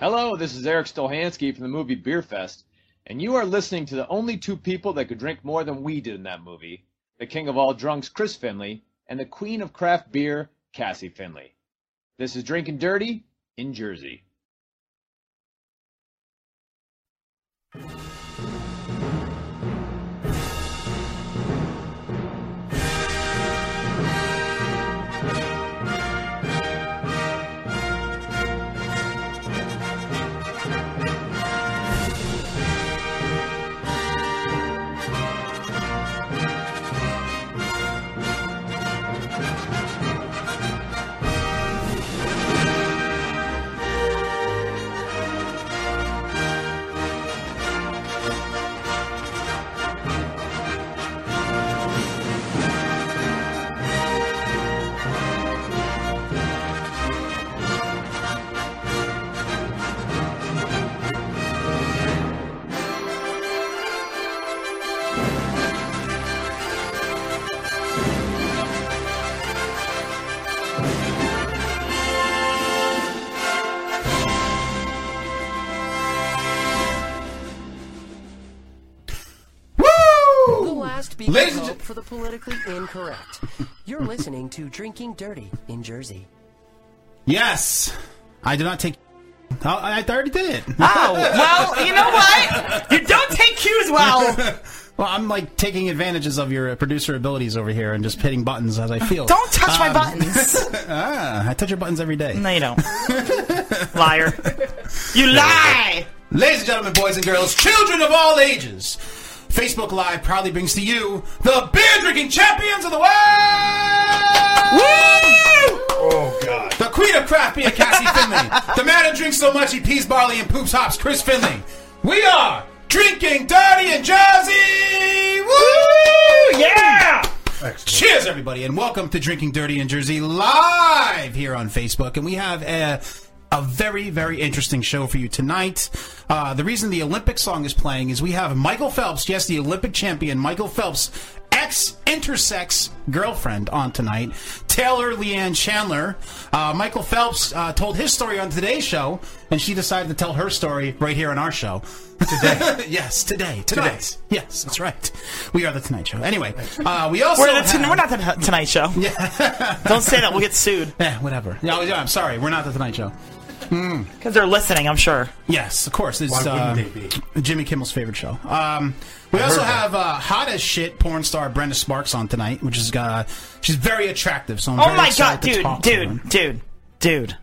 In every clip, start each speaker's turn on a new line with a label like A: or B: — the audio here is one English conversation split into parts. A: Hello, this is Eric Stolhansky from the movie Beer Fest, and you are listening to the only two people that could drink more than we did in that movie the king of all drunks, Chris Finley, and the queen of craft beer, Cassie Finley. This is Drinking Dirty in Jersey.
B: The last beacon
C: Ladies and
B: hope for the politically incorrect. You're listening to Drinking Dirty in Jersey.
C: Yes. I do not take. Oh, I I already did it.
D: Oh, well, you know what? You don't take cues well.
C: Well, I'm like taking advantages of your uh, producer abilities over here and just hitting buttons as I feel.
D: Don't touch my
C: Um,
D: buttons.
C: Ah, I touch your buttons every day.
D: No, you don't. Liar. You lie!
C: Ladies and gentlemen, boys and girls, children of all ages, Facebook Live proudly brings to you the beer drinking champions of the world! Oh, God. The queen of craft beer, Cassie Finley. the man who drinks so much he pees barley and poops hops, Chris Finley. We are drinking dirty and jazzy! Woo! Yeah! Cheers, everybody, and welcome to Drinking Dirty in Jersey live here on Facebook. And we have a, a very, very interesting show for you tonight. Uh, the reason the Olympic song is playing is we have Michael Phelps, yes, the Olympic champion, Michael Phelps, ex intersex girlfriend on tonight, Taylor Leanne Chandler. Uh, Michael Phelps uh, told his story on today's show, and she decided to tell her story right here on our show. Today. yes, today. Today. Yes, that's right. We are the Tonight Show. Anyway, uh, we also.
D: We're, the
C: have-
D: ton- we're not the H- Tonight Show. don't say that. We'll get sued.
C: Eh, whatever. No, yeah, I'm sorry. We're not the Tonight Show. Hmm.
D: Because they're listening, I'm sure.
C: Yes, of course. It's,
E: Why
C: uh,
E: wouldn't they
C: Jimmy Kimmel's favorite show. Um, we also
E: heard that.
C: have uh, hot as shit porn star Brenda Sparks on tonight, which is uh, she's very attractive. So I'm
D: Oh
C: very
D: my god,
C: excited to
D: dude,
C: talk to her.
D: dude, dude, dude.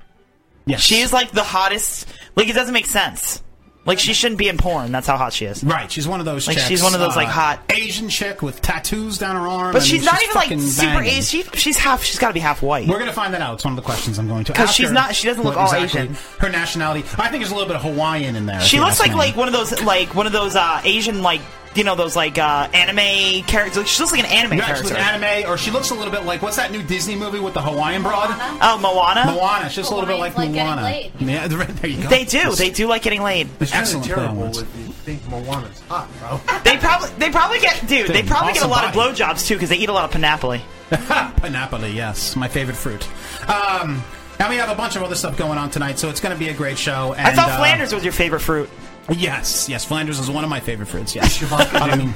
C: Yes.
D: She is like the hottest. Like, it doesn't make sense. Like, she shouldn't be in porn. That's how hot she is.
C: Right, she's one of those.
D: Like,
C: chicks, uh,
D: she's one of those, like, hot-
C: Asian chick with tattoos down her arm.
D: But
C: I mean,
D: she's not even like
C: fucking
D: super
C: banging.
D: Asian. She, she's half. She's got to be half white.
C: We're gonna find that out. It's one of the questions I'm going to.
D: 'Cause
C: ask
D: she's
C: her
D: not- she doesn't look
C: what
D: all
C: exactly
D: Asian.
C: Her nationality. I think there's a little bit of Hawaiian in there. if
D: She
C: you
D: looks
C: ask
D: like
C: me.
D: like one of those like one of those uh, Asian like you know those like uh, anime characters. Like, she looks like an anime
C: Yeah, she
D: character.
C: looks anime, or she looks a little bit like what's that new Disney movie with the Hawaiian broad?
D: oh, Moana.
C: Moana. She's just a little bit like
F: Hawaiian's like getting
C: Moana.
F: laid.
C: Yeah, there you go.
D: They do. They do like getting laid.
C: It's
E: It's really
C: excellent
E: terrible
C: terrible.
E: if you think Moana's hot, bro.
D: They probably they probably get dude. They
C: Dude,
D: probably get a
C: awesome
D: lot
C: body.
D: of blowjobs too because they eat a lot of pineapple.
C: Panapoli, yes, my favorite fruit. Um, and we have a bunch of other stuff going on tonight, so it's going to be a great show. And,
D: I thought
C: uh,
D: Flanders was your favorite fruit.
C: Yes, yes, Flanders is one of my favorite fruits. Yes.
E: Chewbacca,
C: I mean-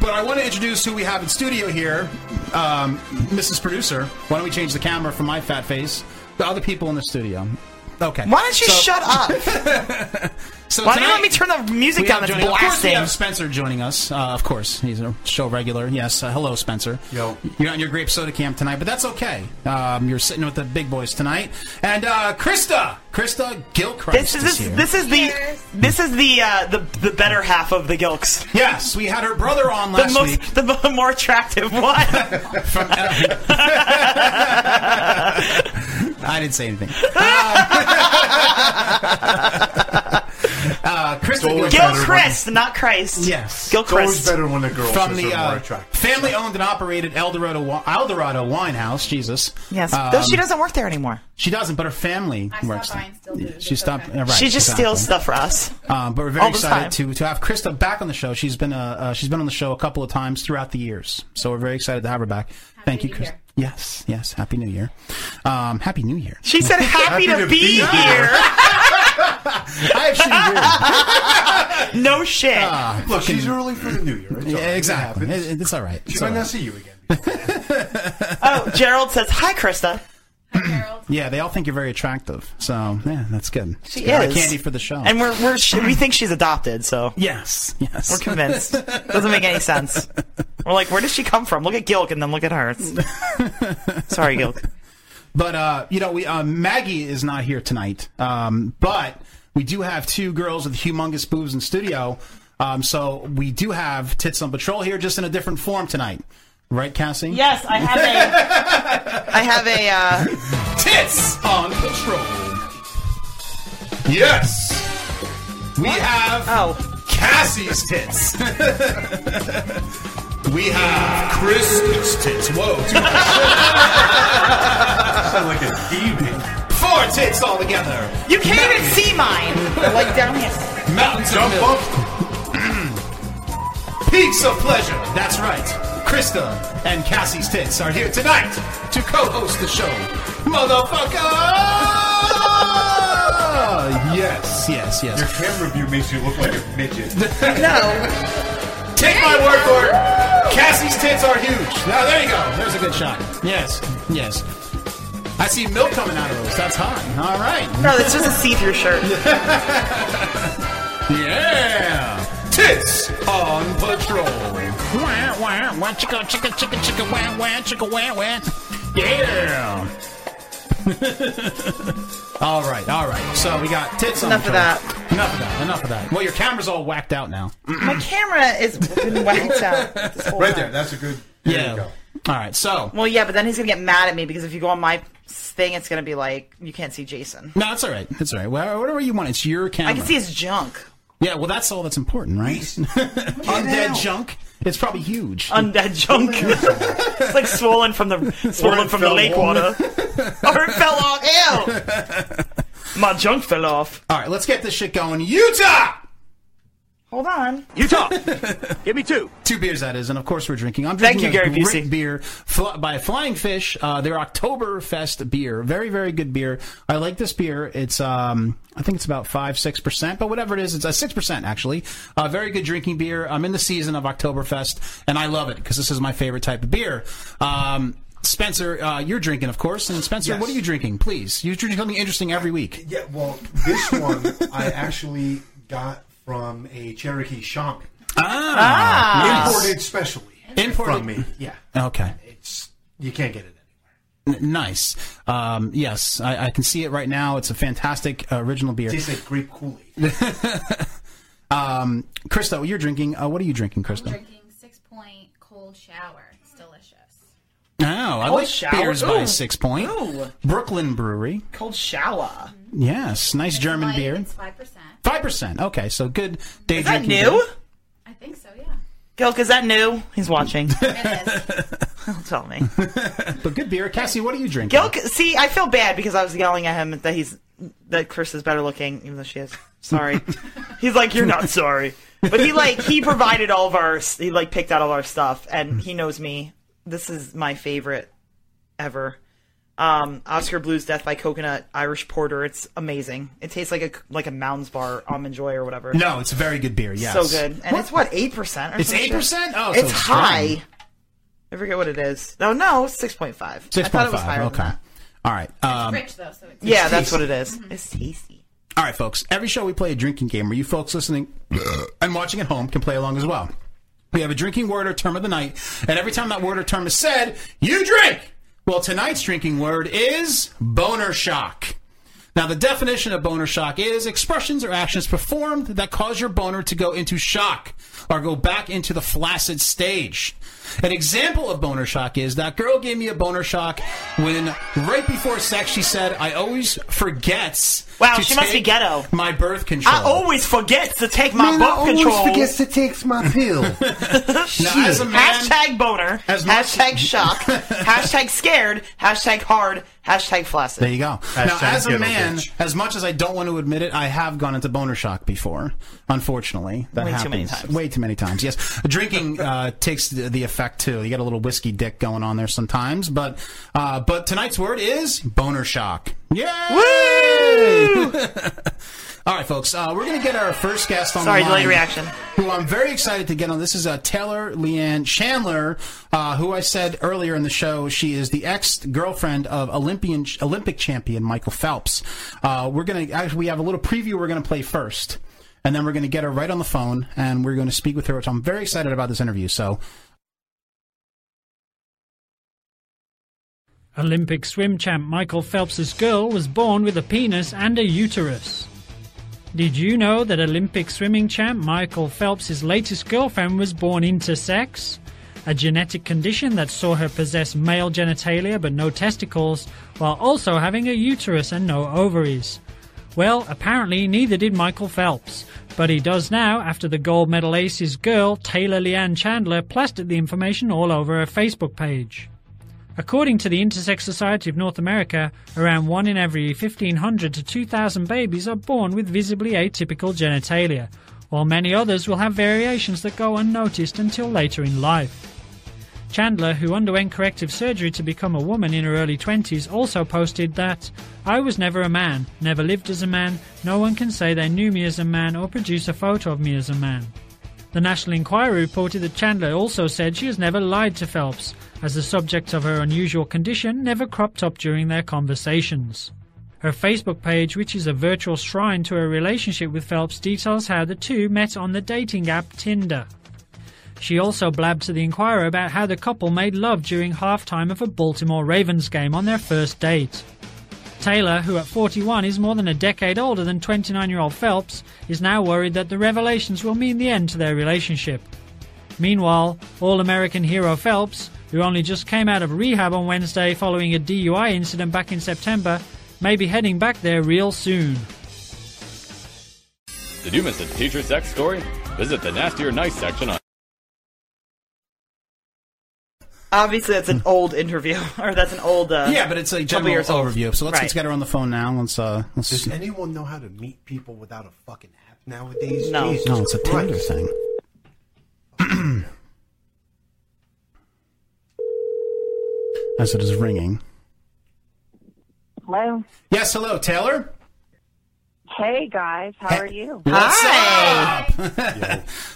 C: but I want to introduce who we have in studio here, um, Mrs. Producer. Why don't we change the camera from my fat face to other people in the studio? Okay.
D: Why don't you
C: So-
D: shut up?
C: So
D: Why don't you
C: tonight-
D: let me turn the music
C: We
D: down?
C: have
D: That's
C: joining, of course, we
D: blasting.
C: have Spencer joining us. Uh, of course, he's a show regular. Yes, uh, hello, Spencer.
E: Yo.
C: you're on your grape soda camp tonight, but that's okay. Um, you're sitting with the big boys tonight, and uh, Krista, Krista Gilchrist
D: This is
C: is
D: this,
C: here.
D: this is the
F: Cheers.
D: this is the uh, the the better half of the Gilks.
C: yes, we had her brother on
D: The
C: last week.
D: most the mo- more attractive one.
C: From- I didn't say anything. Um, uh, Krista
E: always
C: Gilchrist.
D: Gil
E: better
D: Christ, not Christ.
C: Yes.
D: Gil
E: It's always
D: Christ.
E: better when the girls
C: from
E: are
C: the
E: more
C: uh,
E: attractive.
C: family-owned and operated Eldorado wi- Eldorado Wine House. Jesus.
D: Yes.
C: Um,
D: Though she doesn't work there anymore.
C: She doesn't, but her family
F: I stopped
C: works.
F: by and still do.
C: She
F: It's
C: stopped.
F: okay.
C: uh, right,
D: she just
C: exactly.
D: steals stuff for us.
C: Um, but we're very
D: all the
C: excited
D: time.
C: to, to have Krista back on the show. She's been uh, uh, she's been on the show a couple of times throughout the years, so we're very excited to have her back. Thank you,
G: New
C: Chris.
G: Year.
C: Yes, yes. Happy New Year. Um, Happy New Year.
D: She said, happy, to, be, here.
C: I actually
D: no shit.
F: Look, she's early for the new year. It's all right.
C: Ah. Yeah,
F: It
C: exactly.
F: happens.
C: It- it's all right.
F: She
C: It's
F: might
C: all
F: not
C: right.
F: see you again.
D: oh, Gerald says, hi, Krista.
G: Hi, Gerald.
C: Yeah, they all think you're very attractive. So yeah, that's good.
D: She
C: It's kinda
D: is.
C: candy for the show.
D: And we're, we're sh- we think she's adopted, so
C: yes, yes.
D: we're convinced. Doesn't make any sense. We're like, where does she come from? Look at Gilk and then look at her. It's- Sorry, Gilk.
C: But uh, you know, we uh, Maggie is not here tonight. Um, but we do have two girls with humongous boobs in studio. Um, so we do have Tits on Patrol here, just in a different form tonight, right, Cassie?
D: Yes, I have a. I have a. Uh,
B: Tits on Patrol. Yes. We have
D: oh,
B: Cassie's tits. we have Chris's tits. Whoa. two-
F: Sound like a demon.
B: Four tits all together.
D: you can't even see mine. They're like down here.
B: Mountains of milk. Peaks of pleasure.
C: That's right.
B: Krista and Cassie's tits are here tonight to co-host the show. Motherfucker!
C: Uh, yes, yes, yes.
F: Your camera view makes you look like a midget.
D: No.
B: Take my word for it. Cassie's tits are huge. Now there you go.
C: There's a good shot. Yes, yes. I see milk coming out of those. That's hot. All right.
D: No, it's just a see through shirt.
C: Yeah.
B: Tits on patrol.
C: Wah, wah, wah, chicka, chicka, chicka, chicka, wah, wah, chicka, wah, wah. Yeah. all right, all right. So we got tits on
D: Enough
C: patrol.
D: of that.
C: Enough of that. Enough of that. Well, your camera's all whacked out now.
D: My camera is been whacked out. this whole
F: Right
D: time.
F: there. That's a good. There you go.
C: All right. So
D: Well, yeah, but then he's gonna get mad at me because if you go on my thing, it's gonna be like you can't see Jason.
C: no, it's all right. It's all right. Well, whatever you want. It's your camera.
D: I can see his junk.
C: Yeah. Well, that's all that's important, right? Undead junk. It's probably huge.
D: Undead junk. it's like swollen from the
F: Or
D: swollen
F: it
D: from the
F: fell
D: lake
F: off.
D: water. or it fell off. Ew. My junk fell off.
C: all right. Let's get this shit going. You
B: Utah.
D: Hold on.
C: Utah. Give me two. Two beers, that is, and of course we're drinking. I'm
D: Thank
C: drinking
D: you,
C: a
D: Gary
C: great
D: Busey.
C: beer fl- by Flying Fish. Uh, their Oktoberfest beer, very very good beer. I like this beer. It's um, I think it's about five six percent, but whatever it is, it's a six percent actually. Uh, very good drinking beer. I'm in the season of Oktoberfest, and I love it because this is my favorite type of beer. Um, Spencer, uh, you're drinking, of course, and Spencer,
F: Yes.
C: what are you drinking? Please, you drink something interesting every week.
F: Yeah, well, this one I actually got from a Cherokee shaman.
C: Ah,
F: Imported specially.
C: Imported-
F: From me. Yeah.
C: okay.
F: It's, you can't get it anywhere.
C: Nice. Um, yes, I, I can see it right now. It's a fantastic uh, original beer.
F: Tastes like grape Kool Aid.
C: Um, Krista, you're drinking. Uh, what are you drinking, Krista?
G: Drinking six point cold shower. It's delicious.
C: Oh, I like
D: shower.
C: beers by
D: Ooh.
C: Six Point.
D: Ooh.
C: Brooklyn Brewery.
D: Cold shower.
C: Yes, nice German
G: Light,
C: beer.
G: It's five percent.
C: Five percent. Okay, so good day
D: Is that
C: drinking.
D: new?
C: beer.
G: I think so. Yeah.
D: Gilk, is that new? He's watching.
G: It is.
D: Don't tell me.
C: but good beer. Cassie, what are you drinking?
D: Gilk, see, I feel bad because I was yelling at him that he's that Chris is better looking, even though she is. Sorry. he's like, you're not sorry, but he like he provided all of our he like picked out all our stuff, and he knows me. This is my favorite ever. Um, Oscar Blues Death by Coconut Irish Porter. It's amazing. It tastes like a like a Mounds Bar Almond Joy or whatever.
C: No, it's a very good beer. Yes,
D: so good. And it's what eight percent or
C: It's
D: some shit?
C: 8%? Oh, so
D: it's
C: it's
D: high.
C: strong.
D: I forget what it is. No, no, six point five.
C: Six
D: I thought
C: point
D: it was
C: five.
D: higher
C: Okay.
D: Than that.
C: All right. Um,
G: Rich though, so it's Mm-hmm.
D: Yeah, that's what it is. It's tasty.
C: All right, folks. Every show we play a drinking game where you folks listening and watching at home can play along as well. We have a drinking word or term of the night, and every time that word or term is said, you drink. Well, tonight's drinking word is boner shock. Now, the definition of boner shock is expressions or actions performed that cause your boner to go into shock or go back into the flaccid stage. An example of boner shock is that girl gave me a boner shock when right before sex she said, I always forgets.
D: Wow,
C: to
D: she must be
C: take
D: ghetto.
C: My birth control.
D: I always forget to take my birth control.
F: to take my pill.
C: Now, as a man,
D: hashtag boner.
C: As much-
D: hashtag shock. hashtag scared. Hashtag hard. Hashtag flaccid.
C: There you go. now,
D: Hashtag
C: as a
D: ghetto
C: man,
D: bitch.
C: as much as I don't want to admit it, I have gone into boner shock before. Unfortunately, that
D: Way
C: happens
D: too many times.
C: way too many times. Yes, drinking uh, takes the, the effect too. You got a little whiskey dick going on there sometimes, but uh, but tonight's word is boner shock. Yeah. All right, folks. Uh, we're gonna get our first guest on.
D: Sorry,
C: the
D: delayed
C: line,
D: reaction.
C: Who I'm very excited to get on. This is uh, Taylor Leanne Chandler, uh, who I said earlier in the show. She is the ex girlfriend of Olympian Olympic champion Michael Phelps. Uh, we're gonna actually we have a little preview. We're gonna play first, and then we're gonna get her right on the phone, and we're gonna speak with her. Which I'm very excited about this interview. So
H: Olympic swim champ Michael Phelps's girl was born with a penis and a uterus. Did you know that Olympic swimming champ Michael Phelps's latest girlfriend was born intersex? A genetic condition that saw her possess male genitalia but no testicles, while also having a uterus and no ovaries. Well, apparently neither did Michael Phelps, but he does now after the gold medal aces girl, Taylor Leanne Chandler, plastered the information all over her Facebook page. According to the Intersex Society of North America, around 1 in every 1,500 to 2,000 babies are born with visibly atypical genitalia, while many others will have variations that go unnoticed until later in life. Chandler, who underwent corrective surgery to become a woman in her early 20s, also posted that, I was never a man, never lived as a man, no one can say they knew me as a man or produce a photo of me as a man. The National Enquirer reported that Chandler also said she has never lied to Phelps, as the subject of her unusual condition never cropped up during their conversations. Her Facebook page, which is a virtual shrine to her relationship with Phelps, details how the two met on the dating app Tinder. She also blabbed to the Enquirer about how the couple made love during halftime of a Baltimore Ravens game on their first date. Taylor, who at 41 is more than a decade older than 29 year old Phelps, is now worried that the revelations will mean the end to their relationship. Meanwhile, All American hero Phelps, who only just came out of rehab on Wednesday following a DUI incident back in September, may be heading back there real soon.
I: Did you miss a teacher sex story? Visit the Nasty or Nice section on
D: Obviously, that's an old interview, or that's an old. Uh,
C: yeah, but it's a
D: couple
C: general
D: years old.
C: overview. So let's,
D: Right.
C: let's get her on the phone now. Let's uh, let's
F: Does anyone know how to meet people without a fucking app nowadays?
D: No.
F: Jesus
C: no, it's a
F: Christ.
C: Tinder thing. As it is ringing.
J: Hello.
C: Yes, hello, Taylor.
J: Hey guys, how are you?
C: What's up?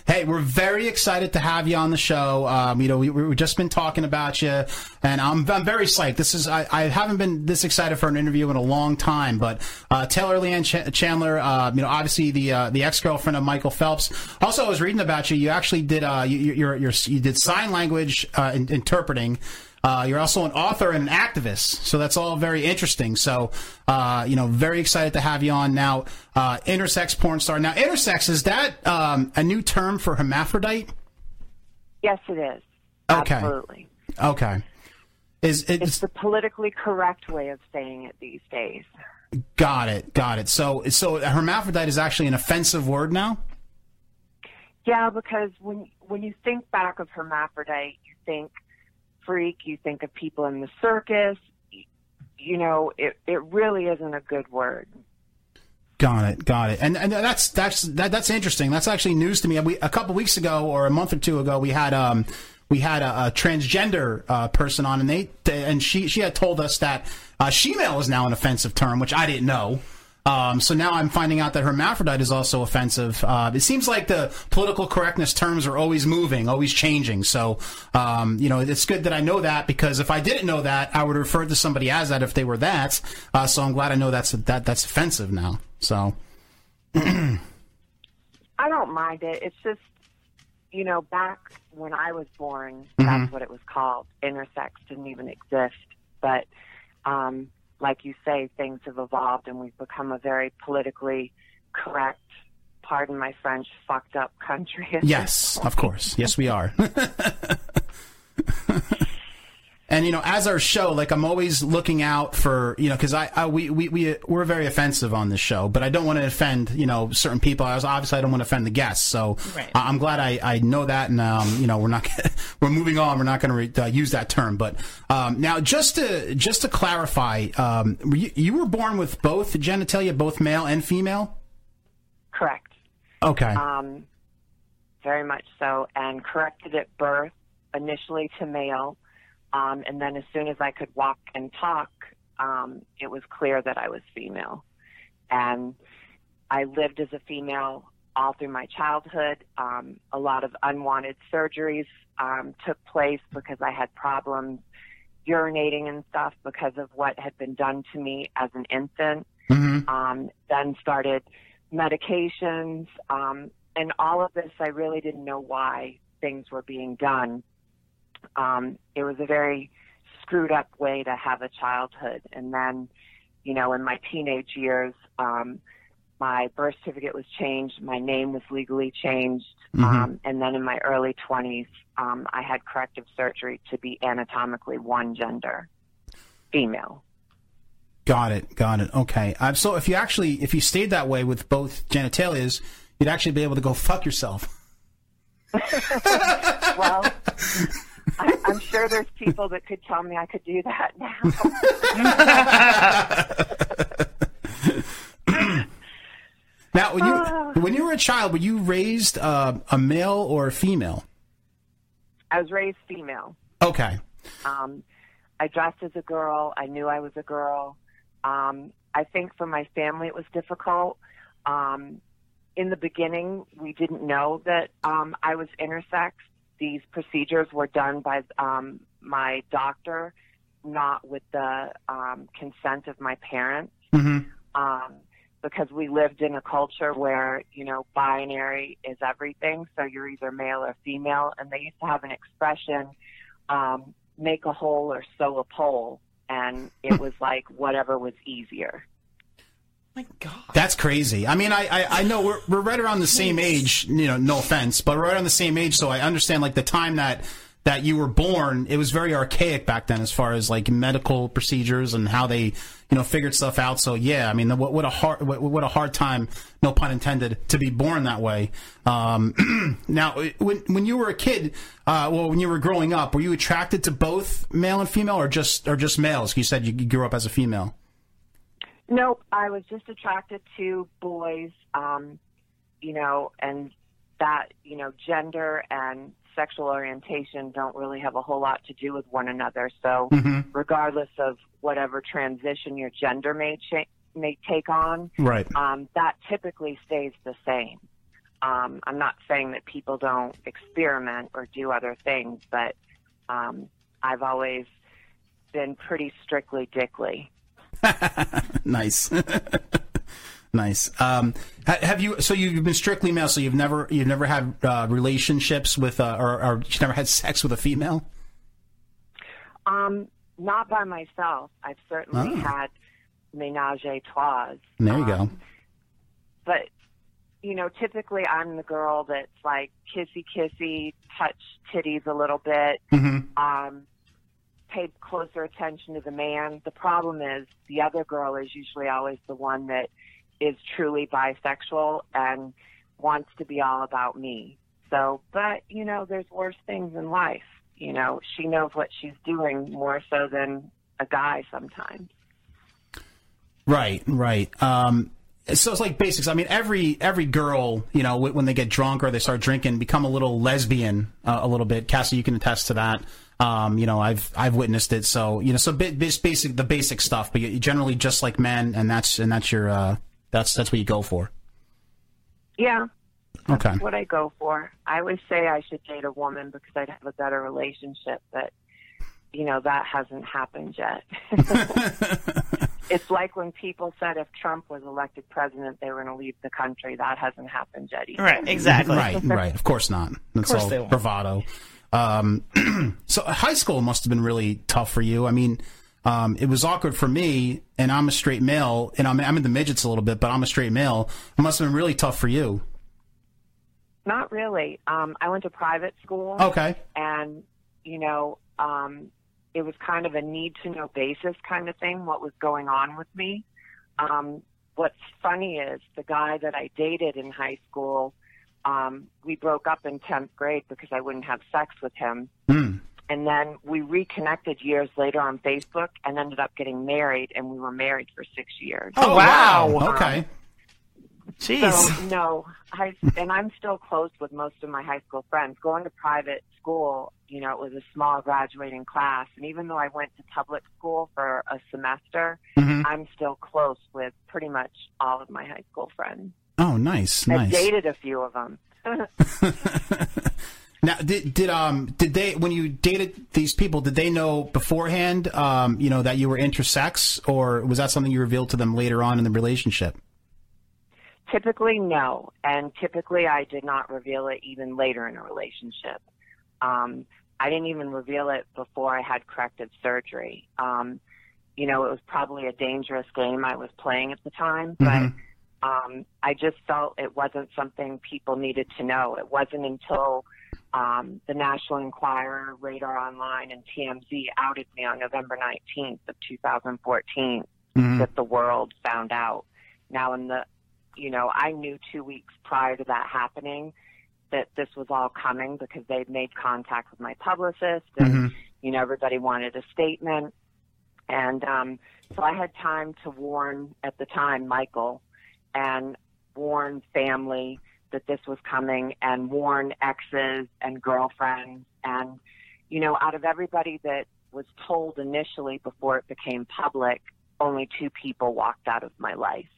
C: hey, we're very excited to have you on the show. Um, you know, we, we- we've just been talking about you, and I'm, I'm very psyched. This is I, I haven't been this excited for an interview in a long time. But uh, Taylor Leanne Ch- Chandler, uh, you know, obviously the uh, the ex girlfriend of Michael Phelps. Also, I was reading about you. You actually did uh, you you you're, you're, you did sign language uh, in, interpreting. Uh, you're also an author and an activist, so that's all very interesting. So, uh, you know, very excited to have you on now. Uh, intersex porn star. Now, intersex is that um, a new term for hermaphrodite?
J: Yes, it is.
C: Okay.
J: Absolutely.
C: Okay. Is it,
J: It's the politically correct way of saying it these days.
C: got it? Got it. So, so hermaphrodite is actually an offensive word now.
J: Yeah, because when when you think back of hermaphrodite, you think freak, you think of people in the circus. y- You know, it it really isn't a good word.
C: Got it, got it, and and that's that's that, that's interesting. That's actually news to me. We, a couple weeks ago, or a month or two ago, we had um we had a, a transgender uh, person on, and they and she she had told us that uh, shemale is now an offensive term, which I didn't know. Um, so now I'm finding out that hermaphrodite is also offensive. Uh, it seems like the political correctness terms are always moving, always changing. So um, you know it's good that I know that because if I didn't know that, I would refer to somebody as that if they were that. Uh, so I'm glad I know that's that that's offensive now. So
J: I don't mind it. It's just, you know, back when I was born,
C: Mhm.
J: that's what it was called. Intersex didn't even exist. But um, like you say, things have evolved and we've become a very politically correct, pardon my French, fucked up country.
C: yes, of course, yes we are. And you know, as our show, like I'm always looking out for you know, because I, I we, we we we're very offensive on this show, but I don't want to offend you know certain people. I was obviously I don't want to offend the guests, so
K: Right.
C: I, I'm glad I, I know that, and um, you know we're not gonna, we're moving on. We're not going to re- uh, use that term, but um, now just to just to clarify, um, were you, you were born with both genitalia, both male and female.
J: Correct.
C: Okay.
J: Um, very much so, and corrected at birth, initially to male, um, and then as soon as I could walk and talk, um, it was clear that I was female. And I lived as a female all through my childhood. Um, a lot of unwanted surgeries um, took place because I had problems urinating and stuff because of what had been done to me as an infant um, then started medications, um, and all of this. I really didn't know why things were being done. Um, it was a very screwed up way to have a childhood, and then, you know, in my teenage years, um, my birth certificate was changed, my name was legally changed, um, and then in my early 20s, um, I had corrective surgery to be anatomically one gender, female.
C: Got it. Got it. Okay. Um, so if you actually if you stayed that way with both genitalias, you'd actually be able to go fuck yourself.
J: well, I, I'm sure there's people that could tell me I could do that now.
C: Now, when you when you were a child, were you raised uh, a male or a female?
J: I was raised female.
C: Okay.
J: Um, I dressed as a girl. I knew I was a girl. Um, I think for my family it was difficult. Um, in the beginning, we didn't know that um, I was intersex. These procedures were done by um, my doctor, not with the um, consent of my parents. um, because we lived in a culture where you know binary is everything. So you're either male or female, and they used to have an expression, um, make a hole or sew a pole, and it was like whatever was easier.
C: That's crazy. I mean, I, I, I know we're, we're right around the same age, you know, no offense, but we're right on the same age. So I understand like the time that, that you were born, it was very archaic back then as far as like medical procedures and how they, you know, figured stuff out. So yeah, I mean, what, what a hard, what, what a hard time, no pun intended, to be born that way. Um, now, when, when you were a kid, uh, well, when you were growing up, were you attracted to both male and female or just, or just males? You said you grew up as a female.
J: Nope, I was just attracted to boys, um, you know, and that, you know, gender and sexual orientation don't really have a whole lot to do with one another. So,
C: Mhm.
J: regardless of whatever transition your gender may cha- may take on,
C: Right.
J: um, that typically stays the same. Um, I'm not saying that people don't experiment or do other things, but um, I've always been pretty strictly dickly.
C: nice. nice. Um, ha- have you? So you've been strictly male. So you've never you've never had uh, relationships with uh, or, or you never had sex with a female.
J: Um, not by myself. I've certainly
C: Oh.
J: had menage a trois,
C: There you go.
J: but you know, typically I'm the girl that's like kissy kissy, touch titties a little bit, um, pay closer attention to the man. The problem is the other girl is usually always the one that is truly bisexual and wants to be all about me. So, but you know, there's worse things in life. You know, she knows what she's doing more so than a guy sometimes.
C: Right, right. Um, so it's like basics. I mean, every every girl, you know, wh- when they get drunk or they start drinking, become a little lesbian uh, a little bit. Cassie, you can attest to that. Um, you know, I've I've witnessed it. So you know, so bi- bis- basic the basic stuff, but you generally just like men, and that's and that's your uh, that's that's what you go for.
J: Yeah,
C: Okay.
J: what I go for. I always say I should date a woman because I'd have a better relationship, but you know that hasn't happened yet. it's like when people said if Trump was elected president, they were going to leave the country. That hasn't happened yet. Either.
C: Right, right. Of course not. That's
J: course
C: all
J: they won't.
C: bravado. Um, so high school must have been really tough for you. I mean, um, it was awkward for me, and I'm a straight male, and I'm I'm in the midgets a little bit, but I'm a straight male. It must have been really tough for you.
J: Not really. Um, I went to private school.
C: Okay.
J: And, you know, um, it was kind of a need to know basis kind of thing what was going on with me um what's funny is the guy that i dated in high school um we broke up in 10th grade because i wouldn't have sex with him and then we reconnected years later on facebook and ended up getting married and we were married for six years
D: Oh, wow. wow. Um,
C: Okay.
D: Jeez.
J: so, no, I and I'm still close with most of my high school friends. Going to private school, you know, it was a small graduating class, and even though I went to public school for a semester,
C: Mhm.
D: Mm-hmm.
J: I'm still close with pretty much all of my high school friends.
C: Oh, nice,
J: I've
C: nice.
J: dated a few of them.
C: Now, did, did um did they when you dated these people did they know beforehand um you know that you were intersex or was that something you revealed to them later on in the relationship?
J: typically, no, and typically, I did not reveal it even later in a relationship. Um, I didn't even reveal it before I had corrective surgery. Um, you know, it was probably a dangerous game I was playing at the time, but um, I just felt it wasn't something people needed to know. It wasn't until um, the National Enquirer, Radar Online, and TMZ outed me on November 19th of 2014
B: Mm-hmm.
J: that the world found out. Now, in the, you know, I knew two weeks prior to that happening that this was all coming because they'd made contact with my publicist and, you know, everybody wanted a statement. And um, so I had time to warn at the time Michael and warn family that this was coming and warn exes and girlfriends. And, you know, out of everybody that was told initially before it became public, only two people walked out of my life.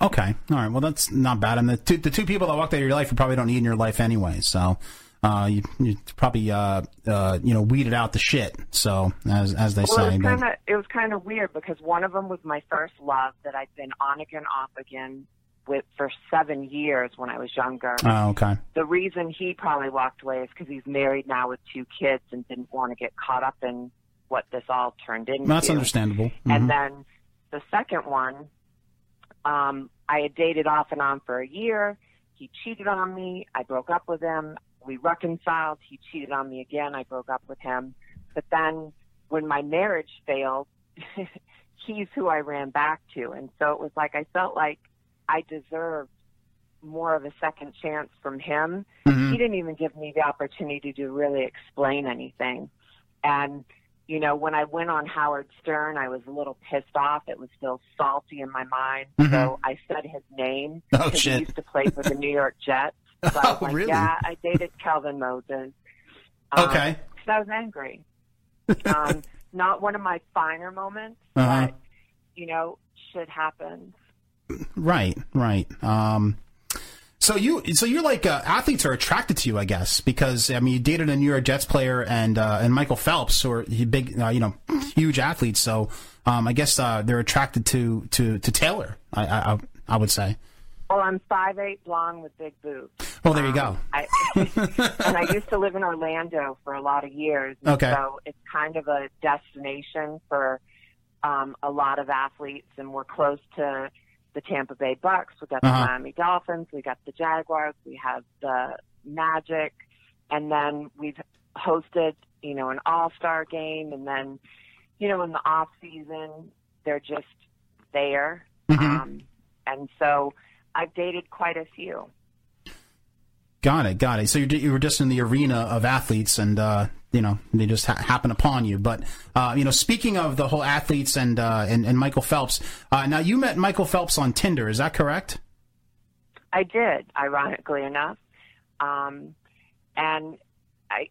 C: Okay, all right. Well, that's not bad. And the two, the two people that walked out of your life you probably don't need in your life anyway. So uh, you, you probably uh, uh, you know weeded out the shit. So as as they
J: well,
C: say,
J: it was
C: but-
J: kind of it was kind of weird because one of them was my first love that I'd been on again, off again with for seven years when I was younger.
C: Oh, okay.
J: the reason he probably walked away is because he's married now with two kids and didn't want to get caught up in what this all turned into.
C: Well, that's understandable.
J: And
C: Mhm.
J: then the second one, um, I had dated off and on for a year. He cheated on me. I broke up with him. We reconciled. He cheated on me again. I broke up with him. But then when my marriage failed, he's who I ran back to. And so it was like I felt like I deserved more of a second chance from him.
C: Mm.
J: He didn't even give me the opportunity to really explain anything. And, you know, when I went on Howard Stern, I was a little pissed off. It was still salty in my mind. So I said his name.
C: Mm-hmm. Oh,
J: 'cause He
C: shit. Oh,
J: used to play for the New York Jets. So I was like,
C: really?
J: yeah, I dated Calvin Moses.
C: Okay.
J: Because I was angry. Um, not one of my finer moments,
C: Uh-huh.
J: but, you know, shit happens.
C: Right, right. Um, so you, so you're like uh, athletes are attracted to you, I guess, because I mean you dated a New York Jets player and uh, and Michael Phelps, or big, uh, you know, huge athletes. So um, I guess uh, they're attracted to to to Taylor. I I, I- I would say.
J: Well, I'm five eight, blonde with big boobs.
C: Well, there you go.
J: I, and I used to live in Orlando for a lot of years. and
C: Okay.
J: So it's kind of a destination for um, a lot of athletes, and we're close to the Tampa Bay Bucks. We got the
K: Uh-huh.
J: Miami Dolphins. We got the Jaguars. We have the Magic, and then we've hosted, you know, an All Star game, and then, you know, in the off season, they're just there, Um, and so I've dated quite a few.
C: Got it, got it. So you you were just in the arena of athletes, and uh, you know they just ha- happen upon you. But uh, you know, speaking of the whole athletes and uh, and, and Michael Phelps, uh, now you met Michael Phelps on Tinder, is that correct?
J: I did, ironically enough. Um, and I,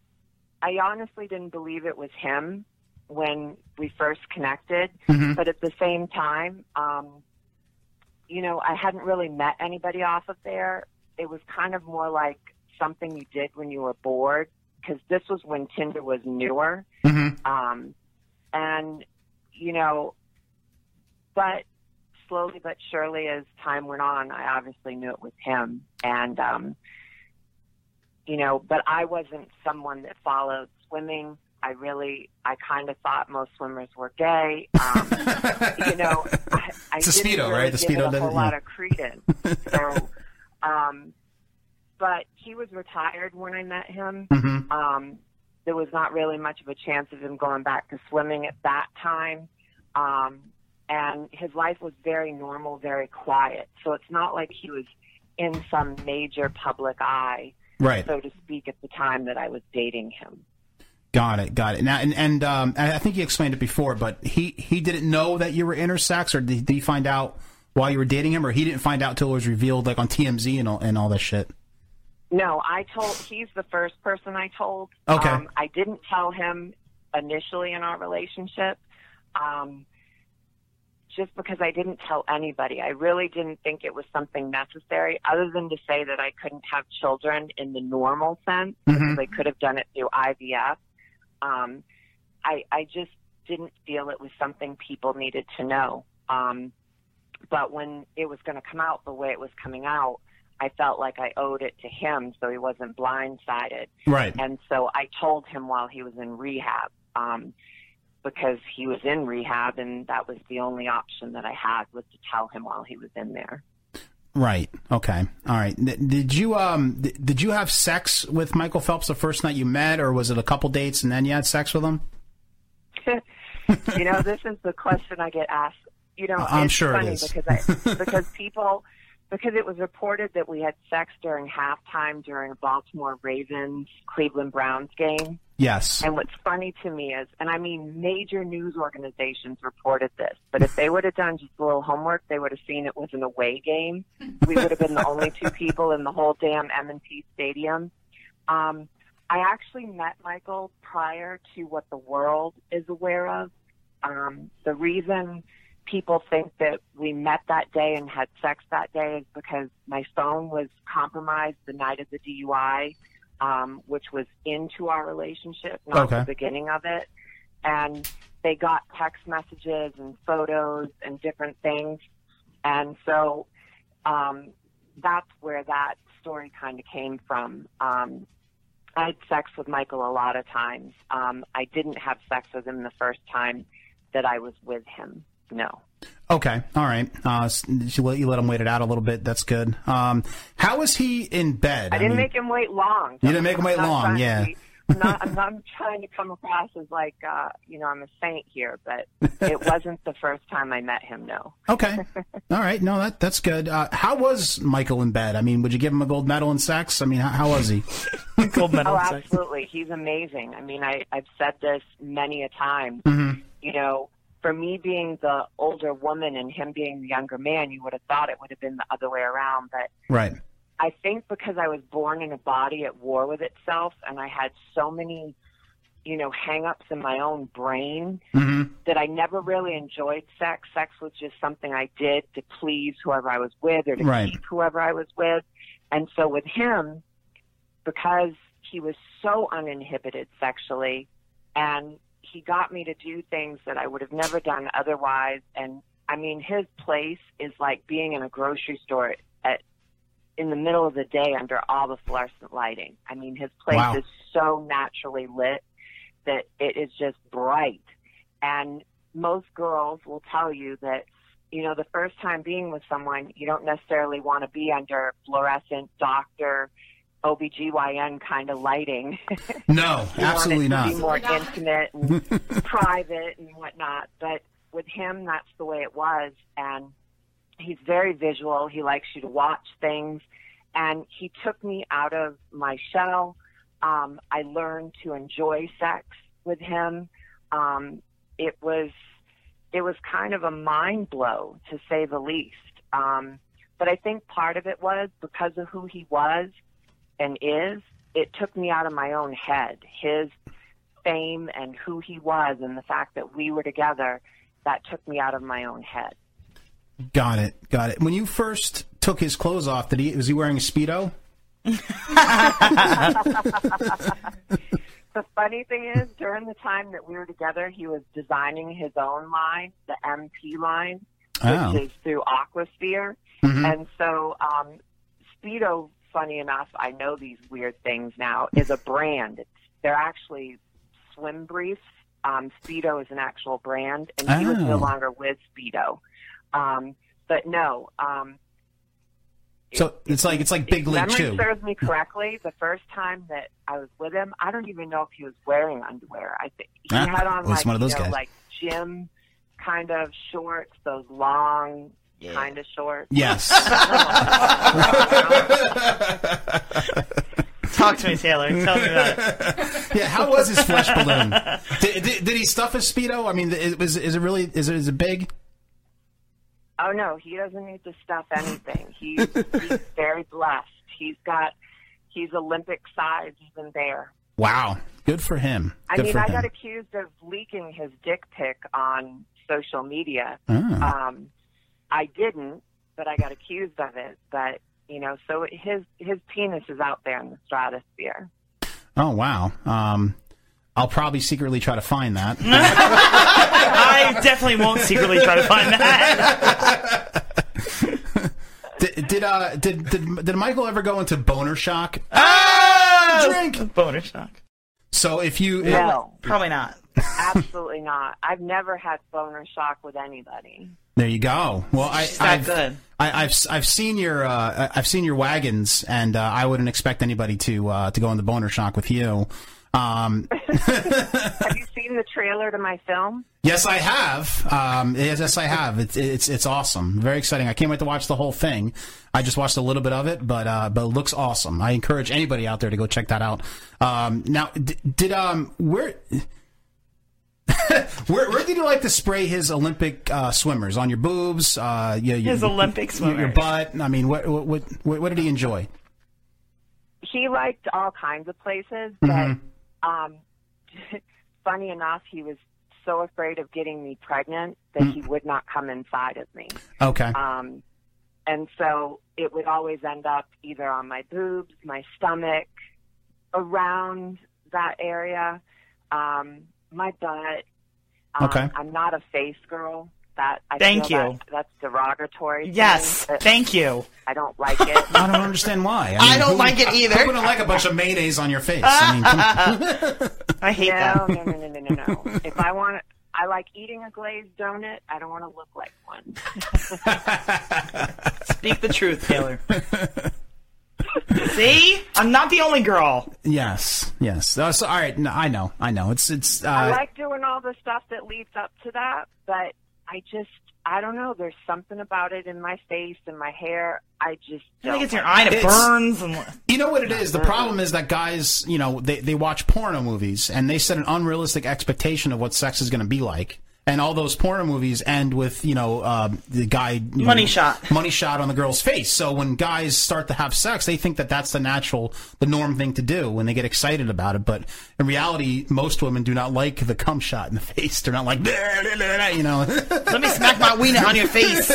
J: I honestly didn't believe it was him when we first connected.
B: Mm-hmm.
K: Mhm.
J: But at the same time, um, you know, I hadn't really met anybody off of there. It was kind of more like something you did when you were bored, because this was when Tinder was newer.
C: Mm-hmm.
J: Um, and, you know, but slowly but surely as time went on, I obviously knew it was him. And, um, you know, but I wasn't someone that followed swimming. I really, I kind of thought most swimmers were gay. Um, you know, I, I
C: It's a Speedo,
J: didn't really
C: right? The
J: give
C: Speedo
J: it a whole
C: doesn't-
J: lot
C: yeah.
J: of credence. So, um, but he was retired when I met him.
C: Mhm.
J: Um, there was not really much of a chance of him going back to swimming at that time. Um, and his life was very normal, very quiet. So it's not like he was in some major public eye,
C: Right.
J: so to speak, at the time that I was dating him.
C: Got it, got it. Now, and, and um, I I think you explained it before, but he, he didn't know that you were intersex, or did, did he find out while you were dating him, or he didn't find out till it was revealed, like on TMZ and all and all that shit.
J: No, I told. He's the first person I told.
C: Okay.
J: Um, I didn't tell him initially in our relationship, um, just because I didn't tell anybody. I really didn't think it was something necessary, other than to say that I couldn't have children in the normal sense.
B: Mm-hmm.
K: Mhm.
J: They could have done it through IVF. Um, I, I just didn't feel it was something people needed to know. Um, but when it was going to come out the way it was coming out, I felt like I owed it to him so he wasn't blindsided.
C: Right.
J: And so I told him while he was in rehab um, because he was in rehab and that was the only option that I had was to tell him while he was in there.
C: Right. Okay. All right. Th- Did you um th- did you have sex with Michael Phelps the first night you met, or was it a couple dates and then you had sex with him?
J: you know, this is the question I get asked. You know,
C: I'm
J: it's
C: sure it
J: funny
C: is.
J: because I, because people because it was reported that we had sex during halftime during a Baltimore Ravens Cleveland Browns game.
C: Yes.
J: And what's funny to me is, and I mean, major news organizations reported this, but if they would have done just a little homework, they would have seen it was an away game. We would have been the only two people in the whole damn M&T Stadium. Um, I actually met Michael prior to what the world is aware of. Um, the reason people think that we met that day and had sex that day is because my phone was compromised the night of the DUI, um, which was into our relationship, not
K: Okay.
J: the beginning of it. And they got text messages and photos and different things. And so um, that's where that story kind of came from. Um, I had sex with Michael a lot of times. Um, I didn't have sex with him the first time that I was with him. No.
C: Okay. All right. Uh, s- you let you let him wait it out a little bit. That's good. Um, how was he in bed?
J: I didn't
C: mean-
J: make him wait long.
C: You didn't make him wait
J: I'm not
C: long,
J: trying to
C: yeah.
J: be- I'm not, I'm not I'm trying to come across as like, uh, you know, I'm a saint here, but it wasn't the first time I met him, no.
C: Okay. All right. No, that that's good. Uh, how was Michael in bed? I mean, would you give him a gold medal in sex? I mean, how, how was he? gold
J: Oh, absolutely. He's amazing. I mean, I, I've said this many a time.
C: Mm-hmm.
J: You know, for me being the older woman and him being the younger man, you would have thought it would have been the other way around, but
C: Right.
J: I think because I was born in a body at war with itself and I had so many, you know, hang ups in my own brain
K: Mm-hmm.
J: that I never really enjoyed sex. Sex was just something I did to please whoever I was with or to
K: Right.
J: keep whoever I was with. And so with him, because he was so uninhibited sexually and he got me to do things that I would have never done otherwise and I mean his place is like being in a grocery store at in the middle of the day under all the fluorescent lighting. I mean his place
K: Wow.
J: is so naturally lit that it is just bright. And most girls will tell you that, you know, the first time being with someone, you don't necessarily want to be under fluorescent doctor, OBGYN kind of lighting.
C: No,
J: You want
C: absolutely
J: it to
C: not.
J: Be more intimate and private and whatnot. But with him, that's the way it was. And he's very visual. He likes you to watch things. And he took me out of my shell. Um, I learned to enjoy sex with him. Um, it was it was kind of a mind blow to say the least. Um, but I think part of it was because of who he was and is, it took me out of my own head. His fame and who he was and the fact that we were together, that took me out of my own head.
C: Got it. Got it. When you first took his clothes off, did he was he wearing a speedo?
J: The funny thing is, during the time that we were together, he was designing his own line, the MP line,
K: Oh.
J: which is through Aquasphere.
K: Mhm.
J: And so, um, Speedo, funny enough, I know these weird things now, is a brand. It's, they're actually swim briefs. Um, Speedo is an actual brand, and he was no
K: Oh.
J: longer with Speedo. Um, but no, um,
C: So it's like it's like Big League
J: memory
C: Chew.
J: serves me correctly, the first time that I was with him, I don't even know if he was wearing underwear. I think he
C: Ah,
J: had on
C: well, he's
J: like
C: one of those
J: you know,
C: guys.
J: like gym kind of shorts, those long kind of shorts.
C: Yes.
D: Talk to me, Taylor. Tell me
C: it.
D: about
C: Yeah, how was his flesh balloon? Did, did, did he stuff his speedo? I mean, is, is, is it really? Is it, is it big?
J: Oh no, he doesn't need to stuff anything. He's, he's very blessed. He's got he's Olympic size even there.
C: Wow, good for him.
J: I
C: Good
J: mean,
C: for
J: I
C: him.
J: got accused of leaking his dick pic on social media.
C: Oh.
J: Um, I didn't, but I got accused of it. But you know, so his his penis is out there in the stratosphere.
C: Oh wow. Um, I'll probably secretly try to find that.
D: I definitely won't secretly try to find that.
C: did did, uh, did did did Michael ever go into boner shock? Drink
D: Ah! boner shock.
C: So if you
J: No.
D: probably not.
J: Absolutely not. I've never had boner shock with anybody.
C: There you go. Well, I,
J: not
C: I've,
J: good.
C: I, I've I've seen your uh, I- I've seen your wagons, and uh, I wouldn't expect anybody to uh, to go into boner shock with you. Um,
J: Have you seen the trailer to my film?
C: yes, I have. Um, yes, yes, I have. It's it's it's awesome. Very exciting. I can't wait to watch the whole thing. I just watched a little bit of it, but uh, but it looks awesome. I encourage anybody out there to go check that out. Um, now, d- did um where. where, where did you like to spray his Olympic uh, swimmers on your boobs? Uh, your, your-
D: His Olympic
C: your- your
D: swimmers. Uh,
C: butt. I mean, what what what, what did he enjoy?
J: He liked all kinds of places,
C: Mhm.
J: um, funny enough, he was so afraid of getting me pregnant that
C: Mm.
J: he would not come inside of me.
C: Okay.
J: Um, and so it would always end up either on my boobs, my stomach, around that area, um, my butt. Um,
D: Okay.
J: I'm not a face girl. That I
D: Thank
J: feel
D: you.
J: That, that's derogatory. to
D: Yes,
J: me, but
D: thank you.
J: I don't like it.
C: I don't understand why.
D: I don't like it either.
C: Who wouldn't like a bunch of mayonnaise on your face? I mean, come-
D: I hate
J: no,
D: that.
J: No, no, no, no, no, no. if I want, I like eating a glazed donut. I don't want to look like one.
D: Speak the truth, Taylor. See, I'm not the only girl.
C: yes, yes. Uh, so, all right, no, I know, I know. It's it's. Uh,
J: I like doing all the stuff that leads up to that, but I just, I don't know. There's something about it in my face and my hair. I just
D: I
J: don't
D: think it's
J: like
D: your eye and it
C: It's-
D: burns. And
C: you know what it is. The problem is that guys, you know, they they watch porno movies and they set an unrealistic expectation of what sex is going to be like. And all those porno movies end with you know uh, the guy you know,
D: Money shot.
C: money shot on the girl's face. So when guys start to have sex, they think that that's the natural, the norm thing to do when they get excited about it. But in reality, most women do not like the cum shot in the face. They're not like, "Bleh, bleh, bleh, bleh," you know.
D: Let me smack my wiener on your face.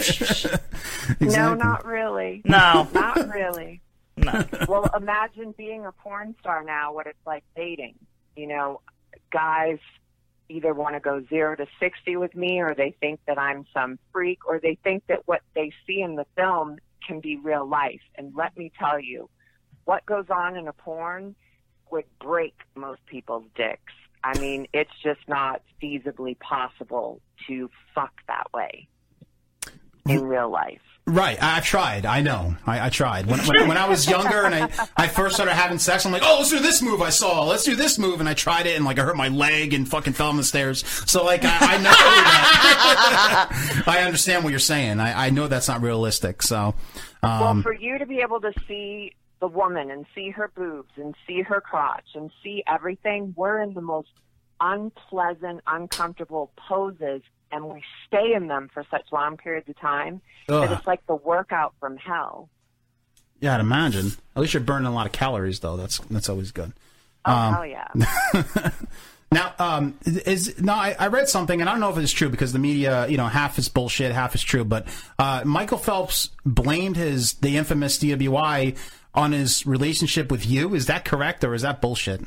J: No, not really.
D: No.
J: not really.
D: No.
J: Well, imagine being a porn star now. What it's like dating. You know, guys either want to go zero to sixty with me, or they think that I'm some freak, or they think that what they see in the film can be real life. And let me tell you, what goes on in a porn would break most people's dicks. I mean, it's just not feasibly possible to fuck that way in real life.
C: Right, I- I've tried. I know, I, I tried. When, when, when I was younger and I, I first started having sex, I'm like, oh, let's do this move I saw. Let's do this move, and I tried it, and like I hurt my leg and fucking fell on the stairs. So like I, I know that. I understand what you're saying. I, I know that's not realistic. So,
J: well,
C: um,
J: for you to be able to see the woman and see her boobs and see her crotch and see everything, we're in the most unpleasant, uncomfortable poses, and we stay in them for such long periods of time that
C: Ugh.
J: it's like the workout from hell.
C: yeah, I'd imagine. At least you're burning a lot of calories, though. That's that's always good.
J: Oh
C: Um,
J: hell yeah!
C: Now, um, is no, I, I read something, and I don't know if it's true because the media, you know, half is bullshit, half is true. But uh, Michael Phelps blamed his the infamous DWI on his relationship with you. Is that correct, or is that bullshit?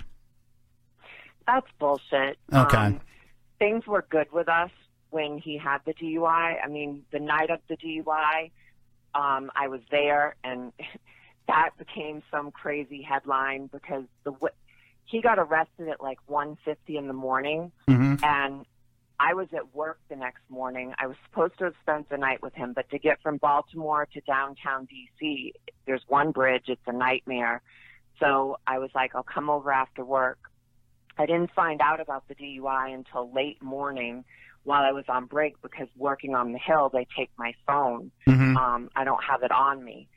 J: That's bullshit.
C: Okay.
J: Um, things were good with us when he had the DUI. I mean, the night of the DUI, um, I was there, and that became some crazy headline because the w- he got arrested at like 1:50 in the morning,
G: Mhm.
J: and I was at work the next morning. I was supposed to have spent the night with him, but to get from Baltimore to downtown DC, there's one bridge, it's a nightmare. So I was like, I'll come over after work. I didn't find out about the DUI until late morning while I was on break because working on the hill, they take my phone.
K: Mhm.
J: Um, I don't have it on me.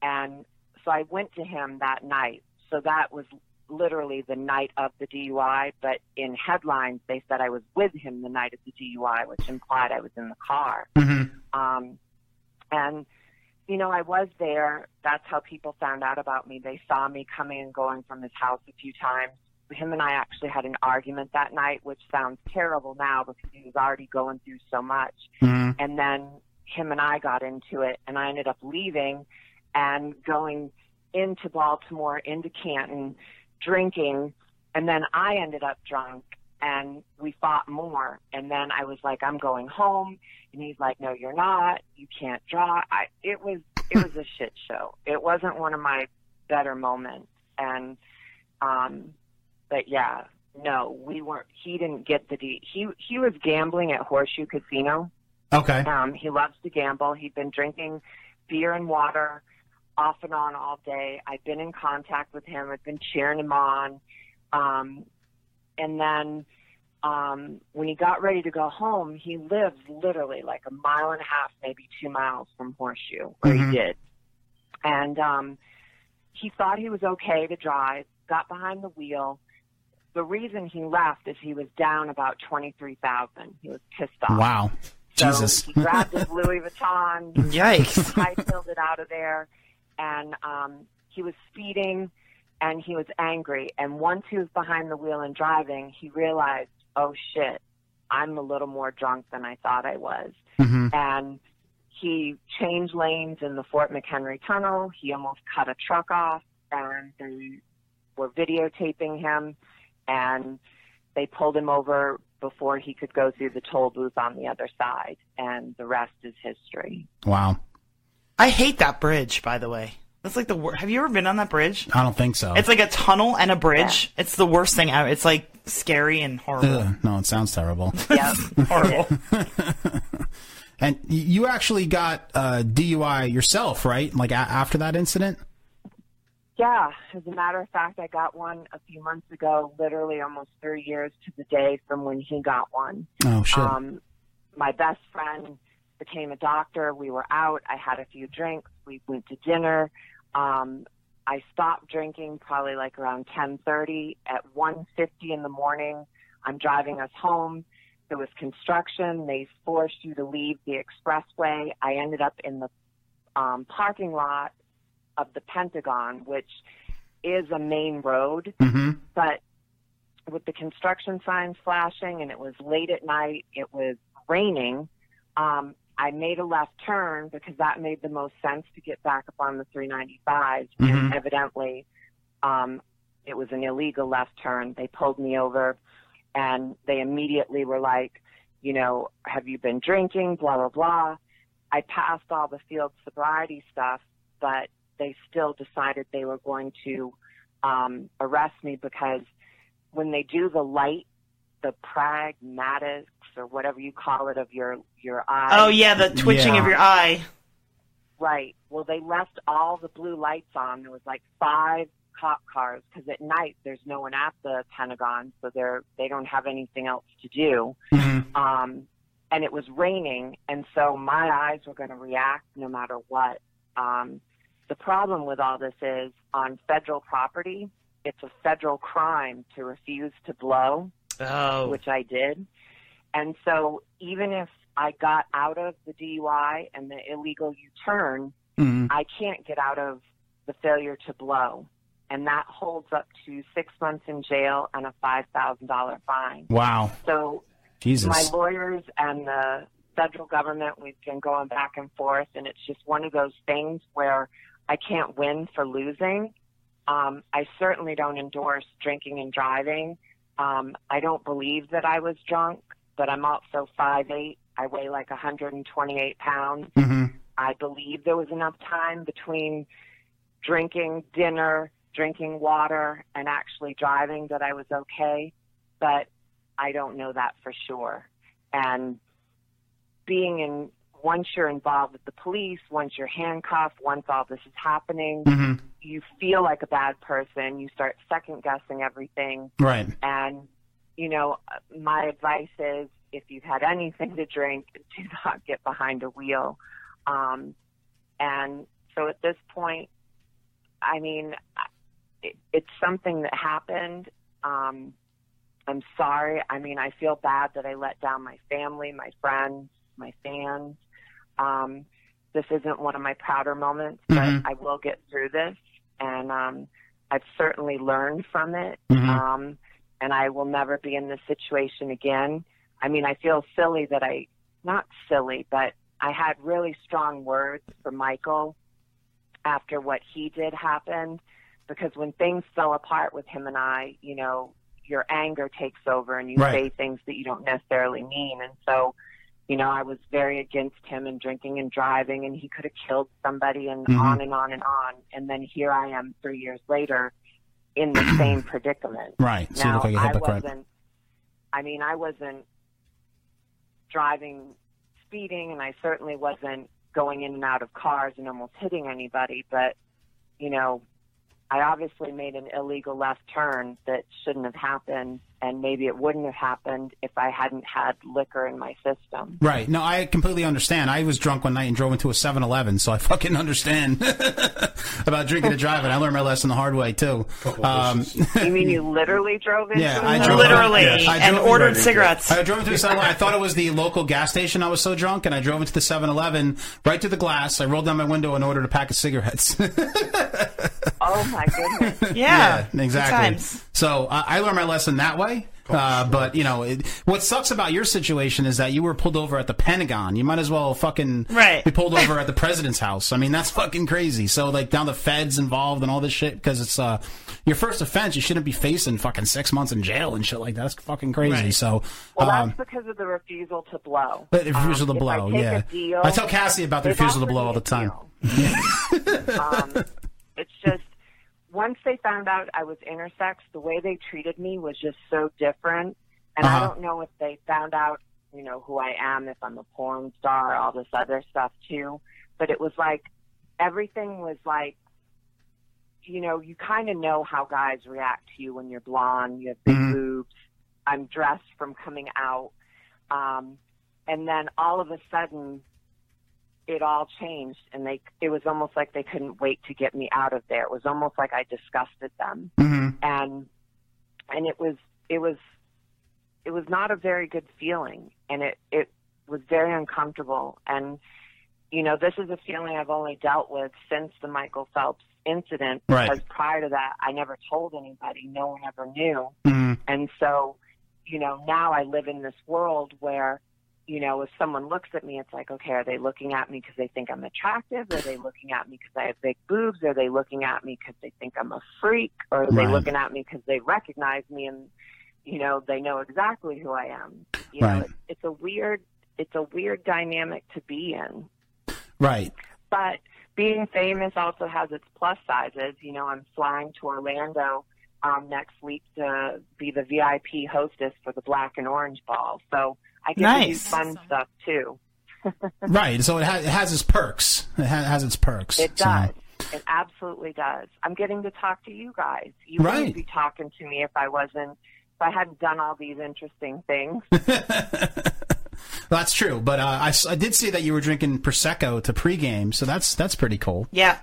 J: And so I went to him that night. So that was literally the night of the DUI, but in headlines, they said I was with him the night of the DUI, which implied I was in the car.
C: Mm-hmm.
J: Um, and, you know, I was there. That's how people found out about me. They saw me coming and going from his house a few times. Him and I actually had an argument that night, which sounds terrible now because he was already going through so much.
C: Mm-hmm.
B: Mm-hmm.
K: Mhm.
J: And then him and I got into it, and I ended up leaving and going into Baltimore, into Canton, drinking. And then I ended up drunk and we fought more. And then I was like, I'm going home. And he's like, No, you're not. You can't draw. I, it was, it was a shit show. It wasn't one of my better moments. And, um, but yeah, no, we weren't, he didn't get the, D, he, he was gambling at Horseshoe Casino.
C: Okay.
J: Um, he loves to gamble. He'd been drinking beer and water off and on all day. I've been in contact with him. I've been cheering him on. Um, and then um, when he got ready to go home, he lives literally like a mile and a half, maybe two miles from Horseshoe. Or he did. And um, he thought he was okay to drive, got behind the wheel. The reason he left is he was down about 23,000. He was pissed off.
C: Wow.
J: So
C: Jesus.
J: he grabbed his Louis Vuitton.
D: Yikes.
J: Hightailed it out of there, and um, he was speeding, and he was angry. And once he was behind the wheel and driving, he realized, oh shit, I'm a little more drunk than I thought I was.
C: Mm-hmm.
B: Mm-hmm.
J: And he changed lanes in the Fort McHenry Tunnel. He almost cut a truck off, and they were videotaping him, and they pulled him over before he could go through the toll booth on the other side. And the rest is history.
C: Wow.
D: I hate that bridge, by the way. That's like the worst. Have you ever been on that bridge?
C: I don't think so.
D: It's like a tunnel and a bridge. It's the worst thing ever. It's like scary and horrible.
C: Ugh, no, it sounds terrible.
D: Yeah, horrible.
C: And y- you actually got uh, DUI yourself, right? Like a- after that incident?
J: Yeah, as a matter of fact, I got one a few months ago, literally almost three years to the day from when he got one.
C: Oh, shit.
J: Um, my best friend became a doctor. We were out. I had a few drinks. We went to dinner. Um, I stopped drinking probably like around 10:30. At 1:50 in the morning, I'm driving us home. There was construction. They forced you to leave the expressway. I ended up in the um, parking lot of the Pentagon, which is a main road,
C: Mm-hmm.
J: but with the construction signs flashing and it was late at night, it was raining. Um, I made a left turn because that made the most sense to get back up on the 395. And
K: Mhm.
J: evidently, um, it was an illegal left turn. They pulled me over and they immediately were like, you know, have you been drinking? Blah, blah, blah. I passed all the field sobriety stuff, but they still decided they were going to um, arrest me because when they do the light, the pragmatics or whatever you call it of your your eye.
D: Oh yeah, the twitching of your eye.
J: Right. Well, they left all the blue lights on. There was like five cop cars because at night there's no one at the Pentagon, so they're they don't have anything else to do.
C: Mm-hmm.
J: Um, and it was raining, and so my eyes were going to react no matter what. Um, the problem with all this is on federal property, it's a federal crime to refuse to blow,
D: Oh.
J: which I did. And so even if I got out of the DUI and the illegal U turn,
C: Mm-hmm.
B: Mm.
J: I can't get out of the failure to blow. And that holds up to six months in jail and a $5,000 fine.
C: Wow.
J: So
C: Jesus.
J: my lawyers and the federal government, we've been going back and forth, and it's just one of those things where I can't win for losing. Um, I certainly don't endorse drinking and driving. Um, I don't believe that I was drunk, but I'm also 5'8. I weigh like 128 pounds.
C: Mm-hmm.
J: I believe there was enough time between drinking dinner, drinking water, and actually driving that I was okay, but I don't know that for sure. and being in once you're involved with the police, once you're handcuffed, once all this is happening,
C: Mhm.
J: you feel like a bad person. You start second guessing everything.
C: Right.
J: And, you know, my advice is if you've had anything to drink, do not get behind a wheel. Um, and so at this point, I mean, I- it, it's something that happened. Um, I'm sorry. I mean, I feel bad that I let down my family, my friends, my fans. Um, this isn't one of my prouder moments, but
C: Mm-hmm.
K: Mhm.
J: I will get through this. And um, I've certainly learned from it.
K: Mhm.
J: Um, and I will never be in this situation again. I mean, I feel silly that I, not silly, but I had really strong words for Michael after what he did happened because when things fell apart with him and I, you know, your anger takes over and you
K: Right.
J: say things that you don't necessarily mean. And so, you know, I was very against him and drinking and driving and he could have killed somebody and
C: Mm-hmm.
K: Mhm.
J: on and on and on. And then here I am three years later in the same predicament.
C: Right. So you
J: now,
C: look like a
J: I
C: hypocrite.
J: wasn't, I mean, I wasn't driving speeding and I certainly wasn't going in and out of cars and almost hitting anybody, but you know, I obviously made an illegal left turn that shouldn't have happened and maybe it wouldn't have happened if I hadn't had liquor in my system.
C: Right. No, I completely understand. I was drunk one night and drove into a 7 Eleven, so I fucking understand about drinking and driving. I learned my lesson the hard way, too. Um,
J: you mean you literally drove into
C: yeah,
J: it?
C: I drove yeah, I drove-
D: cigarettes.
C: I drove into a 7 I thought it was the local gas station. I was so drunk, and I drove into the 7 Eleven right to the glass. I rolled down my window and ordered a pack of cigarettes.
J: Oh my goodness.
C: exactly.
J: times.
C: So I I learned my lesson that way. Uh, but you know, it, what sucks about your situation is that you were pulled over at the Pentagon. You might as well fucking
D: Right.
C: be pulled over at the president's house. I mean, that's fucking crazy. So like now the feds involved and all this shit because it's uh your first offense. You shouldn't be facing fucking six months in jail and shit like that. That's fucking crazy. So
J: Well,
C: um,
J: that's because of the refusal to blow.
C: but the refusal
J: Um,
C: to
J: if I
C: blow,
J: take
C: yeah.
J: a deal-
C: I tell Cassie about the
J: They've
C: refusal to
J: offered
C: blow all
J: me
C: the
J: a
C: time.
J: um, it's just once they found out I was intersex, the way they treated me was just so different. And I
K: Uh-huh.
J: don't know if they found out, you know, who I am, if I'm a porn star, all this other stuff too. But it was like everything was like, you know, you kind of know how guys react to you when you're blonde, you have big
B: Mm-hmm.
K: Mhm.
J: boobs. I'm dressed from coming out. Um, and then all of a sudden, it all changed and they it was almost like they couldn't wait to get me out of there it was almost like i disgusted them
C: Mm-hmm.
J: and and it was it was it was not a very good feeling and it it was very uncomfortable and you know this is a feeling i've only dealt with since the michael phelps incident
K: Right.
J: because prior to that i never told anybody no one ever knew
C: Mm-hmm.
K: Mhm.
J: and so you know now i live in this world where you know if someone looks at me it's like okay are they looking at me because they think i'm attractive are they looking at me because i have big boobs are they looking at me because they think i'm a freak or are they
K: Right.
J: looking at me because they recognize me and you know they know exactly who i am you know
C: Right.
J: it's, it's a weird it's a weird dynamic to be in
C: Right.
J: but being famous also has its plus sizes. You know, I'm flying to Orlando um, next week to be the VIP hostess for the Black and Orange Ball. So I get to do
C: Nice.
J: fun stuff too.
C: Right. So it, ha- it has its perks. It ha- has its perks.
J: It
C: So-
J: does. It absolutely does. I'm getting to talk to you guys. You
C: Right.
J: wouldn't be talking to me if I wasn't, if I hadn't done all these interesting things.
C: Well, that's true, but uh, I, s- I did see that you were drinking prosecco to pregame, so that's that's pretty cool.
D: Yeah.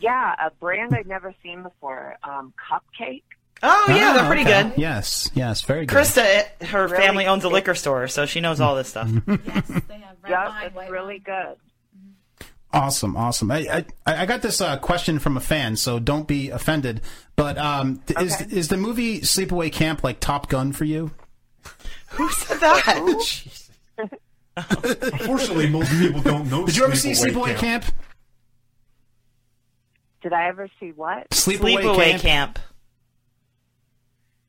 J: yeah, a brand I'd never seen before, um, Cupcake.
D: Oh yeah, they're pretty
C: Ah, okay.
D: good.
C: Yes, yes, very good.
D: Krista, it- her family owns a liquor store, so she knows all this
C: Mm-hmm.
D: stuff.
J: Yep, it's really good.
C: Awesome, awesome. I, I I got this uh, question from a fan, so don't be offended. But um, th- is is the movie Sleepaway Camp like Top Gun for you?
D: Who said that?
F: Unfortunately, most people don't know.
C: Did you ever see Sleepaway Camp?
J: Did I ever see what?
C: Sleepaway Camp.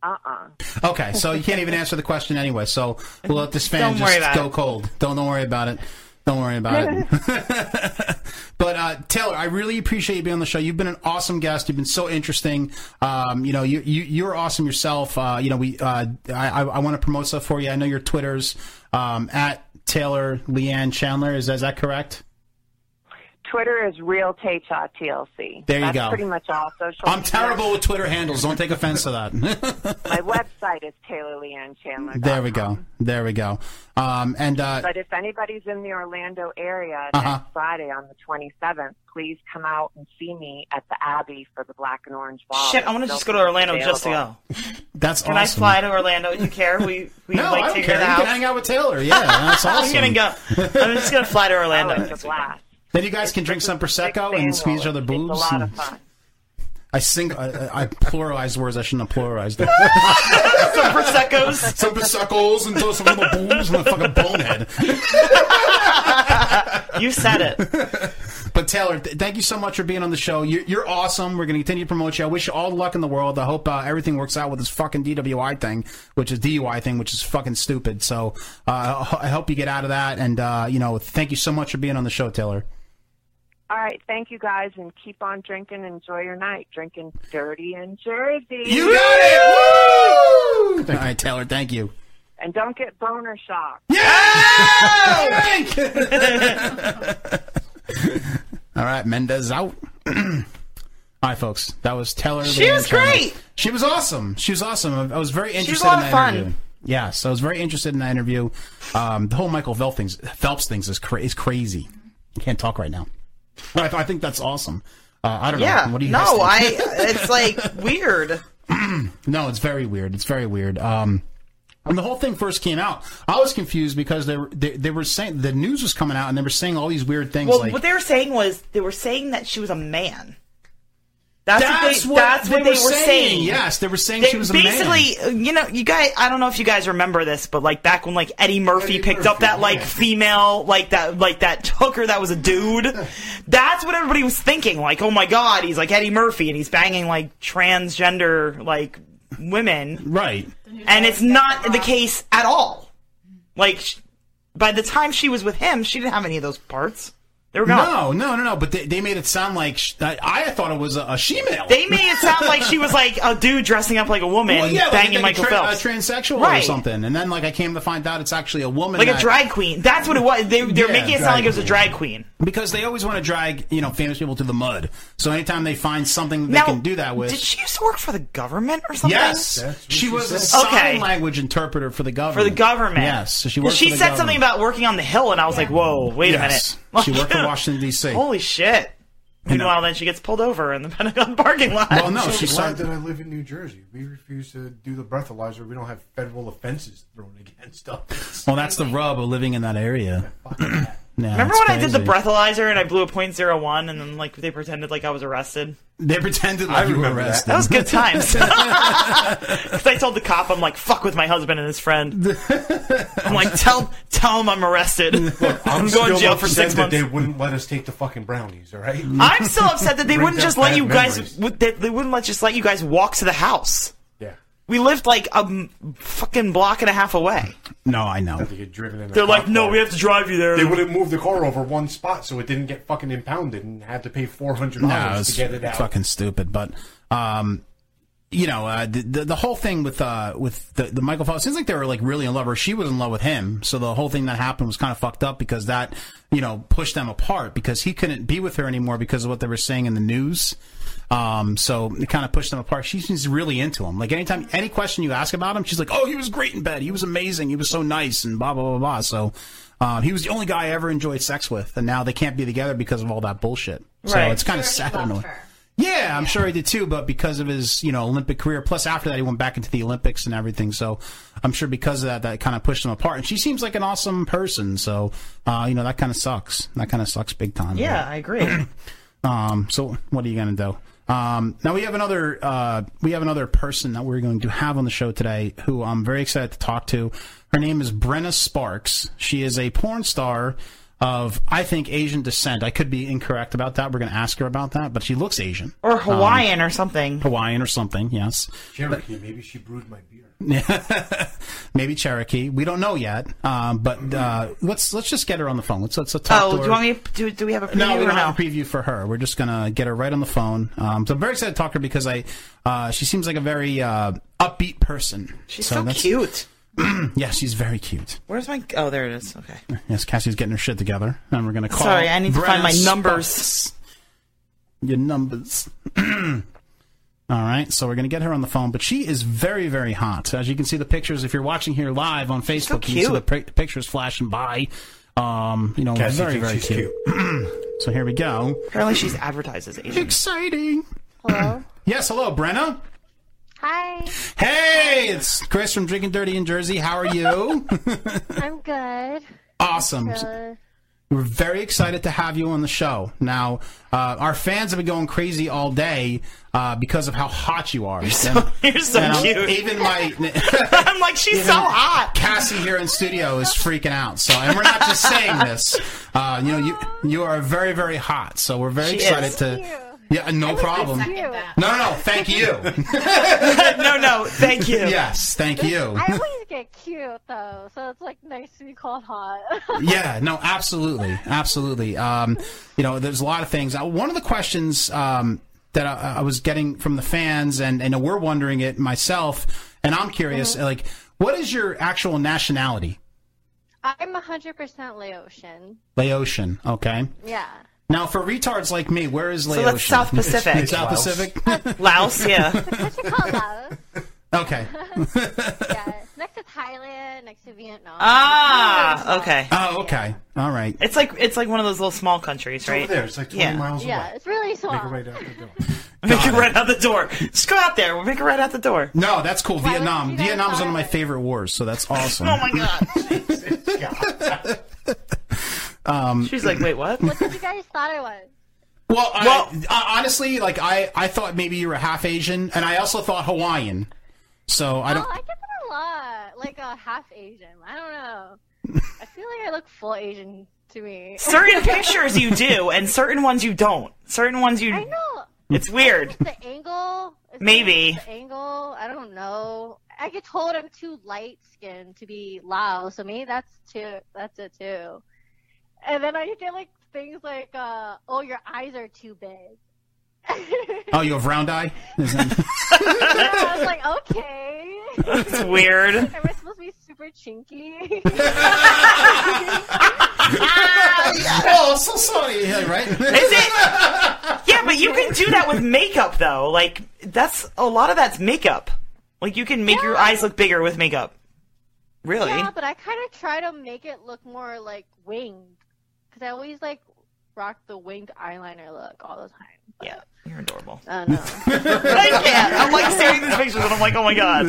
J: Uh-uh.
C: Okay, so you can't even answer the question anyway. So we'll let this fan
J: Don't
C: just
J: worry about
C: go
J: it.
C: cold. Don't don't worry about it. Don't worry about it. But uh, Taylor, I really appreciate you being on the show. You've been an awesome guest. You've been so interesting. Um, you know, you, you you're awesome yourself. Uh, you know, we uh, I I want to promote stuff for you. I know your Twitters um, at Taylor Leanne Chandler. Is is that correct?
J: Twitter is real Taycha TLC.
C: There you
J: That's
C: go.
J: pretty much all social.
C: I'm
J: media.
C: terrible with Twitter handles. Don't take offense to that.
J: My website is Taylor Leanne Chandler.
C: there we go. There we go. Um, and uh,
J: but if anybody's in the Orlando area
C: Uh-huh.
J: next Friday on the 27th, please come out and see me at the Abbey for the Black and Orange Ball.
D: Shit, I want to
J: They'll
D: just go to
J: be
D: Orlando just to
J: available.
D: go.
C: that's
D: Can I
C: awesome.
D: fly to Orlando? Do you care? We we
C: No,
D: like
C: I
D: to
C: don't
D: hear
C: care.
D: the
C: You can
D: house.
C: hang out with Taylor. Yeah, that's awesome.
D: I'm gonna go. I'm just gonna fly to Orlando.
C: Then you guys can drink some prosecco and squeeze each other boobs.
D: lot of
C: and- I sing. I, I pluralized words. I shouldn't have pluralized them.
D: some proseccos,
C: some proseccos, and throw some little boobs and a fucking bonehead.
D: you said it.
C: But Taylor, th- thank you so much for being on the show. You're, you're awesome. We're going to continue to promote you. I wish you all the luck in the world. I hope uh, everything works out with this fucking DWI thing, which is DUI thing, which is fucking stupid. So uh, I ho- I hope you get out of that. And uh, you know, thank you so much for being on the show, Taylor.
J: All right, thank you guys, and keep on drinking. Enjoy your night, drinking dirty in Jersey.
C: You got it. Woo! All right, Taylor. Thank you.
J: And don't get boner shock.
C: All right, Mendez out. All right, folks. That was Taylor.
D: She
C: Leanne
D: was
C: Chandler.
D: great.
C: She was awesome. She was awesome. I- I was very
D: She
C: interested
D: was a lot
C: in
D: of
C: that
D: fun.
C: interview. Yeah, so I was very interested in that interview. Um, the whole Michael Phelps things, Phelps things is, cra- is crazy. I can't talk right now. But I, th- I think that's awesome. Uh, I don't
D: Yeah.
C: know. What do you guys
D: no,
C: think?
D: I. It's like weird.
C: No, it's very weird. It's very weird. Um, when the whole thing first came out, I was confused because they were they, they were saying the news was coming out and they were saying all these weird things.
D: Well,
C: like,
D: what they were saying was they were saying that she was a man. That's,
C: That's
D: what they,
C: what
D: that's
C: they
D: what
C: were
D: they were
C: saying.
D: saying.
C: Yes, they were saying she was a man.
D: basically, you know, you guys. I don't know if you guys remember this, but like back when like Eddie Murphy picked up that like female, like that, like that hooker that was a dude. that's what everybody was thinking. Like, oh my god, he's like Eddie Murphy, and he's banging like transgender like women.
C: Right.
D: And it's not the case at all. Like, sh- by the time she was with him, she didn't have any of those parts. They were gone.
C: No, no, no, no. But they, they made it sound like sh- I, I thought it was a, a she-male.
D: They made it sound like she was like a dude dressing up like a woman,
C: Well, yeah, like-
D: banging
C: like
D: Michael
C: a tra- uh,
D: Phelps,
C: a transsexual or
D: Right.
C: something. And then like I came to find out it's actually a woman,
D: like a
C: that-
D: drag queen. That's what it was. They, they're
C: Yeah,
D: making it
C: drag
D: sound like it was a
C: queen.
D: drag queen.
C: because they always want to drag you know famous people to the mud. So anytime they find something they
D: Now,
C: can do that with,
D: Did she used to work for the government or something?
C: Yes, she, was a sign
D: okay
C: language interpreter for the government.
D: for the government.
C: Yes, so she
D: Well,
C: worked.
D: she
C: for the
D: said
C: government.
D: something about working on the hill, and I was like, "Whoa, wait
C: Yes,
D: a minute!"
C: she worked for Washington D.C.
D: Holy shit! Meanwhile, then she gets pulled over in the Pentagon parking lot.
C: Well, no,
F: so
C: she
F: glad
C: started-
F: that I live in New Jersey. We refuse to do the breathalyzer. We don't have federal offenses thrown against us.
C: Well, that's the rub of living in that area. Yeah,
D: Remember
C: it's
D: when I did the
C: crazy.
D: breathalyzer and I blew a .01 and then like they pretended like I was arrested?
C: They pretended like you were arrested.
D: That was good times. Because I told the cop, I'm like, fuck with my husband and his friend. I'm like, tell tell him I'm arrested. I'm, going to jail for six
F: that
D: months.
F: They wouldn't let us take the fucking brownies. All right.
D: I'm still upset that they
F: Bring
D: wouldn't
F: back
D: just let
F: bad
D: you
F: memories.
D: guys. would- They, they wouldn't let just let you guys walk to the house.
F: Yeah.
D: We lived like a m- fucking block and a half away.
C: No, I know.
F: They get driven in. a
D: They're like,
F: cop
D: no,
F: car.
D: we have to drive you there.
F: They wouldn't move the car over one spot so it didn't get fucking impounded and had to pay four hundred
C: No,
F: dollars
C: it's
F: to get it out.
C: fucking stupid. But um, you know, uh, the, the the whole thing with uh with the, the Michael Phelps seems like they were like really in love, or she was in love with him. So the whole thing that happened was kind of fucked up because that you know pushed them apart because he couldn't be with her anymore because of what they were saying in the news. Um, so it kind of pushed them apart. She seems really into him. Like anytime, any question you ask about him, she's like, "Oh, he was great in bed. He was amazing. He was so nice," and blah blah blah blah. So. Um, he was the only guy I ever enjoyed sex with, and now they can't be together because of all that bullshit. So
D: Right.
C: it's kind of sad. in a way. Yeah, I'm sure he did too, but because of his, you know, Olympic career, plus after that he went back into the Olympics and everything, so I'm sure because of that that kind of pushed him apart. And she seems like an awesome person, so uh, you know, that kind of sucks. That kind of sucks big time.
D: Yeah, I agree.
C: Um, so what are you going to do? Um, now we have another uh, we have another person that we're going to have on the show today who I'm very excited to talk to. Her name is Brenna Sparks. She is a porn star of I think Asian descent. I could be incorrect about that. We're going to ask her about that, but she looks Asian Um,
D: Or Hawaiian or something.
C: Hawaiian or something. Yes,
F: Cherokee, maybe she brewed my beer.
C: maybe Cherokee. We don't know yet. Um, but uh, let's let's just get her on the phone. Let's let's, let's talk
D: Oh,
C: to
D: do
C: her.
D: you want me? Do, do we have a preview
C: No, we
D: or
C: don't
D: no?
C: have a preview for her. We're just gonna get her right on the phone. Um, so I'm very excited to talk to her because I, uh, she seems like a very uh, upbeat person.
D: She's so cute.
C: yeah, she's very cute.
D: Where's my? Oh, there it is. Okay.
C: Yes, Cassie's getting her shit together, and we're gonna call.
D: Sorry, I need to
C: Brenna
D: find my numbers.
C: Sparks. Your numbers. All right, so we're gonna get her on the phone, but she is very, very hot. As you can see the pictures, if you're watching here live on Facebook, you can see
D: cute.
C: the pri- pictures flashing by. Um, you know,
D: Cassie
C: very,
D: thinks
C: very
D: she's
C: cute. so here we go.
D: Apparently, she's advertised as Asian.
C: Exciting. Hello. yes, hello, Brenna.
K: Hi,
C: Hey, it's Chris from Drinking Dirty in Jersey. How are you?
K: I'm good.
C: awesome.
K: So,
C: We're very excited to have you on the show. Now, uh, our fans have been going crazy all day uh, because of how hot you are. You're so,
D: you're so cute.
C: Even my
D: I'm like, she's so hot.
C: Cassie here in studio is freaking out. So, and we're not just saying this. Uh, you know, you you are very very hot. So we're very
D: She
C: excited
D: is.
C: to. Yeah, no problem.
K: Thank you.
C: No, no, no. Thank you.
D: no, no. Thank you.
C: Yes, thank you.
K: uh, I always get cute though, so it's like nice to be called hot.
C: yeah, no, absolutely, absolutely. Um, you know, there's a lot of things. Uh, one of the questions um, that I, I was getting from the fans, and and we're wondering it myself, and I'm curious,
D: Mm-hmm.
C: like, what is your actual nationality?
K: I'm 100% Laotian.
C: Laotian, okay.
K: Yeah.
C: Now, for retards like me, where is Laotian?
D: So that's South Pacific.
C: South Pacific.
D: Laos, yeah.
C: Okay.
K: Next to Thailand, next to Vietnam.
D: Ah, okay.
C: Oh, okay. All right.
D: It's like it's like one of those little small countries, right?
F: over there. It's like 20
D: yeah.
F: miles
K: yeah, it's really
F: Make it
K: small.
F: right out the door.
D: Make it right out the door. Just go out there. We'll make it right out the door.
C: No, that's cool. Vietnam. Vietnam is one of my favorite wars, so that's awesome.
D: Oh my god.
C: Um,
D: She's like, wait, what?
K: What did you guys thought I was?
C: Well, I, I- honestly, like I, I thought maybe you were half Asian, and I also thought Hawaiian. So I don't.
K: Oh, I get that a lot. Like a half Asian. I don't know. I feel like I look full Asian to me.
D: Certain pictures you do, and certain ones you don't. Certain ones you.
K: I know.
D: It's weird.
K: the angle. It's
D: Maybe.
K: the angle. I don't know. I get told I'm too light skinned to be Lao, so maybe that's too. That's it too. And then I get like things like, uh, "Oh, your eyes are too big."
C: Oh, you have round eye. Is that-
K: I was like, "Okay."
D: It's weird.
K: Am I supposed to be super chinky?
C: oh, so sorry. Yeah, right.
D: Is it? Yeah, but you can do that with makeup though. Like that's a lot of that's makeup. Like you can make your eyes look bigger with makeup. Really?
K: Yeah, but I kind of try to make it look more like winged, because I always like rock the winged eyeliner look all the time.
D: Yeah, you're adorable.
K: I don't know.
D: I can't. I'm like staring at these pictures and I'm like, oh my god.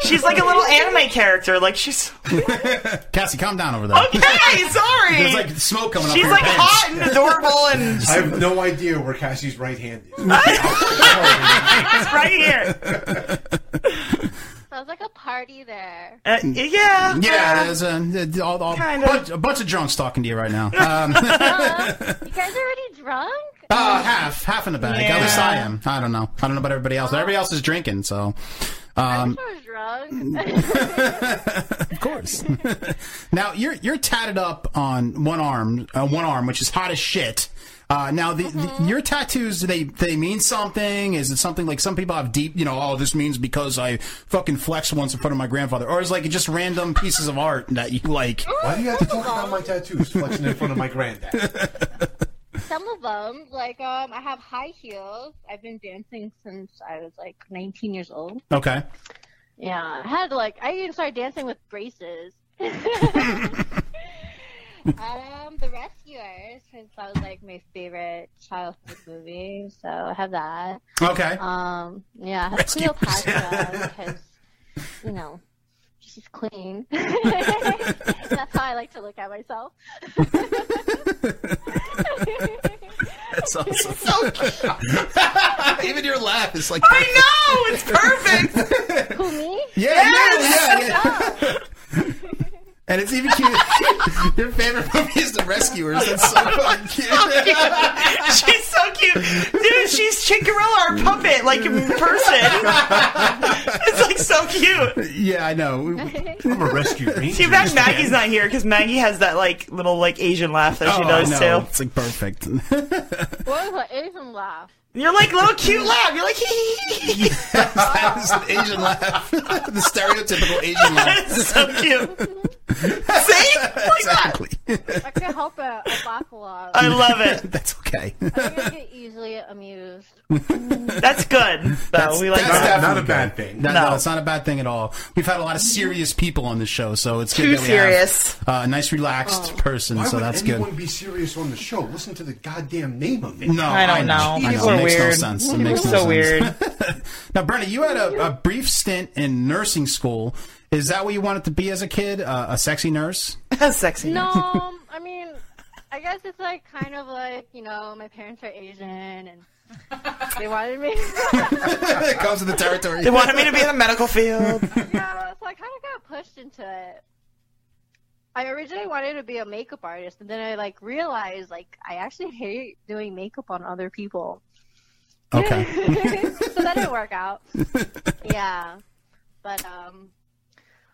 D: She's like a little anime character. Like she's
C: Cassie, calm down over there.
D: okay. Sorry.
C: There's like smoke coming
D: She's
C: up. her
D: like
C: pants.
D: hot and adorable and
F: I have no idea where Cassie's right hand is.
D: it's right here.
K: Sounds like a party there.
D: Uh, yeah.
C: Yeah, there's a, all, all,
K: Kinda.
C: bunch, a bunch of drunks talking to you right now. Um,
K: Um, You guys already drunk?
C: uh, half, half in the bag. At least I
K: Yeah.
C: am. I don't know. I don't know about everybody else. but Everybody else is drinking, so. Um,
K: I was drunk.
C: Of course. now you're you're tatted up on one arm, uh, one arm, which is hot as shit. Uh, now the, the, your tattoos do they do they mean something? Is it something like some people have deep? You know, oh, this means because I fucking flexed once in front of my grandfather, or is like just random pieces of art that you like?
F: Why do you have to talk about my tattoos flexing in front of my granddad?
K: Some of them, like um, I have high heels. I've been dancing since I was like 19 years old.
C: Okay.
K: Yeah, I had like I even started dancing with braces. um, The Rescuers, since that was like my favorite childhood movie, so I have that.
C: Okay.
K: Um, yeah, I have
C: Rescuers.
K: Cleopatra because you know she's clean. That's how I like to look at myself.
C: That's awesome. Even your laugh is like.
D: I know it's perfect.
K: Who me?
C: Yeah,
D: Yes!
C: yeah, yeah, yeah. And it's even cute. Your favorite movie is The Rescuers. That's so fucking cute.
D: she's so cute, dude. She's Chikorilla, our puppet, like in person. it's like so cute.
C: Yeah, I know. I'm
F: a rescue
D: Too bad Maggie's not here because Maggie has that like little like Asian laugh that she
C: Oh,
D: does
C: I know.
D: too.
C: It's like perfect.
K: What was an Asian laugh?
D: You're like little cute laugh. You're like hee hee hee. hee.
C: that is an Asian laugh. the stereotypical Asian laugh.
D: so cute. See?
C: exactly.
K: I could help a, a bacala.
D: I love it.
C: That's okay.
K: I think I get easily amused.
D: That's good. Though. we like
C: that's
D: that.
C: definitely
F: Not a
C: good.
F: bad thing.
C: No,
D: No.
C: no, it's not a bad thing at all. We've had a lot of serious people on this show, so it's
D: Too
C: good that we
D: serious.
C: have uh, a nice, relaxed person.
F: Why
C: So
F: would
C: that's good.
F: anyone be serious on the show? Listen to the goddamn name of it.
C: No, I don't I know. know. I People know. It are makes no weird. sense. It People makes are no so sense. weird. Now, Brenda, you had a, a brief stint in nursing school. Is that what you wanted to be as a kid? Uh, a sexy nurse?
D: sexy.
K: No, um, I mean, I guess it's like kind of like you know, my parents are Asian and they wanted me.
C: it comes with the territory.
D: They wanted me to be in the medical field.
K: yeah, so I kind of got pushed into it. I originally wanted to be a makeup artist, and then I like realized like I actually hate doing makeup on other people.
C: Okay.
K: so that didn't work out. yeah, but um,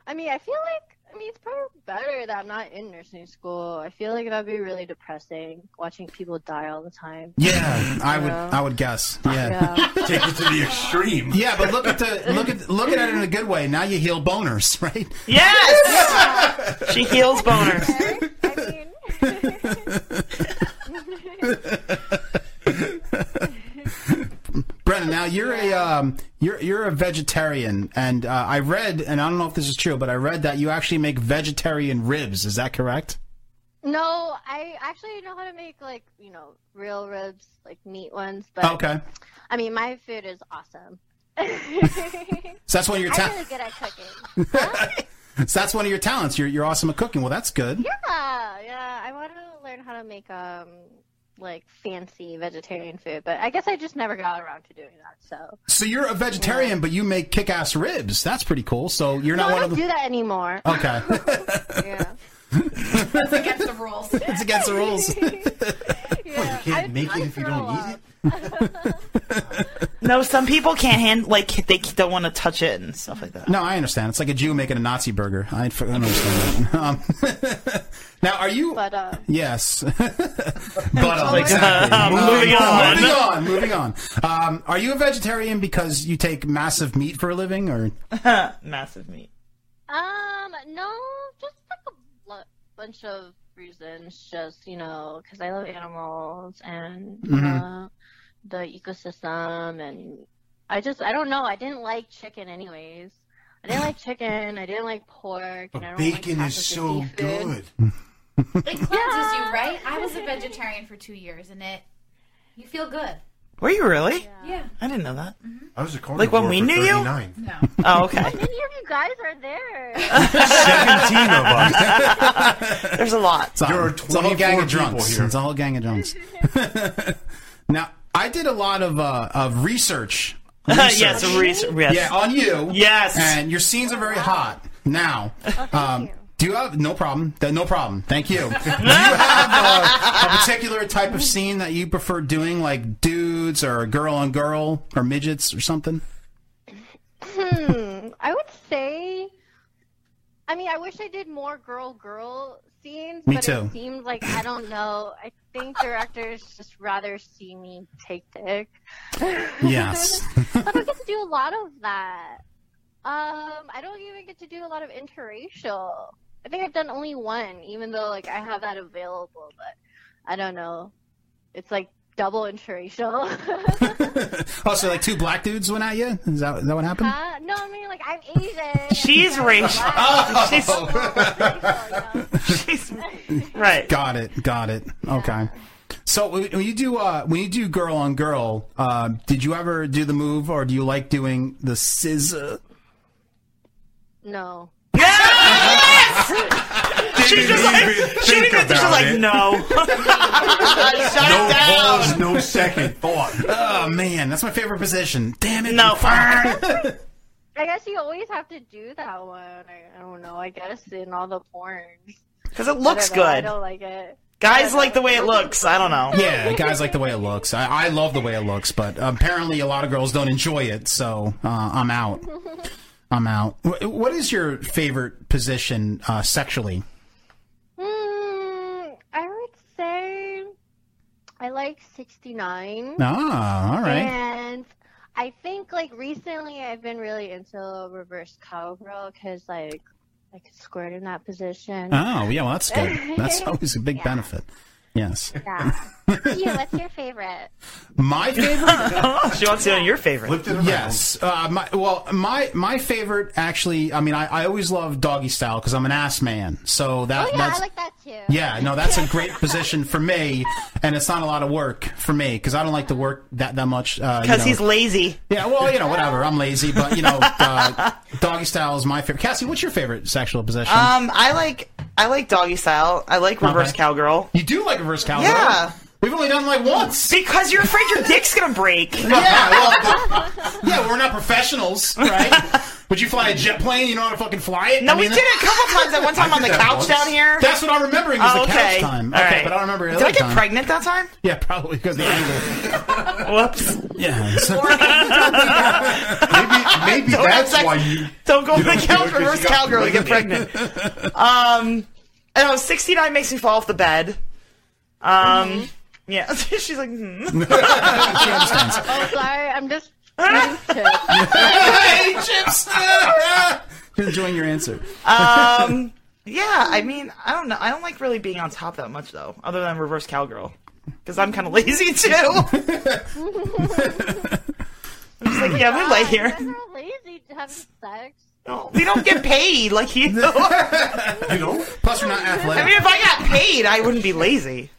K: I mean, I feel like I mean it's probably better that I'm not in nursing school. I feel like that'd be really depressing watching people die all the time.
C: Yeah, I would.
K: Yeah.
C: I would guess. Yeah.
K: Yeah.
F: Take it to the extreme.
C: Yeah, but look at the look at look at it in a good way. Now you heal boners, right?
D: Yes! she heals boners.
C: Brennan, now you're a um, you're you're a vegetarian, and uh, I read, and I don't know if this is true, but I read that you actually make vegetarian ribs. Is that correct?
K: No, I actually know how to make like you know real ribs, like meat ones. But
C: Okay,
K: I mean, my food is awesome.
C: so that's one of your
K: I'm
C: ta-
K: really good at cooking.
C: so that's one of your talents. You're you're awesome at cooking. Well, that's good.
K: Yeah, yeah. I want to learn how to make um like fancy vegetarian food, but I guess I just never got around to doing that. So
C: So you're a vegetarian, but you make kick-ass ribs. That's pretty cool. So you're not
K: No, I
C: one
K: don't
C: of the.
K: do that anymore.
C: Okay,
G: That's against the rules.
C: it's against the rules.
F: you
K: yeah,
F: can't make it if you don't eat it.
D: No, some people can't handle, like, they don't want to touch it and stuff like that.
C: No, I understand. It's like a Jew making a Nazi burger. I, I don't understand that. Um, now, are you?
K: But uh,
C: Yes. but uh,
D: Like,
C: exactly.
D: uh, moving on.
C: Moving on. Moving on. Um, are you a vegetarian because you take massive meat for a living, or
D: Massive meat.
K: um, no, just like a lo- bunch of reasons. Just you know, because I love animals and
C: Mhm.
K: uh, the ecosystem, and I just I don't know. I didn't like chicken, anyways. I didn't like chicken. I didn't like pork. and I don't like
F: Bacon is
K: tacos and
F: so
K: seafood.
F: good.
G: It cleanses you, right? I was a vegetarian for two years, and it you feel good.
D: Were you really?
G: Yeah.
D: I didn't know that.
F: I was a carnivore
D: Like when we
F: for
D: knew you?
F: 39.
G: Mm-hmm. No.
D: Oh, okay.
K: Many of you guys are there.
F: Seventeen of us.
D: There's a lot.
C: It's a-
F: There are
C: it's a whole gang
F: 24
C: of drunks.
F: people here.
C: It's a whole gang of drunks. now, I did a lot of uh, of research.
D: yes, a research. Yes.
C: Yeah, on you.
D: Yes.
C: And your scenes are very hot. Now, um, do you have no problem? th- No problem. Thank you. do you have uh, a, a particular type of scene that you prefer doing, like dudes or girl on girl or midgets or something?
K: Hmm. I would say. I mean, I wish I did more girl-girl scenes,
C: Me
K: but
C: too.
K: it seems like I don't know. I think directors just rather see me take dick.
C: Yes.
K: I don't get to do a lot of that. Um, I don't even get to do a lot of interracial. I think I've done only one, even though like I have that available, but I don't know. It's like double interracial.
C: Oh, so like two black dudes went at you? Is that, is that what happened?
K: Uh, no, I mean like I'm Asian.
D: She's racial.
C: Oh.
D: She's, she's right.
C: Got it. Got it. Okay. So when when you do uh, when you do girl on girl, uh, did you ever do the move, or do you like doing the scissor?
K: No.
D: She's just like she didn't even- she's just like no. Shut
F: No
K: Oh,
D: down.
F: pause, no second thought.
C: Oh man, that's my favorite position. Damn it!
D: No.
K: I guess you always have to do that one. I, I don't know. I guess in all the porns.
D: 'Cause it looks
K: I don't know, I
D: good.
K: don't like it.
D: Guys like the way it looks. I don't know.
C: Yeah, guys like the way it looks. I, I love the way it looks, but apparently a lot of girls don't enjoy it, so uh, I'm out. I'm out. Wh- What is your favorite position uh, sexually?
K: Hmm, I would say I like 69.
C: Ah, all right.
K: And I think like recently I've been really into reverse cowgirl because like I could squirt in that position.
C: Oh, yeah, well, that's good. That's always a big benefit. Yes.
K: Yeah. you, what's your favorite?
C: My favorite.
D: Oh, she wants to know your favorite.
C: Yes. Uh, my, well, my my favorite actually. I mean, I, I always love doggy style because I'm an ass man. So that
K: oh yeah,
C: that's
K: I like that too.
C: yeah. No, that's a great position for me, and it's not a lot of work for me because I don't like to work that that much. Because
D: Because he's lazy.
C: Yeah. Well, you know, whatever. I'm lazy, but you know, uh, doggy style is my favorite. Cassie, what's your favorite sexual position?
D: Um, I like I like doggy style. I like reverse cowgirl.
C: You do like reverse cowgirl.
D: Yeah.
C: We've only done like once.
D: Because you're afraid your dick's gonna break.
C: yeah. Well, yeah. We're not professionals, right? Would you fly a jet plane? You know how to fucking fly it.
D: No,
C: I
D: we
C: mean,
D: did it a couple times. That one time
C: I
D: on the
C: did that
D: couch
C: once.
D: down here.
C: That's what I'm remembering was
D: Oh,
C: the
D: okay.
C: couch time.
D: All
C: Okay,
D: right.
C: but I don't remember. the
D: Did I
C: other
D: get
C: time.
D: pregnant that time?
C: Yeah, probably because the angle.
D: Whoops.
C: Yeah. so-
F: Maybe
D: Don't have
F: that's
D: sex.
F: why you.
D: Don't go on the
F: don't do it
D: couch.
F: 'cause
D: Reverse
F: you got
D: cowgirl. You get pregnant. Um, I know. 69 makes me fall off the bed. Um,
F: Mm-hmm.
D: yeah. She's like, hmm.
K: Oh sorry, I'm just eating chips.
D: hey, chips.
C: Enjoying your answer.
D: um, yeah. I mean, I don't know. I don't like really being on top that much though, other than reverse cowgirl, because I'm kind of lazy too. I'm just like, yeah, we lay here.
K: You guys are lazy to have sex.
D: We don't get paid like you.
F: You know?
C: Plus, we're not
D: I
C: athletic.
D: mean, if I got paid, I wouldn't be lazy.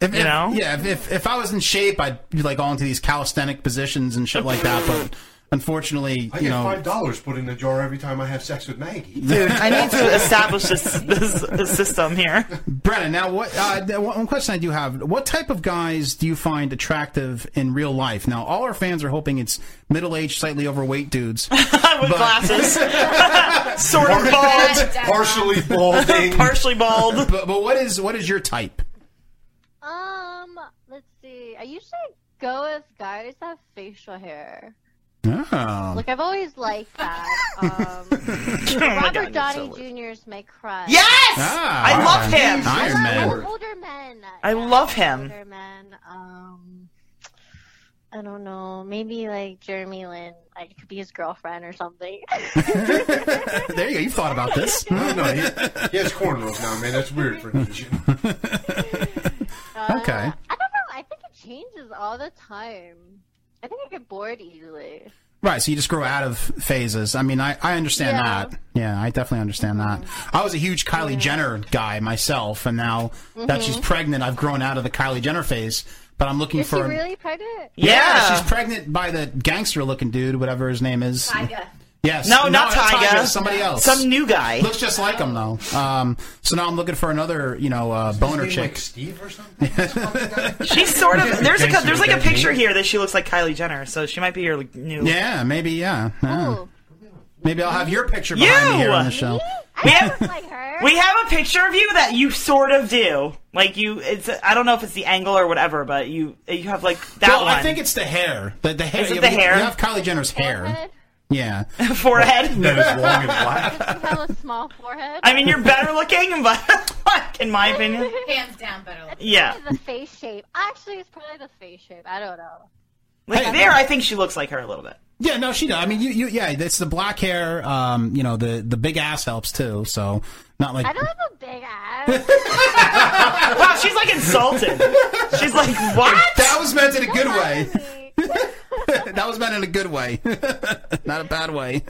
C: If,
D: You
C: if-
D: know?
C: Yeah, if, if if I was in shape, I'd be like all into these calisthenic positions and shit like that. But unfortunately,
F: I
C: you
F: get
C: know,
F: five dollars put in the jar every time I have sex with Maggie.
D: Dude, I need to establish this, this, this system here.
C: Brennan. Now, what uh, th- one one question I do have: What type of guys do you find attractive in real life? Now, all our fans are hoping it's middle-aged, slightly overweight dudes.
D: With glasses. sort of bald.
F: Partially balding.
D: Partially bald.
C: But, but what is what is your type?
K: Um, let's see. I usually go with guys that have facial hair.
C: Oh.
K: Like I've always liked that. Um,
C: Oh
K: Robert Downey Jr. is my crush.
D: Yes!
C: Ah,
D: I love him.
C: Iron Man.
K: older, older men.
D: I love him.
K: Older men. Um, I don't know. Maybe like Jeremy Lin. I could be his girlfriend or something.
C: there you go. You thought about this.
F: No, no, he, he has cornrows now, man. That's weird for an Asian.
C: Okay.
K: Uh, I don't know. I think it changes all the time. I think I get bored easily.
C: Right, so you just grow out of phases. I mean, I, I understand
K: Yeah.
C: that. Yeah, I definitely understand that. I was a huge Kylie Jenner guy myself, and now that she's pregnant, I've grown out of the Kylie Jenner phase. But I'm looking
K: Mm-hmm. Is she
C: for.
K: really pregnant?
D: Yeah.
C: she's pregnant by the gangster-looking dude, whatever his name is.
G: Tyga.
C: Yes.
D: No, not Tyga.
C: Somebody else.
D: Some new guy.
C: Looks just like him though. Um, so now I'm looking for another, you know, uh, boner
F: His name,
C: chick.
F: like Steve or something.
D: She's sort of. There's a
F: Gangster
D: there's like a
F: with bad
D: picture
F: name.
D: here that she looks like Kylie Jenner, so she might be your like, new.
C: yeah, maybe. Yeah. yeah.
K: Ooh.
C: Maybe I'll have your picture behind me here on the show.
K: I
D: We
K: don't
D: have
K: look like her.
D: we have a picture of you that you sort of do. Like you, it's I don't know if it's the angle or whatever, but you you have like that
C: Well,
D: one.
C: I think it's the hair. The, the hair.
D: Is it
C: yeah,
D: the
C: we,
D: hair?
C: We have Kylie Jenner's hair.
K: Forehead?
C: Yeah.
D: forehead.
F: That is long and black.
K: You have a small forehead.
D: I mean, you're better looking, but like, in my opinion,
G: Hands down, better looking.
D: yeah.
K: Probably the face shape. Actually, it's probably the face shape. I don't know.
D: Like
C: Hey.
D: there, I think she looks like her a little bit.
C: Yeah. No, she does. I mean, you, you. Yeah. It's the black hair. Um, you know, the the big ass helps too. So not like.
K: I don't have a big ass.
D: Wow, she's like insulted. She's like, what?
C: That was meant in a good way.
K: way.
C: that was meant in a good way, not a bad way.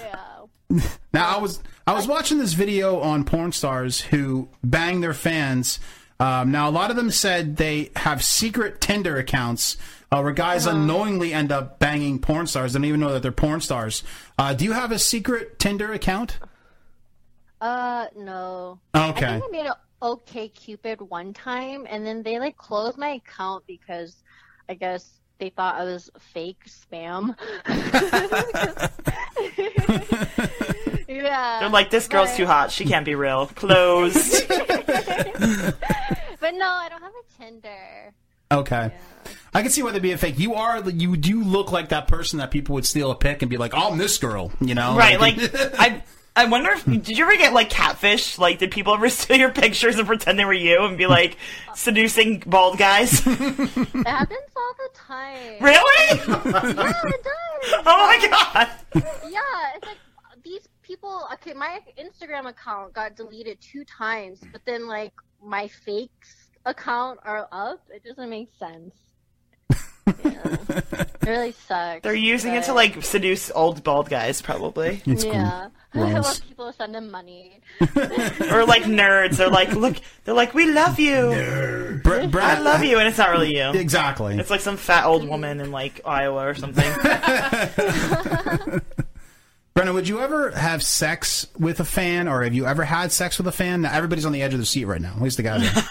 K: yeah.
C: Now I was I was watching this video on porn stars who bang their fans. Um, now a lot of them said they have secret Tinder accounts uh, where guys unknowingly end up banging porn stars. They don't even know that they're porn stars. Uh, do you have a secret Tinder account?
K: Uh, no. I
C: Okay.
K: think I made an OK Cupid one time, and then they like closed my account because I guess they thought I was fake spam. yeah.
D: They're like, this girl's
K: but-
D: too hot. She can't be real. Closed.
K: But no, I don't have a Tinder.
C: Okay. I can see why they'd be a fake. You are, you do look like that person that people would steal a pic and be like, "I'm this girl," you
F: Oh
C: know?
D: right, like, I I wonder if. Did you ever get, like, catfish? Like, did people ever steal your pictures and pretend they were you and be, like, seducing bald guys?
K: It happens all the time.
D: really?
K: yeah, it does.
D: Oh my god.
K: Yeah, it's like these people. Okay, my Instagram account got deleted two times, but then like my fakes account are up. It doesn't make sense. Yeah. it really sucks.
D: They're using it to,
K: but-
D: like, seduce old bald guys, probably.
K: yeah.
D: Gross.
K: or people send them money.
D: or like nerds. They're like, look, they're like, we love you. I love you, and it's not really you.
C: Exactly.
D: It's like some fat old woman in like Iowa or something.
C: Brenna, would you ever have sex with a fan, or have you ever had sex with a fan? Now, everybody's on the edge of their seat right now. At least the guys are.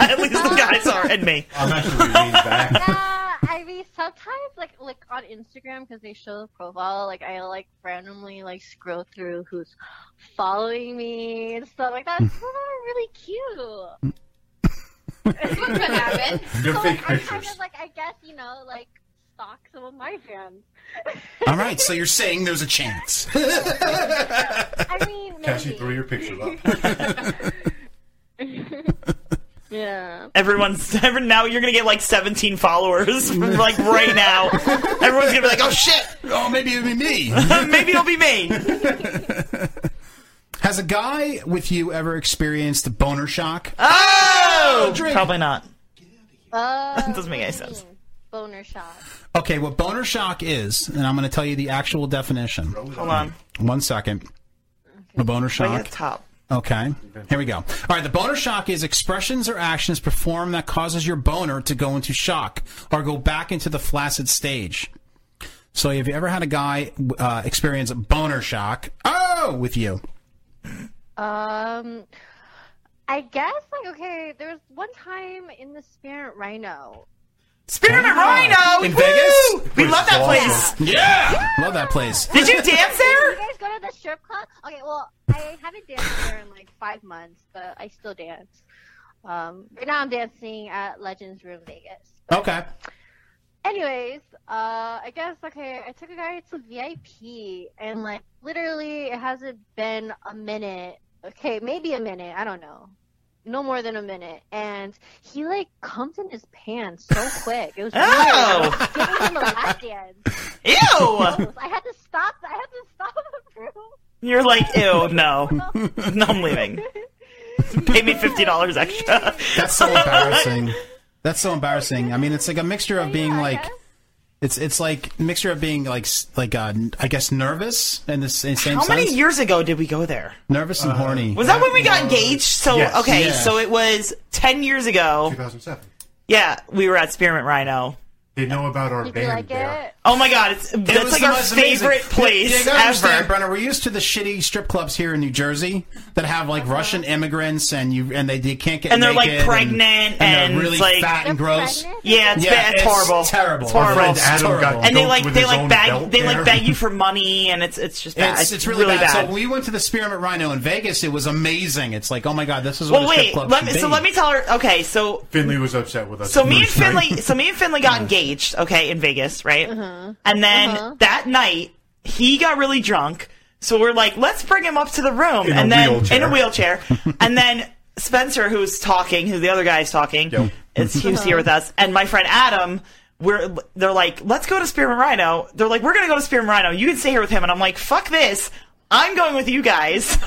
D: At least the guys are, and me.
C: I'm actually reading back.
K: Yeah, I mean sometimes like like on Instagram because they show the profile, like I like randomly like scroll through who's following me and stuff like that.
D: Hmm.
K: Some of them are really cute. That's what could happen.
F: They're
K: so,
F: fake
K: like, I kind
C: pictures.
K: of like I guess you know like stalk some of my fans.
C: All right, so you're saying there's a chance.
K: I mean,
F: Cassie, throw your pictures up.
K: yeah.
D: Everyone's ever now. You're gonna get like 17 followers from like right now. Everyone's gonna be like, oh shit.
C: Oh, maybe it'll be me.
D: maybe it'll be me.
C: Has a guy with you ever experienced boner shock?
D: Oh,
C: drink.
D: probably not.
K: Uh,
D: Doesn't make any sense.
K: boner shot.
C: Okay, what boner shock is, and I'm going to tell you the actual definition.
D: Hold on.
C: One second. A boner shock.
D: Way at the top.
C: Okay. Here we go. All right. The boner shock is expressions or actions performed that causes your boner to go into shock or go back into the flaccid stage. So, have you ever had a guy uh, experience boner shock? Oh, with you.
K: Um, I guess like okay, there was one time in the Spirit Rhino.
D: Spirit of Rhino
C: in
D: Woo!
C: Vegas.
D: We love that place.
C: Yeah. love that place.
D: Did you dance there?
K: Did you guys go to the strip club? Okay, well, I haven't danced there in like five months, but I still dance. Um, right now I'm dancing at Legends Room Vegas.
C: Okay.
K: Anyways, uh, I guess okay, I took a guy to VIP, and like literally, it hasn't been a minute. Okay, maybe a minute. I don't know. No more than a minute, and he like comes in his pants so quick. It was weird. I was giving him a lap dance.
D: Ew.
K: I had to stop. I had to stop the room.
D: You're like, ew, no. No, I'm leaving. Pay me $50 extra.
C: That's so embarrassing. That's so embarrassing. I mean, it's like a mixture of being like, it's it's like mixture of being like s- like uh, I guess nervous and this in same
D: How many
C: sense.
D: years ago did we go there?
C: nervous and horny.
D: Was that when we
C: uh,
D: got engaged? So,
C: Yes.
D: okay,
C: Yeah.
D: so it was 10 years ago.
F: 2007.
D: Yeah, we were at Spearmint Rhino.
F: They know about our
K: You like
F: band.
K: it?
D: Oh my god, it's,
C: It
D: that's
C: was
D: like
C: the
D: our
C: most amazing-
D: favorite
C: Yeah, you
D: place
C: gotta understand,
D: ever.
C: Brenna, we're used to the shitty strip clubs here in New Jersey that have like Russian immigrants and you and they, they can't get
D: Uh-huh. And they're like
C: naked and-
D: pregnant and,
C: they're really
D: it's like
C: fat and gross.
D: Yeah, it's
C: Yeah,
D: bad. It's,
C: it's
D: horrible.
C: terrible.
D: It's
C: Our
D: horrible.
C: friend Adam got
D: It's and they
C: dumped
D: like
C: with
D: they
C: his
D: like
C: own
D: bag
C: belt
D: they like
C: there.
D: bag you for money and it's it's just bad.
C: It's, it's really, bad. So when we went to the Spearmint Rhino in Vegas, it was amazing. It's like, oh my god, this is what
D: well,
C: a strip
D: wait.
C: club
D: Let me,
C: should
D: so
C: be.
D: let me tell her. Okay, so
F: Finley was upset with us.
D: so me and
F: First night.
D: Finley, so me and Finley got engaged. Okay, in Vegas, right? And then
K: Uh-huh.
D: that night, he got really drunk. So we're like, let's bring him up to the room,
F: In a
D: and then
F: wheelchair.
D: in a wheelchair, and then Spencer, who's talking, who the other guy's talking, is he was
K: Uh-huh.
D: here with us, and my friend Adam. We're, they're like, let's go to Spearman Rhino. They're like, we're gonna go to Spearman Rhino. You can stay here with him, and I'm like, fuck this. I'm going with you guys.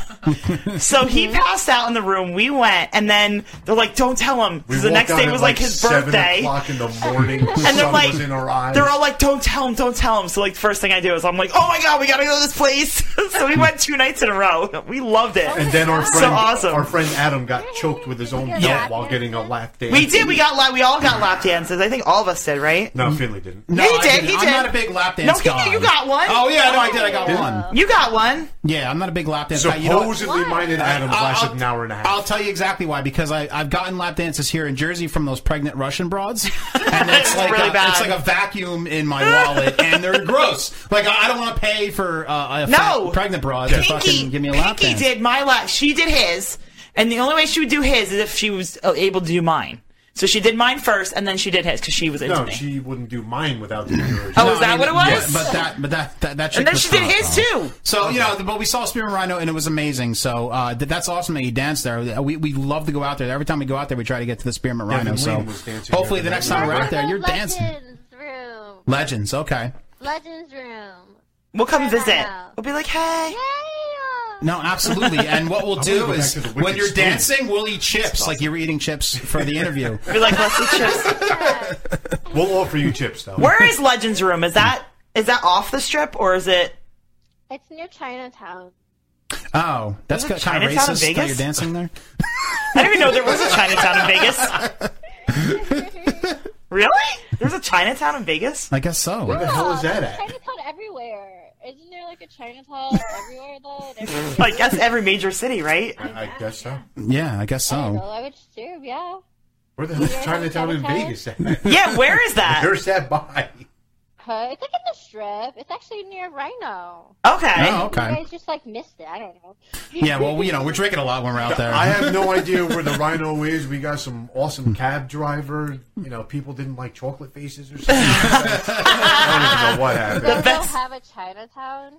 D: so he passed out in the room. We went, and then they're like, don't tell him. 'cause
F: We
D: the next
F: walked out
D: day
F: at,
D: was like his
F: Seven
D: birthday
F: o'clock in the morning. the
D: and they're
F: sun
D: like,
F: was in our eyes.
D: they're all like, don't tell him, don't tell him. So like, the first thing I do is I'm like, oh my god, we gotta go to this place. so we went two nights in a row. We loved it.
F: and then our
D: so
F: friend,
D: awesome.
F: our friend Adam got choked with his own belt while getting a lap dance.
D: we did. We got la- we all got lap dances. I think all of us did, right?
F: No, Finley didn't.
C: No,
D: he
C: I
D: did.
C: didn't.
D: He
C: I'm
D: did.
C: not a big lap
D: no,
C: dance
D: he-
C: guy.
D: you got one.
C: Oh yeah, no, I did. I got one.
D: You got one.
C: Yeah, I'm not a big lap dancer. guy. You know what?
F: Supposedly, mine and Adam's
C: I'll-
F: lasted
C: I'll-
F: an hour and a half.
C: I'll tell you exactly why. Because I, I've gotten lap dances here in Jersey from those pregnant Russian broads, and it's, like
D: really
C: a,
D: bad.
C: It's like a vacuum in my wallet, and they're gross. Like I I don't want to pay for uh, a fat
D: No.
C: pregnant broad to
D: Pinky,
C: fucking give me a lap
D: Pinky
C: dance.
D: did my lap. She did his, and the only way she would do his is if she was uh, able to do mine. So she did mine first, and then she did his because she was into
F: No,
D: me.
F: she wouldn't do mine without doing yours.
D: Oh, is that what it was?
C: but that, but that, that, that chick
D: And then
C: was
D: she did
C: hot,
D: his,
C: though.
D: too.
C: So you know,
D: Okay.
C: but we saw Spear and Rhino, and it was amazing. So uh, th- that's awesome that you danced there. Uh, We, we love to go out there. Every time we go out there, we try to get to the Spearmint
F: Devin
C: Rhino.
F: Lane
C: So
F: was dancing
C: hopefully,
F: the
C: the
F: other
C: next
F: night.
C: time we're out there, you're
K: Legends
C: dancing.
K: room.
C: Legends, okay.
K: Legends room.
D: We'll come
K: Check that
D: visit.
K: out.
D: We'll be like, hey.
C: No, absolutely. And what we'll
F: I wanna
C: do
F: go back
C: is
F: to the Wicked
C: when you're
F: Spoon.
C: dancing, we'll eat chips like you're eating chips for the interview.
D: Be like, let's eat chips.
F: We'll offer you chips though.
D: Where is Legends Room? Is that is that off the strip or is it?
K: It's near Chinatown.
C: Oh, that's
D: Is it
C: kind of
D: Chinatown in
C: racist. That
D: Vegas?
C: you're dancing there.
D: I didn't even know there was a Chinatown in Vegas. really? There's a Chinatown in Vegas?
C: I guess so.
F: Oh, Where the hell is that at?
K: Chinatown everywhere. Isn't there like a Chinatown everywhere though? And every-
D: I guess every major city, right?
F: I I guess so.
C: Yeah, I guess
K: So
C: so.
K: I would assume, yeah.
F: Where the hell is Chinatown in Vegas at?
D: Yeah, where is that?
F: Where's that by?
K: Uh, it's like in the strip. It's actually near Rhino.
D: Okay.
C: Oh,
K: You
C: okay.
K: guys just like missed it. I don't know.
C: Yeah, well, you know, we're drinking a lot when we're out there.
F: I have no idea where the Rhino is. We got some awesome cab driver. You know, people didn't like chocolate faces or something. I don't even know what happened.
K: They don't
D: best-
K: have a Chinatown.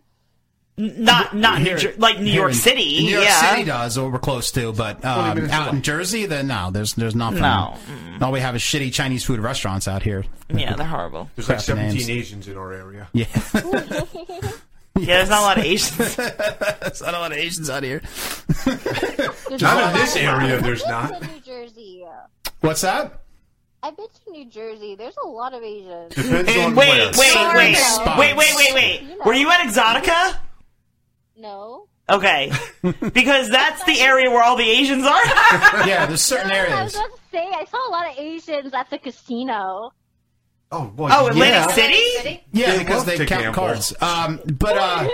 D: Not not New Jer- like New
C: Here
D: York
C: in-
D: City.
C: New York
D: yeah.
C: City does, or we're close to, but um,
F: minutes
C: out in
F: away.
C: Jersey, then no, there's there's nothing.
D: No.
C: all we have is shitty Chinese food restaurants out here.
D: Yeah, they're horrible.
F: There's like
C: Crap names.
F: 17 Asians in our area.
C: Yeah,
D: Yeah, there's not a lot of Asians.
C: there's not a lot of Asians out here.
F: Not in this area, there's
K: I've been
F: not.
K: to New Jersey.
C: What's that?
K: I've been to New Jersey. There's a lot of Asians.
F: Depends on
D: And
F: where.
D: wait, wait, wait,
C: Spots.
D: wait, wait, wait, wait. Were you at Exotica?
K: No.
D: Okay, because that's the area where all the Asians are.
C: Yeah, there's certain
K: I was
C: areas.
K: about to say, I saw a lot of Asians at the casino.
F: Oh, well,
D: Oh, Atlantic
F: yeah.
D: City.
C: Yeah,
F: They
C: because
F: love
C: they
F: to
C: count
F: gamble.
C: cards. Um, but uh,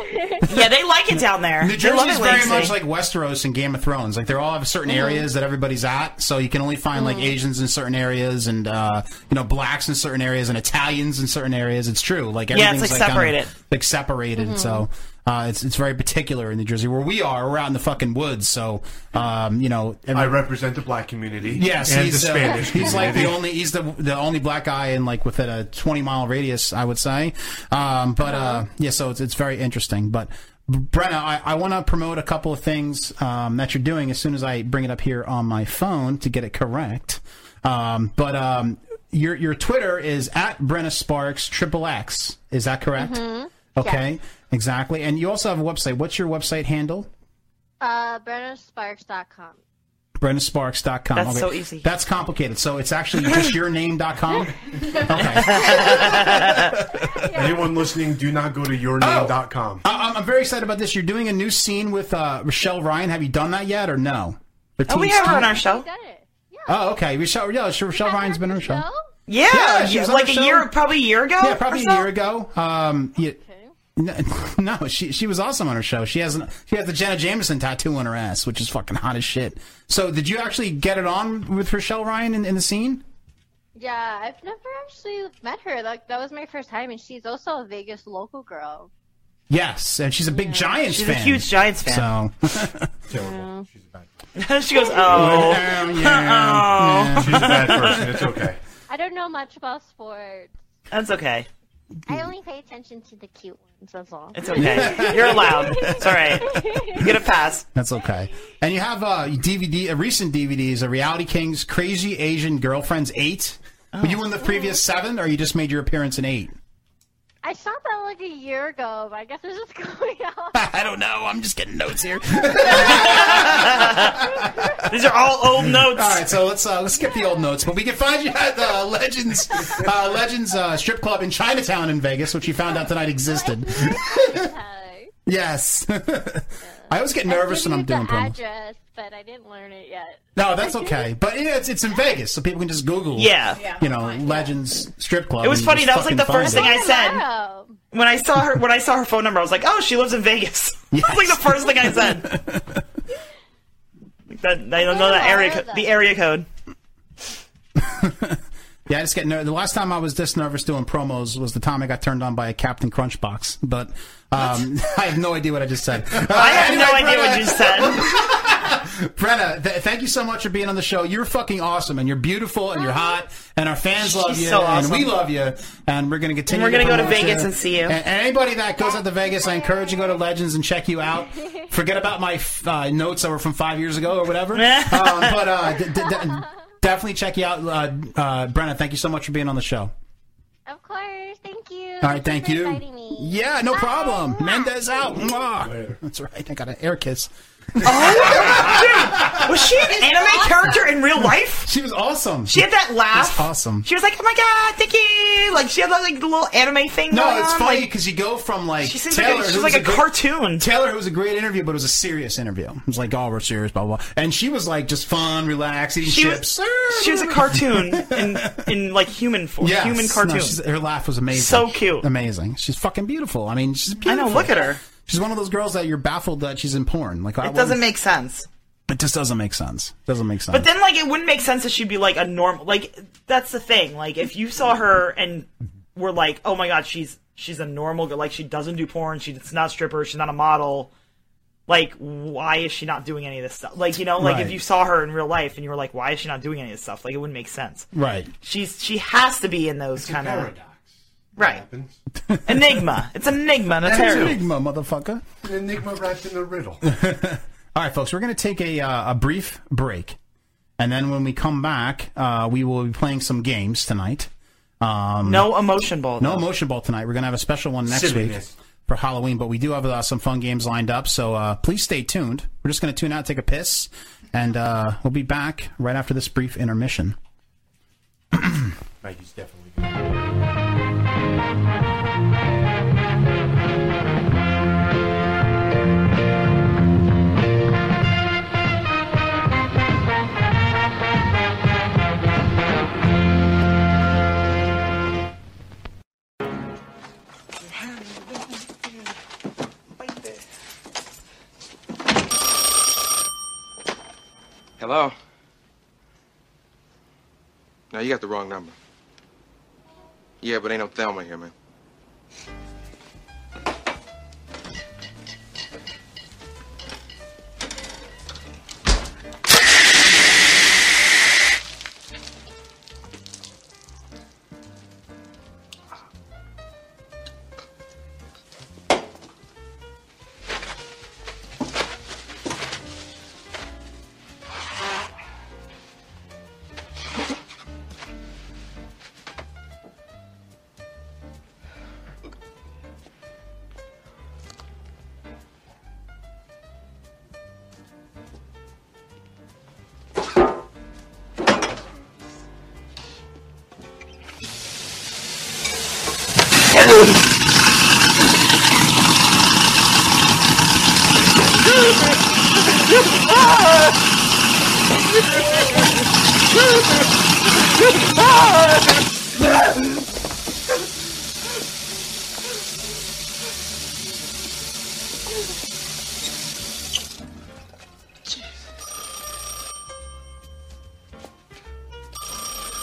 D: Yeah, they like it Mm-hmm. down there.
C: New
D: They love
C: Jersey is
D: Atlantic
C: very much
D: City.
C: like Westeros and Game of Thrones. Like they all have certain areas that everybody's at, so you can only find
D: Mm-hmm.
C: like Asians in certain areas, and uh, you know blacks in certain areas, and Italians in certain areas. It's true. Like
D: it's,
C: everything's
D: like,
C: like, kinda,
D: separated. Mm-hmm.
C: like separated. So. Uh, it's it's very particular in New Jersey where we are. We're out in the fucking woods, so um, you know. every-
F: I represent the black community.
C: Yes,
F: and
C: he's
F: the
C: uh,
F: Spanish.
C: he's like the
F: community.
C: only he's the the only black guy in like within a twenty mile radius, I would say. Um, but uh, yeah, so it's it's very interesting. But Brenna, I, I want to promote a couple of things um, that you're doing as soon as I bring it up here on my phone to get it correct. Um, but um, your your Twitter is at Brenna Sparks Triple X. Is that correct?
K: Mm-hmm.
C: Okay, exactly. And you also have a website. What's your website handle?
K: Uh, BrennaSparks.com.
C: BrennaSparks.com.
D: That's so easy.
C: That's complicated. So it's actually just your name.com? Okay.
F: Anyone listening, do not go to yourname.com.
C: Oh. I- I'm, I'm very excited about this. You're doing a new scene with uh, Rochelle Ryan. Have you done that yet or no?
D: Oh, we have her on our
K: You
D: show.
K: got it. Yeah.
C: Oh, okay. Rochelle, yeah, sure, Rochelle Ryan's been on our show.
D: Yeah,
C: Yeah, she was on
D: like
C: the
D: a
C: show.
D: year, probably a year ago.
C: Yeah,
D: or
C: probably
D: so?
C: a year ago. Um, yeah, no, no, she she was awesome on her show. She has an, she has the Jenna Jameson tattoo on her ass, which is fucking hot as shit. So, did you actually get it on with Rochelle Ryan in, in the scene?
K: Yeah, I've never actually met her. Like that was my first time, and she's also a Vegas local girl.
C: Yes, and she's a big Giants
D: She's a
C: fan.
D: huge Giants fan.
C: So,
K: Mm.
F: Terrible. She's a bad
D: she goes, oh.
C: Um, yeah, yeah.
F: person. She's a bad person. It's okay.
K: I don't know much about sports.
D: That's okay.
K: I only pay attention to the cute ones. That's all.
D: It's okay. You're allowed. It's all right. You get a pass.
C: That's okay. And you have uh, DVD, a recent DVDs, a Reality Kings Crazy Asian Girlfriends Eight. Were you in the previous seven, or you just made your appearance in eight?
K: I saw that like a year ago, but I guess it's just going out.
C: I don't know. I'm just getting notes here.
D: These are all old notes.
C: All right, so let's uh, let's skip the old notes, but we can find you at the Legends uh, Legends uh, strip club in Chinatown in Vegas, which you found out tonight existed.
K: Okay.
C: Yes, I always get nervous
K: I
C: when I'm
K: gave
C: doing
K: you the
C: promos.
K: address, but I didn't learn it yet.
C: No, that's okay, but yeah, it's it's in Vegas, so people can just Google.
D: Yeah.
C: you know, Legends strip club.
D: It was
C: and
D: funny,
C: just
D: that was, like,
C: fucking
D: the first
C: find
D: thing I
C: it.
D: said.
K: Tomorrow.
D: When I saw her, when I saw her phone number, I was like, oh, she lives in Vegas. That's like the first thing I said. Like that, I don't know that area co- the area code.
C: Yeah, I just get nervous. The last time I was this nervous doing promos was the time I got turned on by a Captain Crunch box. But um, I have no idea what I just said.
D: I have no idea what you said.
C: Brenna, th- thank you so much for being on the show. You're fucking awesome, and you're beautiful, and you're hot, and our fans love
D: She's
C: you,
D: so
C: and
D: awesome.
C: we love you, and we're gonna continue.
D: And we're gonna go to
C: promote
D: Vegas
C: you.
D: and see you.
C: And, and anybody that goes out to Vegas, I encourage you to go to Legends and check you out. Forget about my f- uh, notes that were from five years ago or whatever. um, but uh, d- d- d- definitely check you out, uh, uh, Brenna. Thank you so much for being on the show.
K: Of course. Thank you.
C: All right, thank you. Yeah, no problem. Mendez out. Mwah. That's right. I got an air kiss.
D: Oh, Was she an anime character in real life?
C: She was awesome.
D: She had that laugh.
C: That's awesome.
D: She was like, "Oh my god, Dicky!" Like she had that, like the little anime thing.
C: No,
D: going
C: it's
D: on,
C: funny
D: like-
C: because you go from like
D: She seems like a-
C: Taylor,
D: she's
C: who
D: like
C: was
D: a
C: gr-
D: cartoon.
C: Taylor, who was a great interview, but it was a serious interview. It was like, oh, we're serious, blah blah. blah. And she was like just fun, relaxed, eating
D: she
C: chips.
D: was she was a cartoon in in like human form,
C: Yes.
D: human
C: No,
D: cartoon.
C: she's- her laugh was amazing.
D: So cute.
C: amazing. She's fucking beautiful. I mean, she's
D: I
C: beautiful.
D: know, look at her.
C: She's one of those girls that you're baffled that she's in porn. Like I
D: it doesn't
C: wouldn't-
D: make sense.
C: It just doesn't make sense. Doesn't make sense.
D: But then, like, it wouldn't make sense that she'd be like a normal. Like, that's the thing. Like, if you saw her and were like, "Oh my god, she's she's a normal girl. Like, she doesn't do porn. She's not a stripper. She's not a model." Like, why is she not doing any of this stuff? Like, you know, like
C: Right.
D: if you saw her in real life and you were like, "Why is she not doing any of this stuff?" Like, it wouldn't make sense.
C: right.
D: She's she has to be in those kind of
F: paradox.
D: right enigma. It's an enigma. That's
C: That's
D: her.
C: enigma, motherfucker.
F: An enigma wrapped in a riddle.
C: All right, folks, we're going to take a, uh, a brief break. And then when we come back, uh, we will be playing some games tonight. Um,
D: No emotion ball.
C: no
D: though.
C: emotion ball tonight. We're going to have a special one next
D: Silliness.
C: week for Halloween, but we do have uh, some fun games lined up. So uh, please stay tuned. We're just going to tune out, take a piss, and uh, we'll be back right after this brief intermission.
F: Maggie's definitely.
L: Hello? No, you got the wrong number. Yeah, but ain't no Thelma here, man.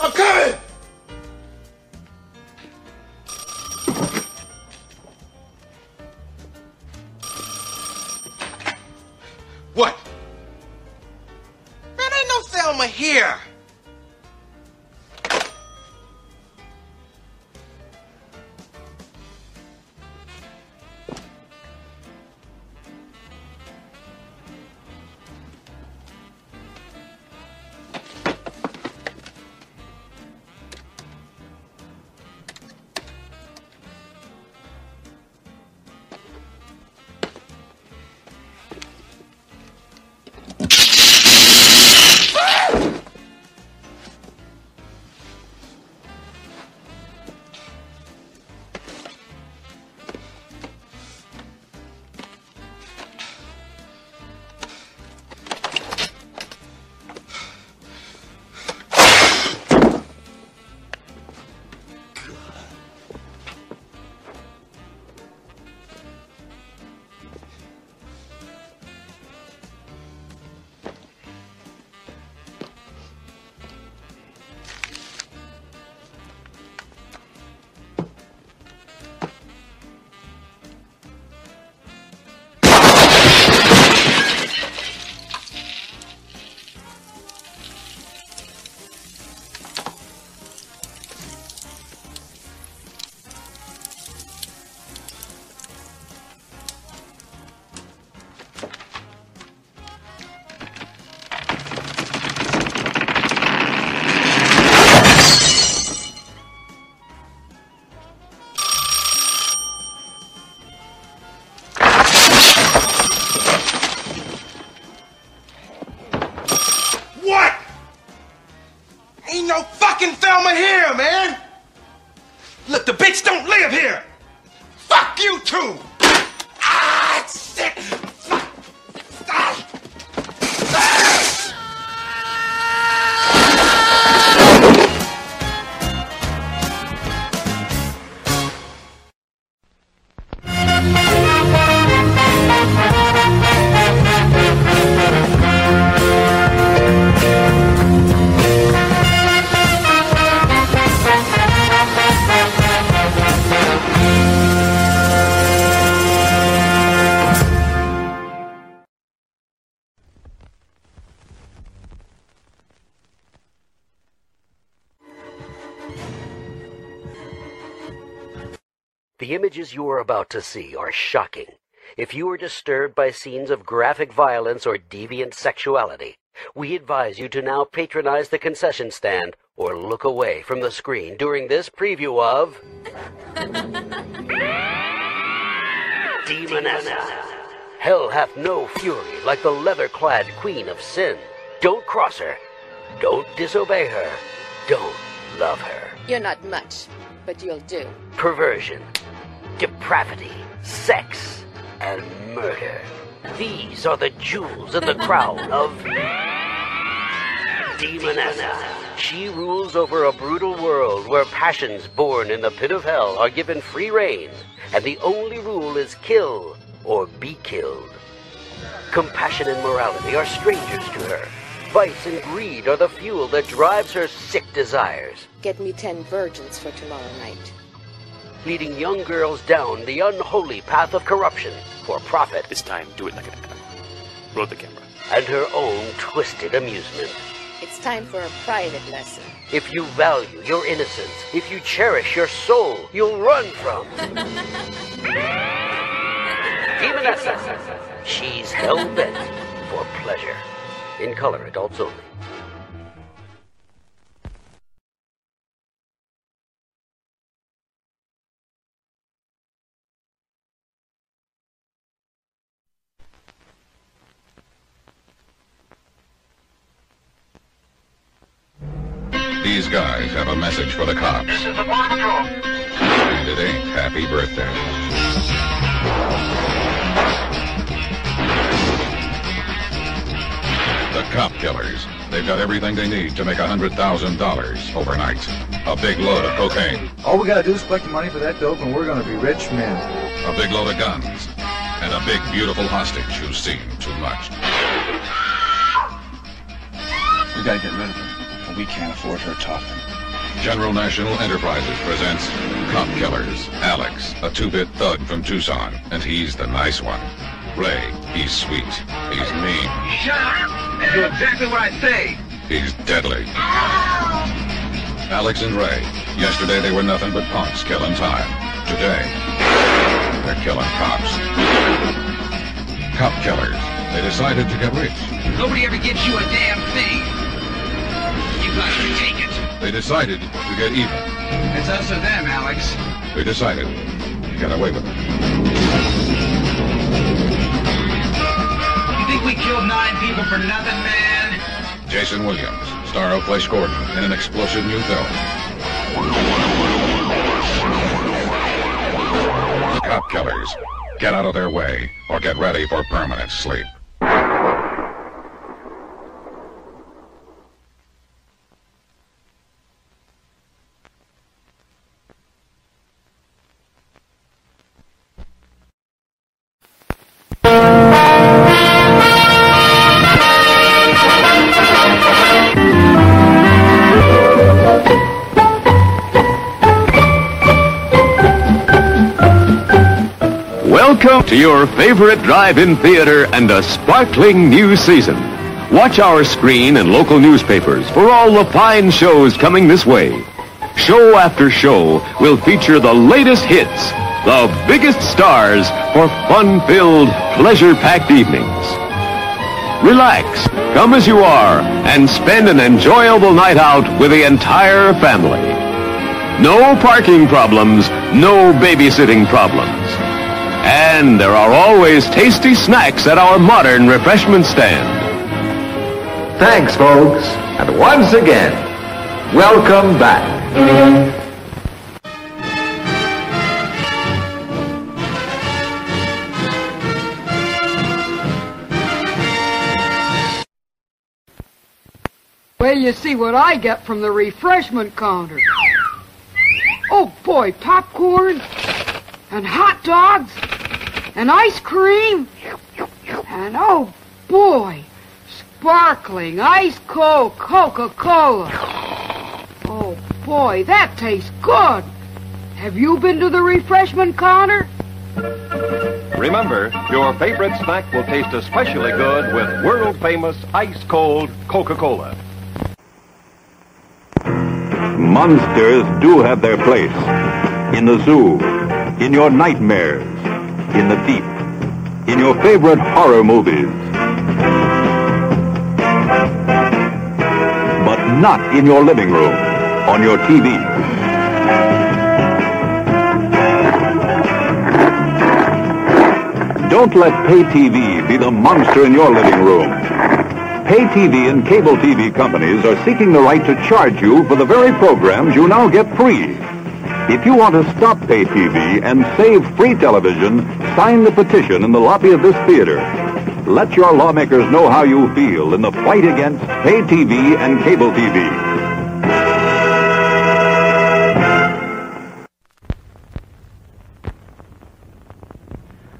L: I'm coming! What? Man, ain't no Thelma here!
M: no fucking Thelma here, man! Look, the bitch don't live here! Fuck you too! Ah, shit!
N: The images you are about to see are shocking. If you are disturbed by scenes of graphic violence or deviant sexuality, we advise you to now patronize the concession stand or look away from the screen during this preview of Demonessa. Hell hath no fury like the leather clad queen of sin. Don't cross her. Don't disobey her. Don't love her.
O: You're not much, but you'll do.
N: perversion, depravity, sex, and murder. These are the jewels in the crown of Demonessa. She rules over a brutal world where passions born in the pit of hell are given free rein, and the only rule is kill or be killed. Compassion and morality are strangers to her. Vice and greed are the fuel that drives her sick desires.
O: Get me ten virgins for tomorrow night.
N: leading young girls down the unholy path of corruption for profit. This time, do it like an Roll the camera. And her own twisted amusement.
O: It's time for a private lesson.
N: If you value your innocence, if you cherish your soul, you'll run from. Demonessa. She's hell bent for pleasure. In color, adults only.
P: These guys have a message for the cops. This is the Border Patrol. And it ain't happy birthday. The cop killers. They've got everything they need to make $100,000 overnight. A big load of cocaine,
Q: All we gotta do is collect the money for that dope, and we're gonna be rich men.
P: a big load of guns, and a big, beautiful hostage who's seen too much. We gotta get rid of her. We can't afford her talking. General National Enterprises presents Cop Killers. Alex, a two-bit thug from Tucson, and he's the nice one. Ray, he's sweet. He's mean.
M: Shut up! Do exactly what I say!
P: He's deadly. Alex and Ray. Yesterday they were nothing but punks killing time. Today, they're killing cops. Cop killers. They decided to get rich.
M: Nobody ever gives you a damn thing. You guys are taking.
P: They decided to get even.
M: It's us or them, Alex.
P: They decided to get away with it.
M: You think we killed nine people for nothing, man?
P: Jason Williams, star of Flash Gordon in an explosive new film. Cop killers, get out of their way or get ready for permanent sleep.
R: Welcome to your favorite drive-in theater and a sparkling new season. Watch our screen and local newspapers for all the fine shows coming this way. Show after show will feature the latest hits, the biggest stars for fun-filled, pleasure-packed evenings. Relax, come as you are, and spend an enjoyable night out with the entire family. No parking problems, no babysitting problems. And there are always tasty snacks at our modern refreshment stand. Thanks, folks. And once again,
S: Welcome back.
T: Well, you see what I get from the refreshment counter. Oh boy, popcorn and hot dogs and ice cream and oh boy, sparkling ice cold Coca-Cola. Oh boy, that tastes good. Have you been to the refreshment counter?
R: Remember, your favorite snack will taste especially good with world famous ice cold Coca Cola.
S: Monsters do have their place in the zoo, in your nightmares, in the deep, in your favorite horror movies. But not in your living room, on your TV. Don't let pay TV be the monster in your living room. Pay TV and cable TV companies are seeking the right to charge you for the very programs you now get free. If you want to stop pay TV and save free television, sign the petition in the lobby of this theater. Let your lawmakers know how you feel in the fight against pay TV and cable TV.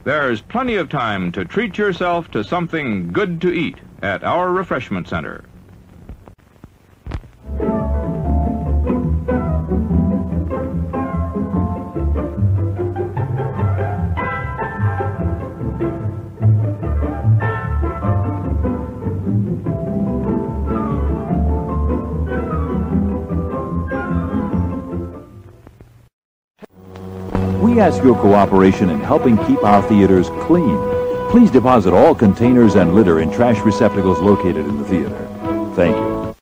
U: There's plenty of time to treat yourself to something good to eat at our refreshment center.
V: We ask your cooperation in helping keep our theaters clean. Please deposit all containers and litter in trash receptacles located in the theater. Thank you.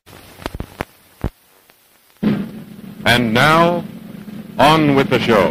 B: And now, on with the show.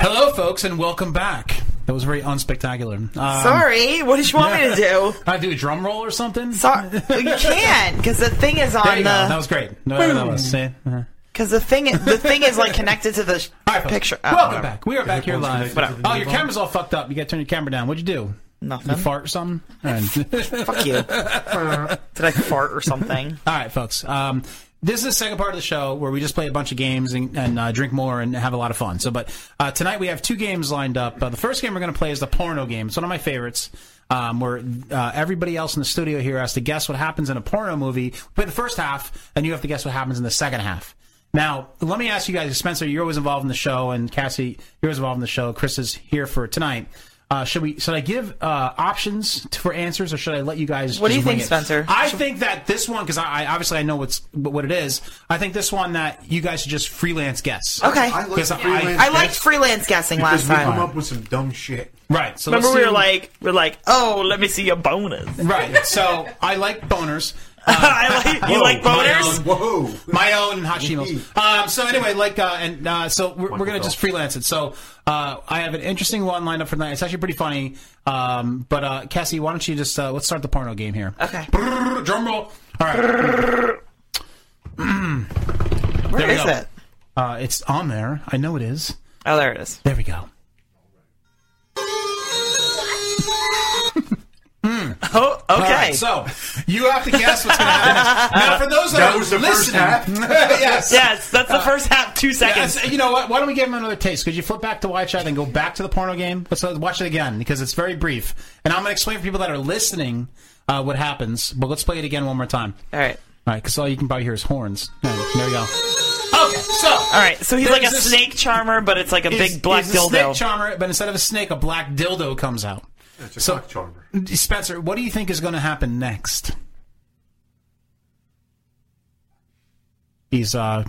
C: Hello, folks, and welcome back. That was very unspectacular. Um,
D: Sorry, what did you want me to do?
C: I do a drum roll or something.
D: Sorry, you can't because the thing is on
C: There you
D: the.
C: go. That was great. No, that was. See? Uh-huh.
D: Because the thing, the thing is like connected to the sh- picture. Oh,
C: Welcome
D: whatever.
C: back. We are back here live.
D: Whatever.
C: Oh, your camera's all fucked up. You got to turn your camera down. What'd you do?
D: Nothing.
C: You fart or something? Fuck
D: you. Did I fart or something?
C: All right, folks. Um, this is the second part of the show where we just play a bunch of games and, and uh, drink more and have a lot of fun. So, but uh, tonight we have two games lined up. Uh, the first game we're going to play is the porno game. It's one of my favorites. Um, where uh, everybody else in the studio here has to guess what happens in a porno movie. We play the first half, and you have to guess what happens in the second half. Now, let me ask you guys, Spencer, you're always involved in the show, and Cassie, you're always involved in the show. Chris is here for tonight. Uh, should we? Should I give uh, options t- for answers, or should I let you guys?
D: What do
C: just
D: you think,
C: wing it?
D: Spencer?
C: I think that this one, because I, I obviously I know what's what it is. I think this one that you guys should just freelance guess.
D: Okay. I like
C: Because I,
D: freelance I liked guess. freelance guessing
F: Because
D: last
F: we
D: time.
F: come up with some dumb shit.
C: Right. So
D: Remember,
C: let's
D: we were
C: see-
D: like, we're like, oh, let me see your bonus.
C: right. So I like boners. Um,
D: I like you like boners.
C: Whoa! My own and Hashimoto's. Um, so anyway, like, uh, and uh, so we're, we're gonna just freelance it. So uh, I have an interesting one lined up for tonight. It's actually pretty funny. Um, but uh, Cassie, why don't you just uh, let's start the porno game here?
D: Okay.
C: Drum roll. All right. Where
D: is it?
C: Uh, it's on there. I know it is.
D: Oh, there it is.
C: There we go. Mm.
D: Oh, okay.
C: All right, so you have to guess what's going to happen. next. Now, for those that,
D: That
C: are
D: was the first
C: listening,
D: half?
C: yes, Uh,
D: Yes, that's the first half. Two seconds.
C: yes, you know what? Why don't we give him another taste? Could you flip back to watch that and go back to the porno game? Let's uh, watch it again because it's very brief, and I'm going to explain for people that are listening uh, what happens. But let's play it again one more time.
D: All right.
C: All right, because all you can probably hear is horns. There you there you go.
D: Okay, Oh, so all right, so he's like a
C: There's this-
D: snake charmer, but it's like a
C: It's-
D: big black
C: it's a snake
D: dildo.
C: charmer, but instead of a snake, a black dildo comes out. It's a so, charmer. Spencer, what do you think is going to happen next? He's uh,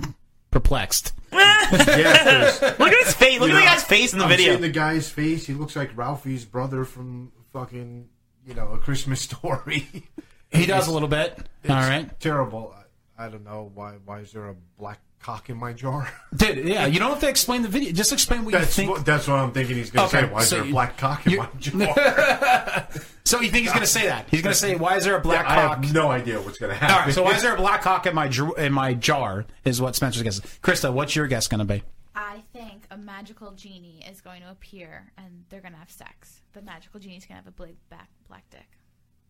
C: perplexed.
F: Yes, there's-
D: Look at his face. Look
F: You
D: at the
F: know,
D: guy's face in the
F: I'm
D: video.
F: seeing the guy's face. He looks like Ralphie's brother from fucking, you know, a Christmas story.
C: He does a little bit. All right.
F: Terrible. I, I don't know why. Why is there a black cock in my jar?
C: Dude, yeah, you don't have to explain the video. Just explain what you
F: That's
C: think.
F: what, that's what I'm thinking. He's gonna
C: Okay,
F: say. Why is
C: so
F: there a
C: you-
F: black cock in my jar?
C: so you think he's going to say that? He's going to say, "Why is there a black
F: I
C: cock?"
F: have no idea what's gonna happen.
C: All right. So why is there a black cock in my dr- in my jar? Is what Spencer's guess. Krista, what's your guess going to be?
G: I think a magical genie is going to appear and they're going to have sex. The magical genie's going to have a big back black dick.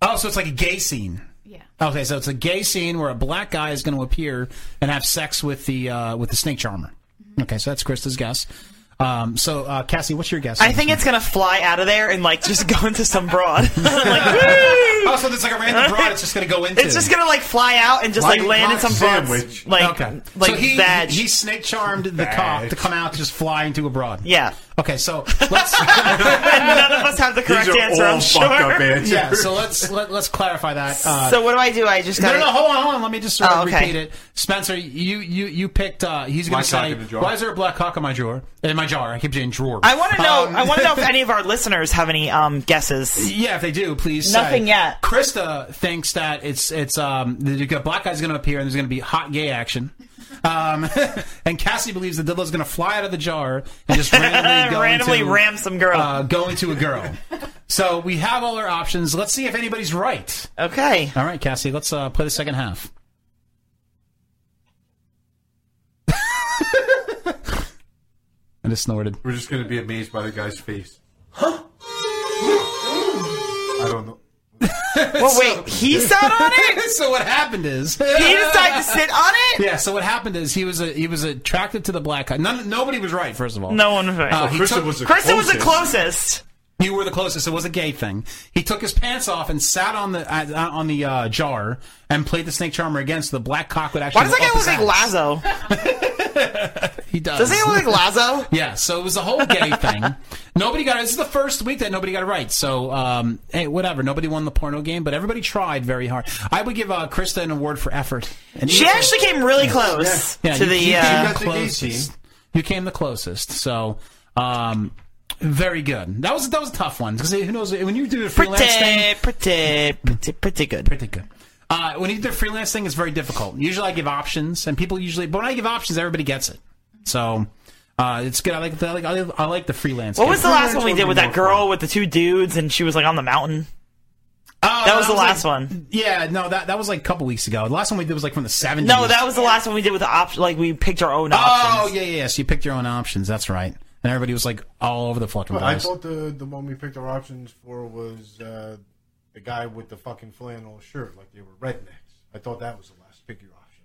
C: Oh, so it's like a gay scene.
G: Yeah.
C: Okay, so it's a gay scene where a black guy is going to appear and have sex with the uh, with the snake charmer. Okay, so that's Krista's guess. Um, so uh, Cassie, what's your guess?
D: I think it's gonna fly out of there and like just go into some broad.
C: oh, so there's like a random broad. It's just going to go into.
D: It's just gonna like fly out and just like
C: White
D: land in
C: hot
D: some broad.
C: sandwich.
D: Like
C: Okay.
D: like
C: So he,
D: that.
C: He, he snake charmed the cock to come out just flying to abroad.
D: Yeah.
C: Okay, so let's.
D: None of us have the correct answer. I'm sure.
C: Yeah, so let's let, let's clarify that. uh,
D: So what do I do? I just
C: no,
D: gotta-
C: no, no, hold on, hold on. Let me just sort
D: Oh,
C: of
D: okay.
C: repeat it. Spencer, you you you picked. Uh, he's going
D: Black
C: to
D: cock
C: say,
D: in the drawer.
C: "Why is there a black cock in my drawer? In my jar? I keep saying drawer."
D: I want to know.
C: Um,
D: I want to know if any of our listeners have any um, guesses.
C: Yeah, if they do, please.
D: Nothing yet.
C: Krista thinks that it's it's um the the black guy's going to appear and there's going to be hot gay action. Um, and Cassie believes the dildo's going to fly out of the jar and just randomly go
D: Randomly
C: into,
D: ram some girl.
C: Uh, go into a girl. so we have all our options. Let's see if anybody's right.
D: Okay.
C: All right, Cassie. Let's uh, play the second half. I just snorted.
F: We're just gonna be amazed by the guy's face. I don't know.
D: Well, wait, he sat on it.
C: so what happened is he
D: decided to sit on it.
C: Yeah. So what happened is he was a, he was attracted to the black. guy. None, nobody was right. First of all,
D: No one was right.
C: Uh,
D: Well,
C: he
D: Krista
C: took-
D: was the Krista was the closest.
C: You were the closest. It was a gay thing. He took his pants off and sat on the uh, uh, on the uh, jar and played the snake charmer again, so the black cock would actually.
D: Why does that
C: go
D: guy
C: up his
D: look like
C: ass.
D: Lazo?
C: He does.
D: Does he look like Lazo?
C: yeah. So it was a whole gay thing. Nobody got it. This is the first week that nobody got it right. So um, hey, whatever. Nobody won the porno game, but everybody tried very hard. I would give uh, Krista an award for effort. And
D: She actually came really close to the, uh,
C: came
D: She got the easy.
C: You came the closest. So. Um, very good. That was that was a tough one because who knows when you do a freelance thing,
D: Pretty, pretty, pretty, pretty good.
C: Pretty good. Uh, when you do freelance thing, it's very difficult. Usually, I give options, and people usually. But when I give options, everybody gets it. So uh, it's good. I like the, I like I like the freelance.
D: What
C: game.
D: was the last one we did with that girl with the two dudes and she was like on the mountain?
C: Oh,
D: that was the last
C: like-
D: one.
C: Yeah, no, that that was like a couple weeks ago. The last one we did was like from the seventies.
D: No, that was the last one we did with the option. Like we picked our own
C: Oh
D: options.
C: yeah, yeah. yeah. So you picked your own options. That's right. And everybody was like all over the fucking
F: I
C: place.
F: thought the the one we picked our options for was uh, the guy with the fucking flannel shirt, like they were rednecks. I thought that was the last pick your option.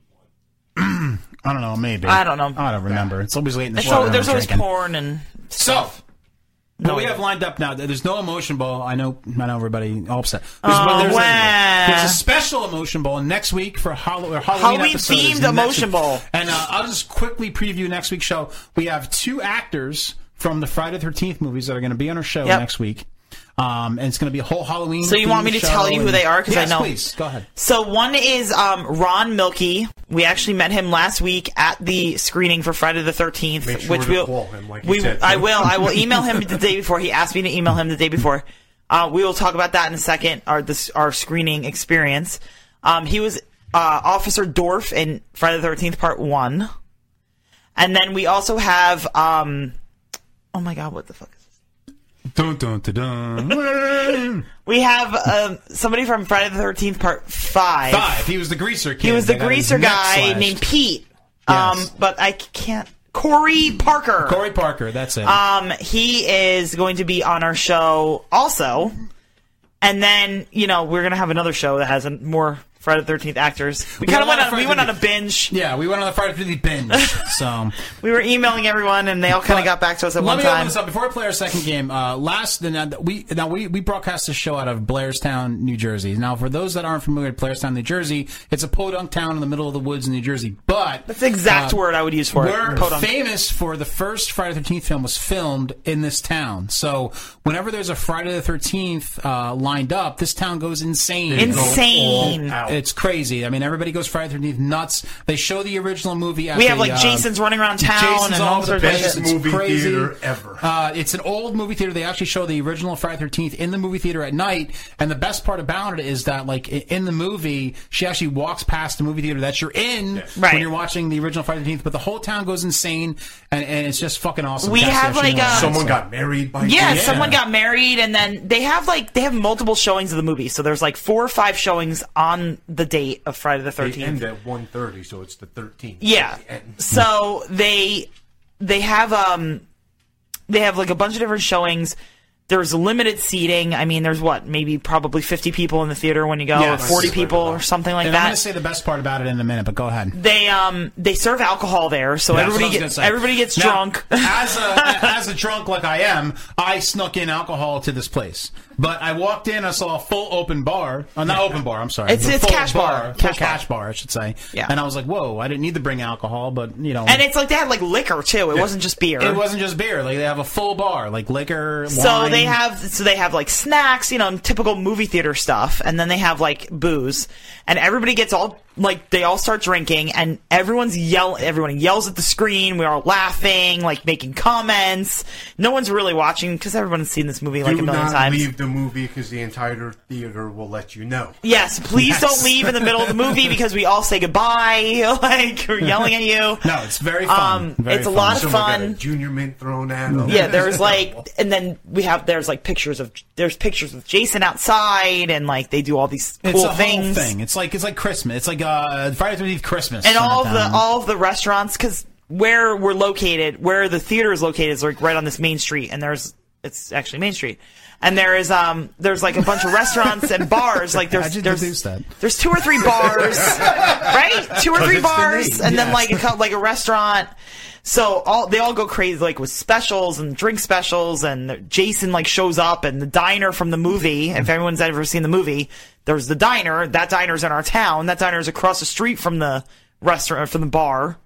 C: I don't know. Maybe
D: I don't know.
C: I don't remember. It's always late in the
D: There's,
C: show.
D: al- there's
C: I'm
D: always
C: drinking.
D: porn and
C: So,
D: stuff.
C: No,
D: No,
C: we
D: we
C: have lined up now. There's no emotion ball. I know. I know everybody all upset. There's,
D: Oh,
C: there's,
D: wow.
C: a, there's a special emotion ball next week for Hall- or Halloween.
D: Halloween
C: episode is
D: themed
C: next
D: emotion
C: week.
D: ball.
C: And uh, I'll just quickly preview next week's show. We have two actors from the Friday Thirteenth movies that are going to be on our show
D: Yep.
C: next week. Um, and it's going to be a whole Halloween.
D: So you want me to tell you who they are? 'Cause I know-
C: Please go ahead.
D: So one is um, Ron Milkey. We actually met him last week at the screening for Friday the Thirteenth,
F: Make sure
D: which
F: to
D: we'll
F: call him, like you
D: we
F: said.
D: I will I will email him the day before. He asked me to email him the day before. Uh, we will talk about that in a second. Our this our screening experience. Um, he was uh, Officer Dorf in Friday the Thirteenth Part One, and then we also have um, oh my god, what the fuck is
B: Dun dun dun dun.
D: we have um, somebody from Friday the Thirteenth Part Five.
C: Five. He was the greaser. Kid
D: He was the
C: that got his
D: greaser
C: neck
D: guy
C: slashed.
D: named Pete. Um, but I c- can't. Corey Parker.
C: Corey Parker. That's it.
D: Um, he is going to be on our show also. And then you know we're gonna have another show that has a, more Friday the Thirteenth actors. We
C: We
D: kind of went
C: went
D: on.
C: on
D: We
C: Friday
D: went on
C: the-
D: a binge.
C: Yeah, we went on the Friday the Thirteenth binge. so
D: we were emailing everyone, and they all kind of got back to us at
C: Let
D: one
C: me open
D: time.
C: this up before I play our second game. Uh, last now that we now we we broadcast this show out of Blairstown, New Jersey. Now, for those that aren't familiar with Blairstown, New Jersey, it's a podunk town in the middle of the woods in New Jersey. But uh,
D: that's the exact word I would use for it.
C: we're
D: Podunk.
C: famous for the first Friday the Thirteenth film was filmed in this town. So whenever there's a Friday the Thirteenth uh, lined up, this town goes insane.
D: They go Insane. all out.
C: It's crazy. I mean, everybody goes Friday the Thirteenth nuts. They show the original movie. At
D: We have
C: the,
D: like
C: uh,
D: Jason's running around town
C: Jason's
D: and
C: all
D: all
C: over
D: sorts
C: the place.
D: of shit.
C: It's crazy.
F: ever.
C: Uh, it's an old movie theater. They actually show the original Friday Thirteenth in the movie theater at night. And the best part about it is that, like i- in the movie, she actually walks past the movie theater that you're in when you're watching the original Friday Thirteenth. But the whole town goes insane, and, and it's just fucking awesome.
D: We
C: Cassie
D: have,
C: actually
D: like,
C: knows that,
D: a- Someone
C: so.
D: got
F: married by
D: Yeah, someone got married, and then they have like they have multiple showings of the movie. So there's like four or five showings on the date of Friday the
F: They end
D: Thirteenth.
F: at 1.30, so it's the 13th.
D: Yeah, so they they have um they have like a bunch of different showings. There's limited seating. I mean, there's what maybe probably 50 people in the theater when you go,
C: Yeah,
D: or 40 people or something like
C: and I'm
D: that.
C: gonna say the best part about it in a minute, but go ahead.
D: They um they serve alcohol there, so
C: That's what I
D: everybody
C: was
D: gets
C: gonna say.
D: everybody gets
C: Now,
D: drunk.
C: as a as a drunk like I am, I snuck in alcohol to this place. But I walked in, I saw a full open bar. Oh, not open bar. I'm sorry.
D: It's-
C: A
D: it's
C: full
D: cash bar.
C: full
D: Cash
C: cash,
D: bar.
C: bar. I should say.
D: Yeah.
C: And I was like, whoa, I didn't need to bring alcohol, but you know.
D: and it's like they had like liquor too. It wasn't just beer.
C: It wasn't just beer. Like they have a full bar, like liquor.
D: So
C: wine.
D: they have so they have like snacks, you know, and typical movie theater stuff, and then they have like booze, and everybody gets all like they all start drinking, and everyone's yell everyone yells at the screen. We're all laughing, like making comments. No one's really watching because everyone's seen this movie like
F: Do
D: a million
F: not
D: times.
F: leave the movie because the entire theater will let you know.
D: Yes, please
F: Yes.
D: don't leave in the middle of the movie because we all say goodbye. Like we're yelling at you.
C: No, it's very fun.
D: Um,
C: Very
D: it's a lot of
F: Someone got
D: fun.
F: a junior mint thrown at them.
D: Yeah, there's like, and then we have there's like pictures of there's pictures of Jason outside, and like they do all these cool
C: It's a
D: things,
C: whole thing. It's like it's like Christmas. It's like uh, Friday the Thirteenth Christmas.
D: and
C: in
D: all of
C: that town.
D: the all of the restaurants because where we're located, where the theater is located, is like right on this main street, and there's it's actually Main Street, and there is um there's like a bunch of restaurants and bars, like
C: I
D: there's
C: just
D: there's
C: deduced that.
D: there's two or three bars, right? Two or
C: Because it's
D: three
C: the
D: bars,
C: name.
D: and then
C: Yes.
D: like a cou- like a restaurant. So all they all go crazy, like with specials and drink specials, and Jason like shows up, and the diner from the movie. If anyone's ever seen the movie, there's the diner. That diner's in our town. That diner's across the street from the restaurant, from the bar,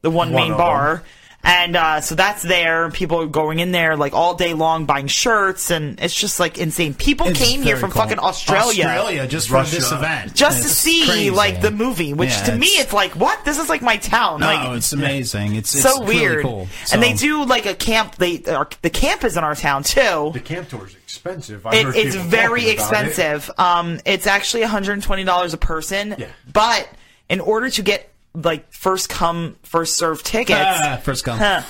D: the one,
A: One
D: main
A: of
D: bar.
A: them.
D: And uh, so that's there. People are going in there like all day long buying shirts, and it's just like insane. People
C: It's
D: came here
C: very
D: from
C: cool.
D: fucking Australia,
C: Australia, just for Russia. this event.
D: just to
C: It's
D: see
C: crazy.
D: like the movie. Which
C: Yeah,
D: to me,
C: it's-
D: it's like what this is like my town.
C: No,
D: like
C: it's amazing. It's, it's
D: so
C: really
D: weird.
C: cool. So-
D: And they do like a camp. They our, the camp is in our town too. The
F: camp tour is expensive. I
D: It,
F: heard
D: it's
F: people
D: very
F: talking about it.
D: expensive. Um, it's actually one hundred and twenty dollars a person. But in order to get like first come first serve tickets,
C: Ah, first come.
D: Huh.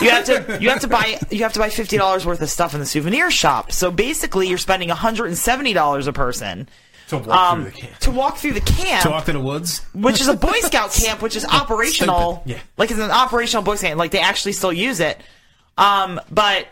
D: you have to you have to buy you have to buy fifty dollars worth of stuff in the souvenir shop. So basically, you're spending one hundred and seventy dollars a person to
C: walk through the
D: camp. To walk through the camp
C: to walk through the woods,
D: which is a Boy Scout camp, which is operational.
C: Stupid. Yeah.
D: Like it's an operational Boy Scout. Like they actually still use it. Um, but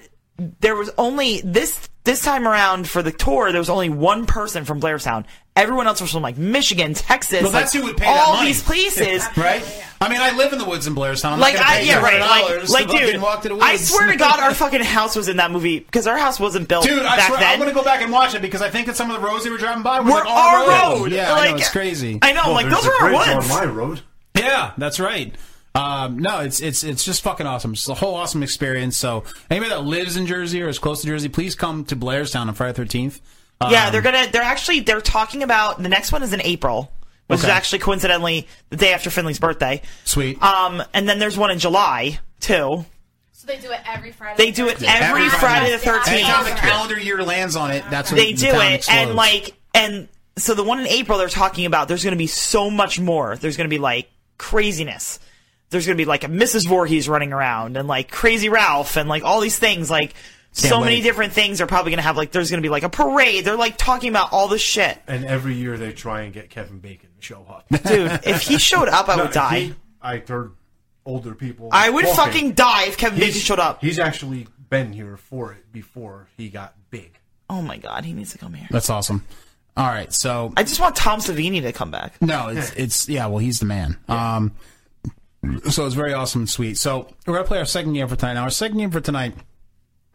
D: there was only this this time around for the tour. There was only one person from Blairstown. Everyone else was from like Michigan, Texas.
C: Well, that's
D: like,
C: who would pay
D: all
C: that money.
D: these places,
C: right? I mean, I live in the woods in Blairstown. I'm
D: like
C: not gonna
D: I
C: pay
D: yeah right
C: $200
D: like, like
C: to fucking
D: dude
C: walk to the woods.
D: I swear to God our fucking house was in that movie because our house wasn't built
C: Dude,
D: back
C: I swear,
D: then
C: I'm gonna go back and watch it because I think that some of the roads they were driving by were,
D: Were
C: like,
D: our
C: our road.
D: road.
C: Yeah, I know,
D: Like,
C: it's crazy.
D: I know, Well, like, there's those a are our bridge woods. on my
F: road.
C: Yeah, that's right. Um, no, it's it's it's just fucking awesome. It's a whole awesome experience. So anybody that lives in Jersey or is close to Jersey, please come to Blairstown on Friday thirteenth.
D: yeah,
C: Um,
D: they're gonna. They're actually. They're talking about the next one is in April, which is
C: Okay.
D: actually coincidentally the day after Finley's birthday.
C: Sweet.
D: Um, and then there's one in July too.
G: So they do it every Friday.
D: They do it every Friday the
C: Anytime the
D: thirteenth.
C: calendar year lands on it, that's when
D: They
C: the
D: do
C: town
D: it, and
C: explodes.
D: like, and so the one in April they're talking about. There's gonna be so much more. There's gonna be like craziness. There's gonna be like a Mrs. Voorhees running around, and like Crazy Ralph, and like all these things. Like, so
F: Can't
D: many
F: wait.
D: different things are probably gonna have. Like, there's gonna be like a parade. They're like talking about all this shit.
F: And every year they try and get Kevin Bacon to show up.
D: Dude, if he showed up, I would
F: if
D: die.
F: he- I heard older people.
D: I would fucking die if Kevin Bacon
F: He's-
D: showed up.
F: He's actually been here for it before he got big.
D: Oh my god, he needs to come here.
C: That's awesome. All right, so
D: I just want Tom Savini to come back.
C: No, it's it's yeah. Well, he's the man. Um, so it's very awesome and sweet. So we're gonna play our second game for tonight. Now, our second game for tonight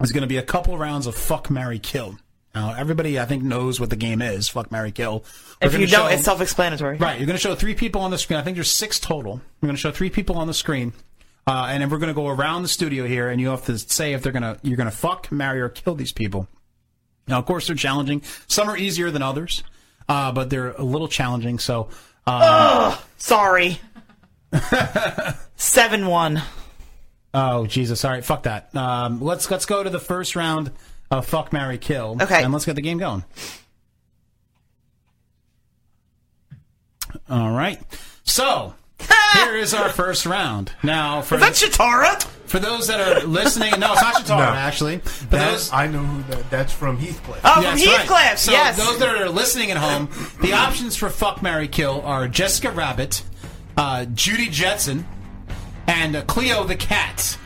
C: is gonna be a couple rounds of fuck, Mary kill. Now, everybody I think knows what the game is. Fuck, Mary kill. We're
D: If you
C: gonna
D: don't,
C: show-
D: it's self-explanatory.
C: Right. You're going to show three people on the screen. I think there's six total. We're going to show three people on the screen, uh, and then we're going to go around the studio here, and you have to say if they're going to you're going to fuck, marry, or kill these people. Now, of course, they're challenging. Some are easier than others, uh, but they're a little challenging. So, uh,
D: Ugh, sorry. Seven one.
C: oh Jesus, all right, fuck that. Um, let's let's go to the first round of fuck, marry, kill. Okay, and let's get the game going. All right. So here is our first round. Now, for
D: Is that Chitara?
C: For those that are listening, no, it's not Chitara.
F: No.
C: Actually, but
F: That-
C: those,
F: I know who that, that's Oh, from Heathcliff.
D: Oh,
C: That's right. So
F: yes.
C: those that are listening at home, the options for fuck, marry, kill are Jessica Rabbit, uh, Judy Jetson, and uh, Cleo the cat.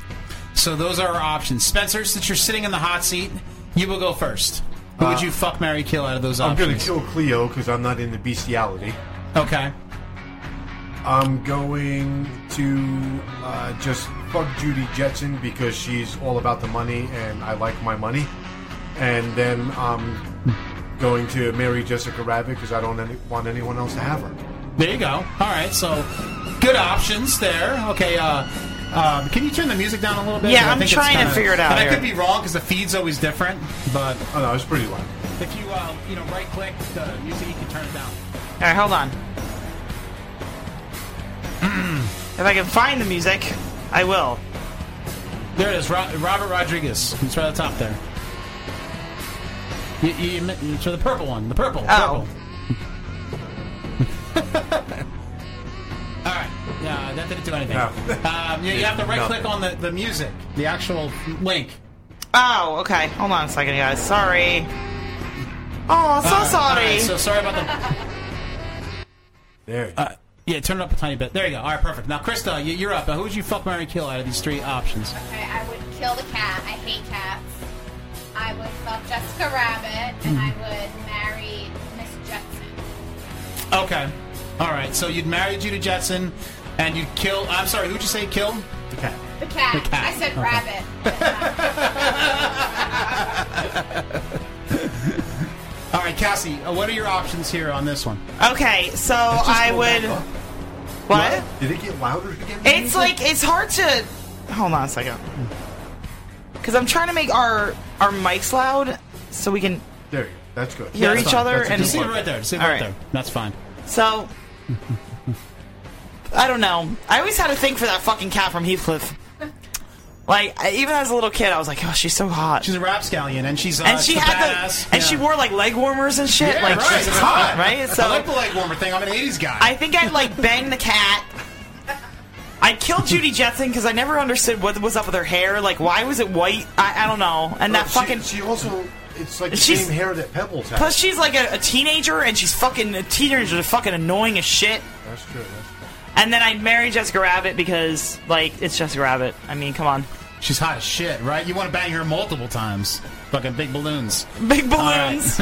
C: So those are our options. Spencer, since you're sitting in the hot seat, you will go first. Who would you fuck, marry, kill out of those
F: I'm going to
C: options?
F: kill Cleo because I'm not into bestiality.
C: okay.
F: I'm going to uh, just fuck Judy Jetson because she's all about the money and I like my money. And then I'm going to marry Jessica Rabbit because I don't any- want anyone else to have her.
C: There you go. All right, so good options there. Okay, uh, um, can you turn the music down a little bit?
D: Yeah,
C: I
D: I'm
C: think it's
D: trying to
C: kinda-
D: figure it out
C: And
D: here.
C: I could be wrong because the feed's always different, but
F: oh no, it's pretty loud.
C: If you uh, you know right click the music, you can turn it down.
D: All right, hold on. if I can find the music, I will.
C: There it is, Ro- Robert Rodriguez. It's right at the top there. You, you, you, mi- so the purple one, the purple.
D: Oh.
C: purple. All right. No, Uh, that didn't do anything.
F: No.
C: Um, you, you have to right click on the, the music, the actual link.
D: Oh, okay. Hold on a second, guys. Sorry. Oh, so
C: Uh,
D: sorry.
C: all right, so sorry about the.
F: There.
C: Uh, yeah, turn it up a tiny bit. There you go. All right, perfect. Now, Krista, you, you're up. Now, who would you fuck, Mary kill out of these three options?
G: Okay, I would kill the cat. I hate cats. I would fuck Jessica Rabbit,
C: Hmm.
G: and I would marry Miss Jetson.
C: Okay. All right. So you'd marry Judy Jetson, and you'd kill. I'm sorry. Who'd you say kill? The cat.
G: The cat.
C: The cat.
G: I said
C: Okay.
G: rabbit.
C: All right, Cassie. Uh, what are your options here on this one?
D: Okay, so Oh, I would. What?
F: Did it get louder again?
D: It's like it's hard to. Hold on a second. Because I'm trying to make our our mics loud so we can.
F: There you go. That's good.
D: Hear
F: That's
D: each
F: fine.
D: other
F: That's a
D: and-
F: good
C: See it
F: one.
C: right there. See it
D: All
C: right,
D: right.
C: there. That's fine.
D: So. I don't know. I always had a thing for that fucking cat from Heathcliff. Like I- even as a little kid, I was like, "Oh, she's so hot."
C: She's a rapscallion, and she's uh,
D: and she
C: she's a
D: had
C: badass.
D: the and
C: Yeah.
D: she wore like leg warmers and shit.
C: Yeah,
D: like
C: right.
D: she's
C: It's
D: hot,
C: hot.
D: right? So
C: I like the leg warmer thing. I'm an '80s guy.
D: I think I'd like bang the cat. I killed Judy Jetson because I never understood what was up with her hair. Like, why was it white? I, I don't know. And that
F: She-
D: fucking.
F: She also. It's like the
D: She's-
F: same hair that Pebbles has.
D: Plus, she's like a, a teenager, and she's fucking a teenager, is fucking annoying as shit.
F: That's true. That's
D: And then I'd marry Jessica Rabbit because, like, it's Jessica Rabbit. I mean, come on.
C: She's hot as shit, right? You want to bang her multiple times. Fucking big balloons.
D: Big
C: balloons.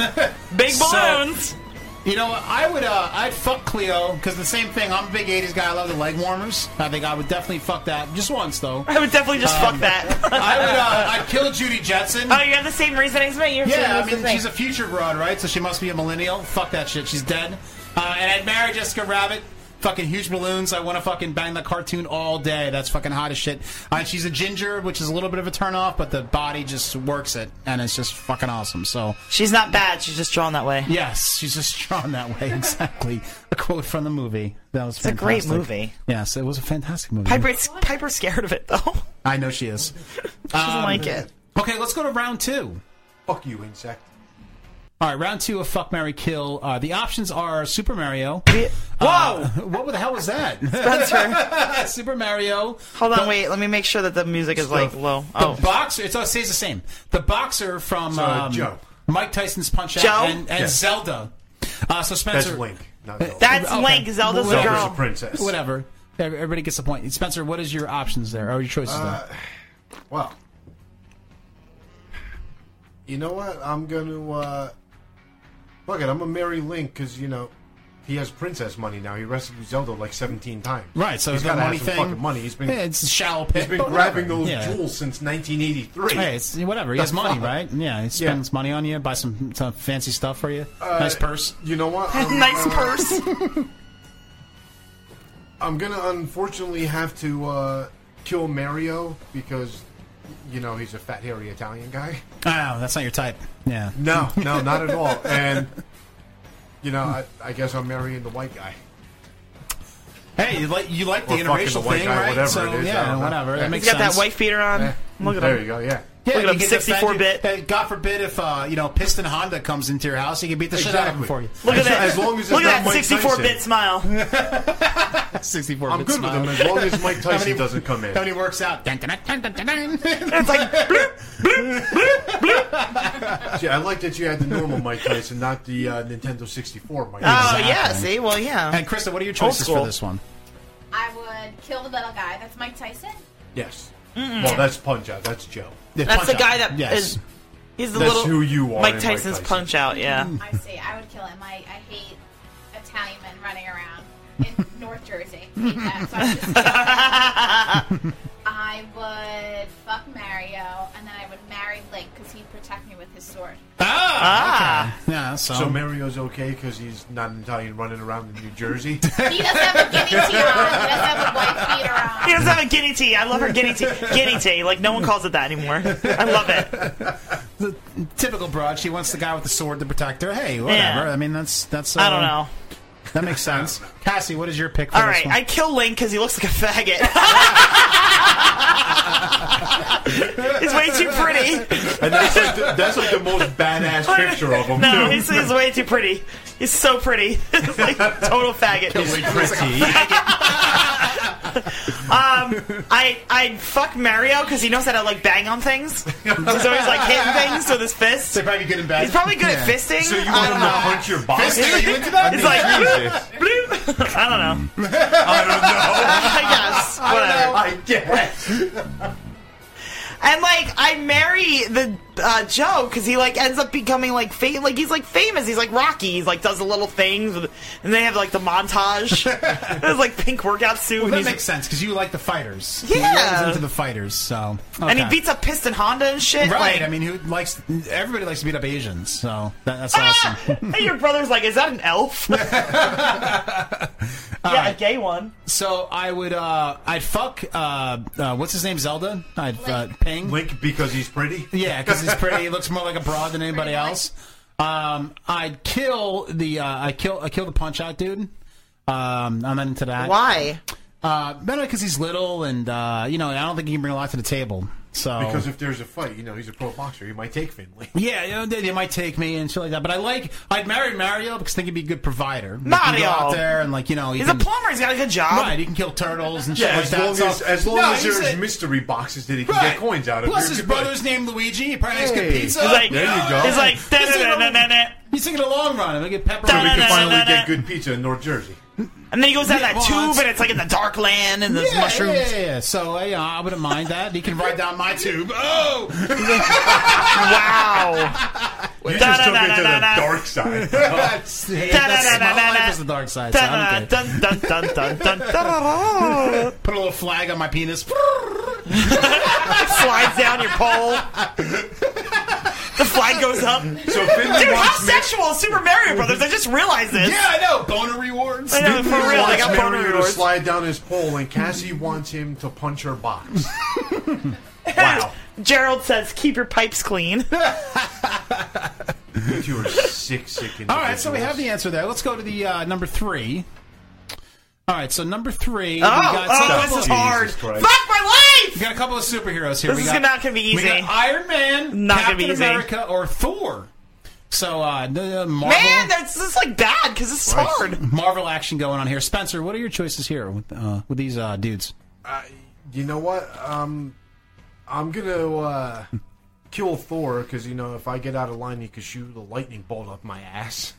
D: big
C: balloons. you know what? I would, uh, I'd fuck Cleo, because the same thing. I'm a big 80s guy. I love the leg warmers. I think I would definitely fuck that. Just once, though.
D: I would definitely just
C: Um,
D: fuck that.
C: I would, uh, I'd kill Judy Jetson.
D: Oh, you have the same reasoning as me. You're
C: Yeah, I
D: that's the
C: mean,
D: thing.
C: she's a future broad, right? So she must be a millennial. Fuck that shit. She's dead. Uh, and I'd marry Jessica Rabbit. Fucking huge balloons. I want to fucking bang the cartoon all day. That's fucking hot as shit. Uh, she's a ginger, which is a little bit of a turnoff, but the body just works it, and it's just fucking awesome. So
D: she's not bad. She's just drawn that way.
C: Yes, she's just drawn that way. Exactly. a quote from the movie. That was
D: It's a great
C: fantastic.
D: movie.
C: Yes, it was a fantastic movie.
D: Piper's, Piper's scared of it, though.
C: I know she is. she
D: doesn't like it.
C: Okay, let's go to round two.
F: Fuck you, insect.
C: All right, round two of Fuck Mary Kill. Uh, the options are Super Mario. Whoa! what the hell was that?
D: Spencer.
C: Super Mario.
D: Hold on,
C: The-
D: wait. Let me make sure that the music is, like, low.
C: The
D: Oh.
C: boxer. It's, it stays the same. The boxer from
F: So,
C: um,
F: Joe.
C: Mike Tyson's Punch Out
D: Joe?
C: and, and
F: Yeah.
C: Zelda. Uh, so Spencer.
F: That's Link. Not Zelda.
D: That's
C: Oh.
D: Link. Zelda's a girl.
F: princess.
C: Whatever. Everybody gets a point. Spencer, what is your options there? Or your choices
F: Uh,
C: there?
F: Well, You know what? I'm gonna uh, fuck it. I'm gonna marry Link because you know he has princess money now. He rescued Zelda like 17 times.
C: Right, so
F: he's
C: the
F: gotta
C: money
F: have some
C: thing-
F: fucking money. He's been
C: Yeah, it's a shallow
F: He's
C: pit,
F: been
C: but
F: grabbing
C: whatever.
F: those
C: Yeah.
F: jewels since 1983.
C: Hey, it's whatever. He
F: The
C: has money,
F: fuck?
C: right? Yeah, he spends money on you, buy some, some fancy stuff for you.
F: Uh,
C: nice purse.
F: You know what? I'm,
D: nice
F: uh,
D: purse.
F: I'm gonna unfortunately have to uh, kill Mario because you know he's a fat, hairy Italian guy.
C: Oh, that's not your type. Yeah.
F: Ah. No, no, not at all. And you know, I, I guess I'm marrying the white guy.
C: Hey, you like you like
F: Or
C: the
F: fucking the
C: interracial
F: white
C: thing,
F: guy,
C: right?
F: whatever
C: so,
F: it is, I
C: yeah,
F: don't know.
C: whatever.
F: Yeah.
C: That makes
D: He's got
C: sense.
D: that white feeder on.
F: Yeah.
D: Look at
F: there
D: him.
F: you go. Yeah.
C: Yeah,
D: Look at
C: you
D: him,
C: can defend
D: 64
C: you-
D: bit.
C: uh, God forbid if uh, you know Piston Honda comes into your house, he can beat the shit out of him
F: Exactly.
C: for you.
D: Look at that.
F: As long as it's
D: Look
F: not
D: at that
F: Mike
D: 64 bit
F: Tyson.
D: smile.
C: 64
F: I'm
C: bit
F: good with
C: smile.
F: him as long as Mike Tyson doesn't come in.
C: How many works out? Dun, dun, dun, dun, dun,
D: Oh,
C: dun.
D: it's like bloop,
F: Gee, I like that you had the normal Mike Tyson, not the uh, Nintendo 64 Mike.
D: Oh,
F: Tyson.
D: yeah, see? Well, yeah.
C: And Krista, what are your choices for this one?
G: I would kill the little guy. That's Mike Tyson.
F: Yes.
G: Mm-mm.
F: Well, that's Punch Out. That's Joe.
D: That's the guy that is.
F: Yes.
D: He's the
F: That's
D: little
F: who you are in
D: Mike
F: Mike
D: Tyson's
F: Tyson. Mm.
D: punch out. Yeah.
G: I see. I would kill him. I, I hate Italian men running around in North Jersey. Hate that. So I, just- I would fuck Mario, and then I would marry Link because he'd protect me with his sword.
C: Ah. Yeah. So.
F: So, Mario's okay because he's not an Italian running around in New Jersey.
G: He doesn't have a guinea tea on. He doesn't have a white feeder on.
D: He doesn't have a guinea tea. I love her guinea tea. Guinea tea. Like, no one calls it that anymore. I love it.
C: typical broad. She wants the guy with the sword to protect her. Hey, whatever.
D: Yeah.
C: I mean, that's that's. uh,
D: I don't know.
C: That makes sense. Cassie, what is your pick? for
D: All
C: this
D: right,
C: one?
D: I kill Link because he looks like a faggot. he's way too pretty.
F: and that's like, the, that's like the most badass picture of him,
D: No,
F: too.
D: he's, he's way too pretty. He's so pretty. It's like total faggot. Um, I I fuck Mario because he knows how to like bang on things. So he's like hitting things with his fists. He's
C: probably good in bad.
D: He's probably good at
C: Yeah.
D: fisting.
C: So you
D: I
C: want
D: don't
C: him to
D: know.
C: hunt your body? Fisting? Are you into that?
D: It's
C: I
D: like
C: mean, Jesus.
D: bloop, bloop. I don't know. I don't know. I guess. Whatever.
F: I guess.
D: And like I marry the uh, Joe because he like ends up becoming like fa- like he's like famous. He's like Rocky. He's like does the little things, with, and they have like the montage. There's like pink workout suit.
C: Well, that
D: and he's-
C: makes sense because you like the fighters.
D: Yeah.
C: You're always into the fighters. So
D: And he
C: okay.
D: beats up Piston Honda and shit.
C: Right,
D: Like,
C: I mean, who likes? Everybody likes to beat up Asians, so that, that's
D: Ah!
C: awesome.
D: hey, your brother's like, is that an elf? yeah, a gay one.
C: So I would, uh, I'd fuck, uh, uh, what's his name, Zelda? I'd uh, ping.
F: Link because he's pretty.
C: Yeah, because he's pretty. he looks more like a broad than anybody else. Um, I'd kill the, uh, I kill, I kill the punch out dude. Um, I'm not into that.
D: Why?
C: Uh, better because he's little, and uh, you know, I don't think he can bring a lot to the table. So
F: Because if there's a fight, you know, he's a pro boxer. He might take Finley.
C: Yeah, you know, they, they might take me and shit like that. But I like I'd marry Mario because I think he'd be a good provider. Like, you
D: Mario!
C: go out there and like you know he
D: He's
C: can,
D: a plumber. He's got a good job.
C: Right, he can kill turtles and shit
F: Yeah,
C: like
F: as
C: that.
F: long
C: so-
F: as, as, long
C: No,
F: as
C: he's
F: there's
C: a-
F: mystery boxes that he can
C: Right.
F: get coins out of.
C: Plus
F: you're
C: his
F: good.
C: brother's named Luigi. He probably has good
F: Hey.
C: pizza.
F: He's like- There you go.
D: He's like,
C: He's thinking-
D: "Da-da-da-da-da-da."
C: He's thinking a long run. He'll get
F: So we can
C: pepperoni.
F: finally get good pizza in North Jersey.
D: and then he goes down
C: Yeah,
D: that
C: well,
D: tube,
C: it's-
D: and it's like in the dark land, and there's
C: Yeah,
D: mushrooms.
C: Yeah, yeah, yeah. So uh, yeah, I wouldn't mind that. He can ride down my tube. Oh,
D: wow!
F: You just took it to the dark side.
C: That's, that's, my life is the dark side. So I'm good.
D: Dun, dun, dun, dun, dun, dun.
C: Put a little flag on my penis.
D: Slides down your pole. The flag goes up.
F: So Finley
D: Dude, how
F: wants me-
D: sexual is Super Mario Brothers? I just realized this.
C: Yeah, I know. Boner rewards.
D: I know, for
F: He
D: real.
F: wants
D: I got boner
F: Mario to
D: rewards.
F: slide down his pole, and Cassie wants him to punch her box. wow,
D: Gerald says, keep your pipes clean.
F: you two are sick, sick.
C: All right, so we have the answer there. Let's go to the uh, number three. All right, so number three.
D: Oh,
C: we got
D: oh,
C: some-
D: this is Jesus hard.
F: Christ.
D: Fuck my life!
C: We got a couple of superheroes here.
D: This
C: we
D: is
C: got,
D: not gonna be
C: We
D: easy.
C: got Iron Man,
D: Not gonna
C: Captain
D: be easy.
C: America, or Thor. So uh, the- the Marvel.
D: Man, that's this is like bad because it's
C: Christ.
D: hard.
C: Marvel action going on here. Spencer, what are your choices here with uh, with these uh, dudes?
F: You know what? Um, I'm gonna uh, kill Thor because you know if I get out of line, he could shoot a lightning bolt up my ass.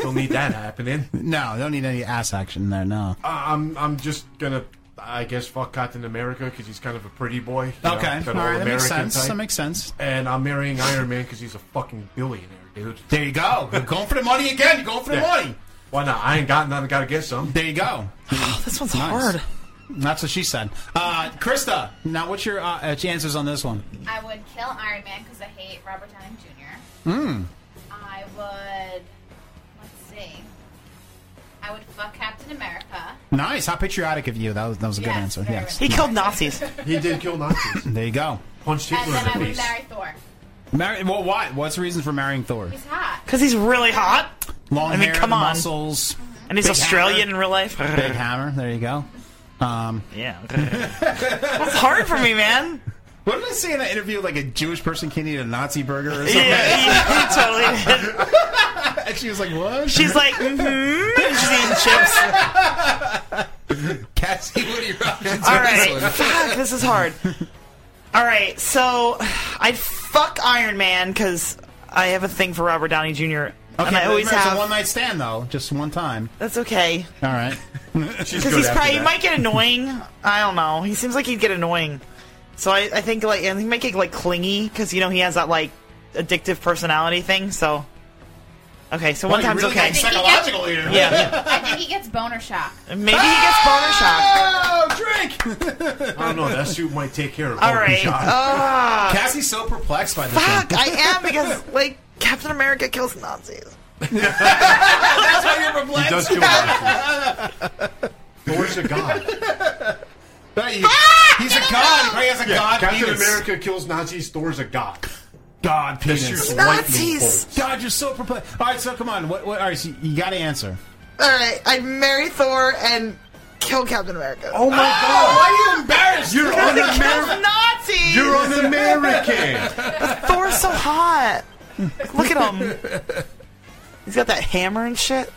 F: Don't need that happening.
C: No, I don't need any ass action there. No.
F: I- I'm I'm just gonna I guess fuck Captain America because he's kind of a pretty boy. you know,
C: Okay,
F: kind of
C: all right, that makes
F: American
C: sense.
F: type.
C: That makes sense.
F: And I'm marrying Iron Man because he's a fucking billionaire, dude.
C: There you go. You're going for the money again. You're going for the money.
F: Why not? I ain't got none. I gotta get some.
C: There you go.
F: Oh,
D: this one's
C: hard. That's what she said. Uh, Krista, now what's your uh, uh, chances on this one?
G: I would kill Iron Man because I hate Robert Downey Jr.
C: Mm.
G: I would. Let's see. I would fuck Captain America.
C: Nice. How patriotic of you. That was, that was a good
G: Yes,
C: answer.
G: very
C: Yes.
G: much. He killed
D: Nazis.
F: he did kill Nazis.
C: there you go.
F: Punched
G: And then I would marry Thor.
C: Marry, well, why? What's the reason for marrying Thor?
G: He's hot.
D: Because he's really hot.
C: Long
D: I mean,
C: hair,
D: come on.
C: muscles.
D: And he's
C: big
D: Australian
C: hammer.
D: in real life.
C: Big hammer. There you go. Um,
D: yeah. That's hard for me, man.
C: What did I say in that interview? Like a Jewish person can eat a Nazi burger or something?
D: Yeah, he totally
C: and she was like, what?
D: She's like, mm-hmm. She's eating chips.
C: Cassie, what are your options?
D: All
C: on this
D: right.
C: one?
D: Fuck, this is hard. All right, so I'd fuck Iron Man because I have a thing for Robert Downey Jr.
C: Okay,
D: and I
C: but
D: always
C: remember,
D: have.
C: it's a one night stand though, just one time.
D: That's okay.
C: All right. Because
D: Because he's probably he might get annoying. I don't know. He seems like he'd get annoying. So I, I think like and he might get like clingy because you know he has that like addictive personality thing. So okay, so
C: Well,
D: one
C: you
D: time's
C: really
D: okay.
C: got psychological here.
D: Yeah.
G: I think he gets boner shock.
D: Maybe he gets boner shock.
F: Oh,
C: drink.
F: I don't know. That suit might take care of.
D: All right. Ah.
C: Cassie's so perplexed by this.
D: Fuck, I am because like Captain America kills Nazis.
C: That's why you're perplexed.
F: He does kill Nazis. Thor's a god.
C: he's a god. He probably has a
F: Yeah,
C: god
F: Captain
C: penis.
F: America kills Nazis. Thor's a god.
C: God
F: That
C: penis.
F: shoots lightning bolts.
C: God, you're so perplexed. All right, so come on. What? what all right, so you got to answer.
D: All right, I'd marry Thor and kill Captain America.
F: Oh my
C: God. Why are you embarrassed?
F: You're
D: Because he
F: un-Ameri-
D: kills Nazis.
F: You're an American.
D: Thor's so hot. Look at him. He's got that hammer and shit.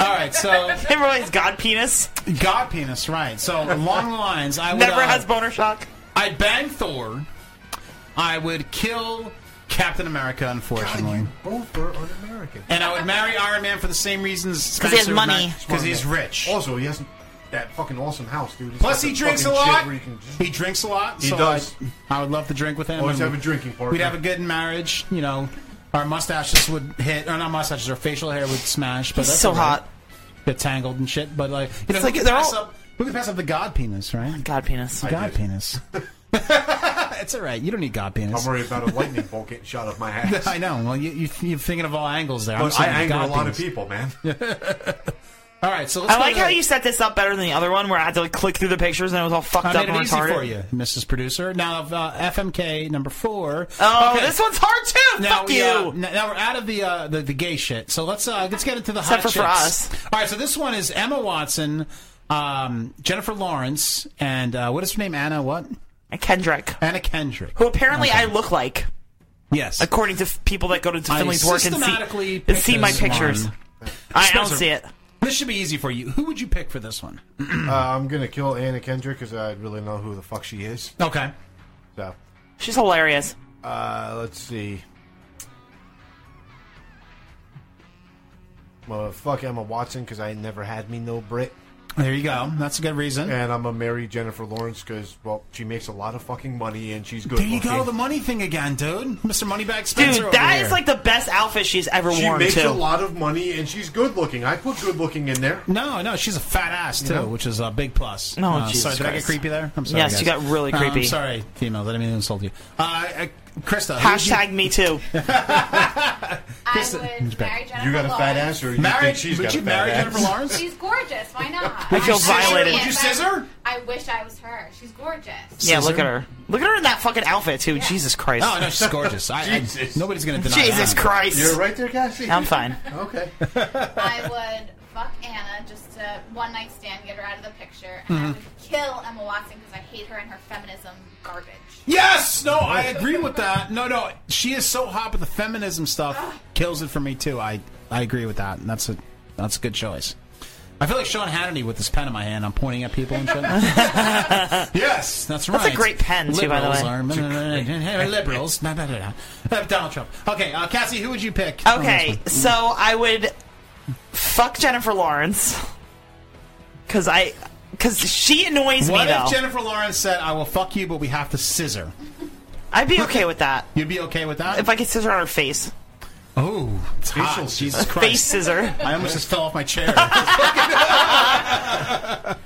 C: All right, so
D: Never mind, he's god penis.
C: god penis, right? So along the lines, I would,
D: Never
C: uh,
D: has boner shock.
C: I'd bang Thor. I would kill Captain America, unfortunately.
F: Both are un-American.
C: And I would marry Iron Man for the same reasons.
D: 'Cause he has money.
C: Because he's rich.
F: Also, he has that fucking awesome house, dude. He's
C: Plus,
F: got
C: he
F: the
C: drinks a
F: fucking shit
C: lot.
F: where you can just-
C: He drinks a lot.
F: He
C: so
F: does.
C: I, I would love to drink with him.
F: Always
C: and
F: have a drinking partner.
C: We'd have a good marriage. You know, our mustaches would hit, or not mustaches, our facial hair would smash. But
D: He's
C: that's
D: so
C: all right.
D: hot.
C: Get tangled and shit. But like, you know,
D: like
C: who can
D: they're
C: pass
D: all-
C: up? Who can pass up the god penis, right?
D: God penis.
C: God penis. Uh, it's all right. You don't need god penis.
F: I'm worried about a lightning bolt getting shot up my ass.
C: I know. Well, you, you, you're thinking of all angles there. I'm
F: Look, I
C: saying
F: anger a
C: god
F: lot
C: penis.
F: of people, man.
C: All right, so let's
D: I
C: go
D: like
C: to
D: how
C: the-
D: you set this up better than the other one, where I had to like click through the pictures and it was all fucked
C: I
D: up
C: made
D: and
C: it easy
D: retarded.
C: for you, Mrs. Producer. Now, uh, FMK number four.
D: Oh,
C: Okay.
D: this one's hard too.
C: Now
D: Fuck
C: we,
D: you.
C: uh, n- now we're out of the, uh, the the gay shit. So let's uh, let's get into the
D: Except
C: hot
D: for for
C: chicks. All right, so this one is Emma Watson, um, Jennifer Lawrence, and uh, what is her name? Anna what?
D: And Kendrick,
C: Anna Kendrick.
D: who apparently I look like,
C: Yes,
D: according to f- people that go to
C: I
D: Finley's work and
C: systematically
D: see,
C: picked
D: and see my
C: this
D: pictures.
C: one.
D: I, I don't
C: Spencer.
D: see it.
C: This should be easy for you. Who would you pick for this one?
F: Uh, I'm gonna kill Anna Kendrick because I really know who the fuck she is.
C: Okay,
F: So,
D: She's hilarious.
F: uh, let's see. Well, fuck Emma Watson because I never had me no Brit,
C: there you go. That's a good reason.
F: and I'm gonna marry Jennifer Lawrence because well, she makes a lot of fucking money and she's good.
C: There you go.
F: looking.
C: The money thing again, dude. Mr. Moneybag
D: Dude,
C: Spencer. over
D: that
C: here.
D: is like the best outfit she's ever
F: she
D: worn
F: makes
D: too.
F: a lot of money and she's good looking. I put good looking in there.
C: No, no, she's a fat ass too,
F: know?
C: which is a big plus.
D: No,
C: uh,
D: Oh, Jesus
C: sorry, did I get
D: Christ.
C: creepy there? I'm sorry.
D: Yes,
C: guys.
D: you got really
C: Uh, I'm
D: creepy.
C: sorry, females. I didn't mean to insult you. Uh, uh, Krista, who would you-
D: Hashtag me too.
G: I would marry Jennifer
F: You got a fat
G: Lawrence.
F: ass, or you
C: Married-
F: think she's
C: would
F: got
C: you
F: a
C: marry
F: fat ass?
C: Jennifer Lawrence?
G: She's gorgeous. Why not?
D: I feel
G: I can't
D: violated.
C: Would you
G: stand
C: scissor?
G: back. I wish I was her. She's gorgeous.
D: yeah, look at her. Look at her in that fucking outfit too. Jesus Christ.
C: Oh no, she's gorgeous. I, I,
F: Jesus.
C: nobody's gonna deny
D: Jesus
C: that.
D: Christ.
F: You're right there, Cassie.
D: I'm fine.
F: Okay.
G: I would fuck Anna just to one night stand, get her out of the picture, and I
C: Mm-hmm.
F: Hmm.
G: would kill Emma Watson because I hate her and her feminism garbage.
C: Yes, no, I agree with that. No, no, she is so hot, but the feminism stuff kills it for me too. I I agree with that. And that's a that's a good choice. I feel like Sean Hannity with this pen in my hand. I'm pointing at people and shit.
F: yes.
C: That's right.
D: That's a great pen, too, by the way.
C: way. liberals. Nah, nah, nah, nah. Uh, Donald Trump. Okay, uh, Cassie, who would you pick? on
D: Okay,
C: this
D: so I would fuck Jennifer Lawrence because I because she annoys
C: what
D: me though.
C: if Jennifer Lawrence said, "I will fuck you, but we have to scissor"?
D: I'd be okay with that.
C: You'd be okay with that
D: if I could scissor on her face.
C: Oh, it's hot. Jesus Christ!
D: Face scissor.
C: I almost just fell off my chair.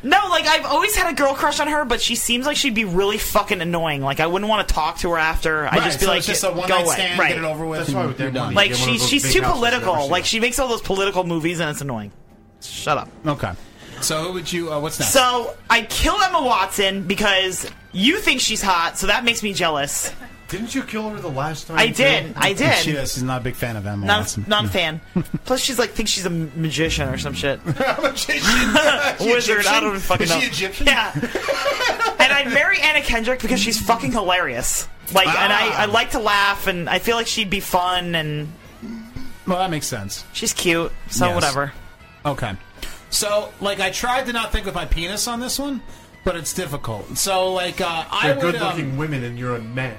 D: No, like I've always had a girl crush on her, but she seems like she'd be really fucking annoying. Like I wouldn't want to talk to her after. I'd
C: Right,
D: just be
C: so
D: like,
C: it's just a one
D: go
C: night
D: away.
C: stand,
D: right.
C: get it over with, That's why and with their you're done. money,
D: Like
C: get one of
D: she's
C: those
D: she's
C: big
D: too
C: houses you've never
D: political.
C: seen.
D: Like she makes all those political movies, and it's annoying. Shut up.
C: okay. So who would you? Uh, what's next?
D: So I kill Emma Watson because you think she's hot, so that makes me jealous.
F: Didn't you kill her the last time?
D: I did. I did.
C: She, she's not a big fan of Emma.
D: Not,
C: Watson.
D: not a fan. Plus, she's like thinks she's a magician or some shit.
C: Wizard,
D: Wizard, I don't even fucking
C: Is
D: know.
C: she Egyptian?
D: Yeah. and I'd marry Anna Kendrick because she's fucking hilarious. Like, and I, I
C: Ah.
D: like to laugh, and I feel like she'd be fun, and
C: Well, that makes sense.
D: she's cute, so
C: Yes.
D: whatever.
C: Okay. So, like, I tried to not think with my penis on this one, but it's difficult. So, like, uh, I
F: They're
C: would.
F: good-looking
C: um,
F: women, and you're a man.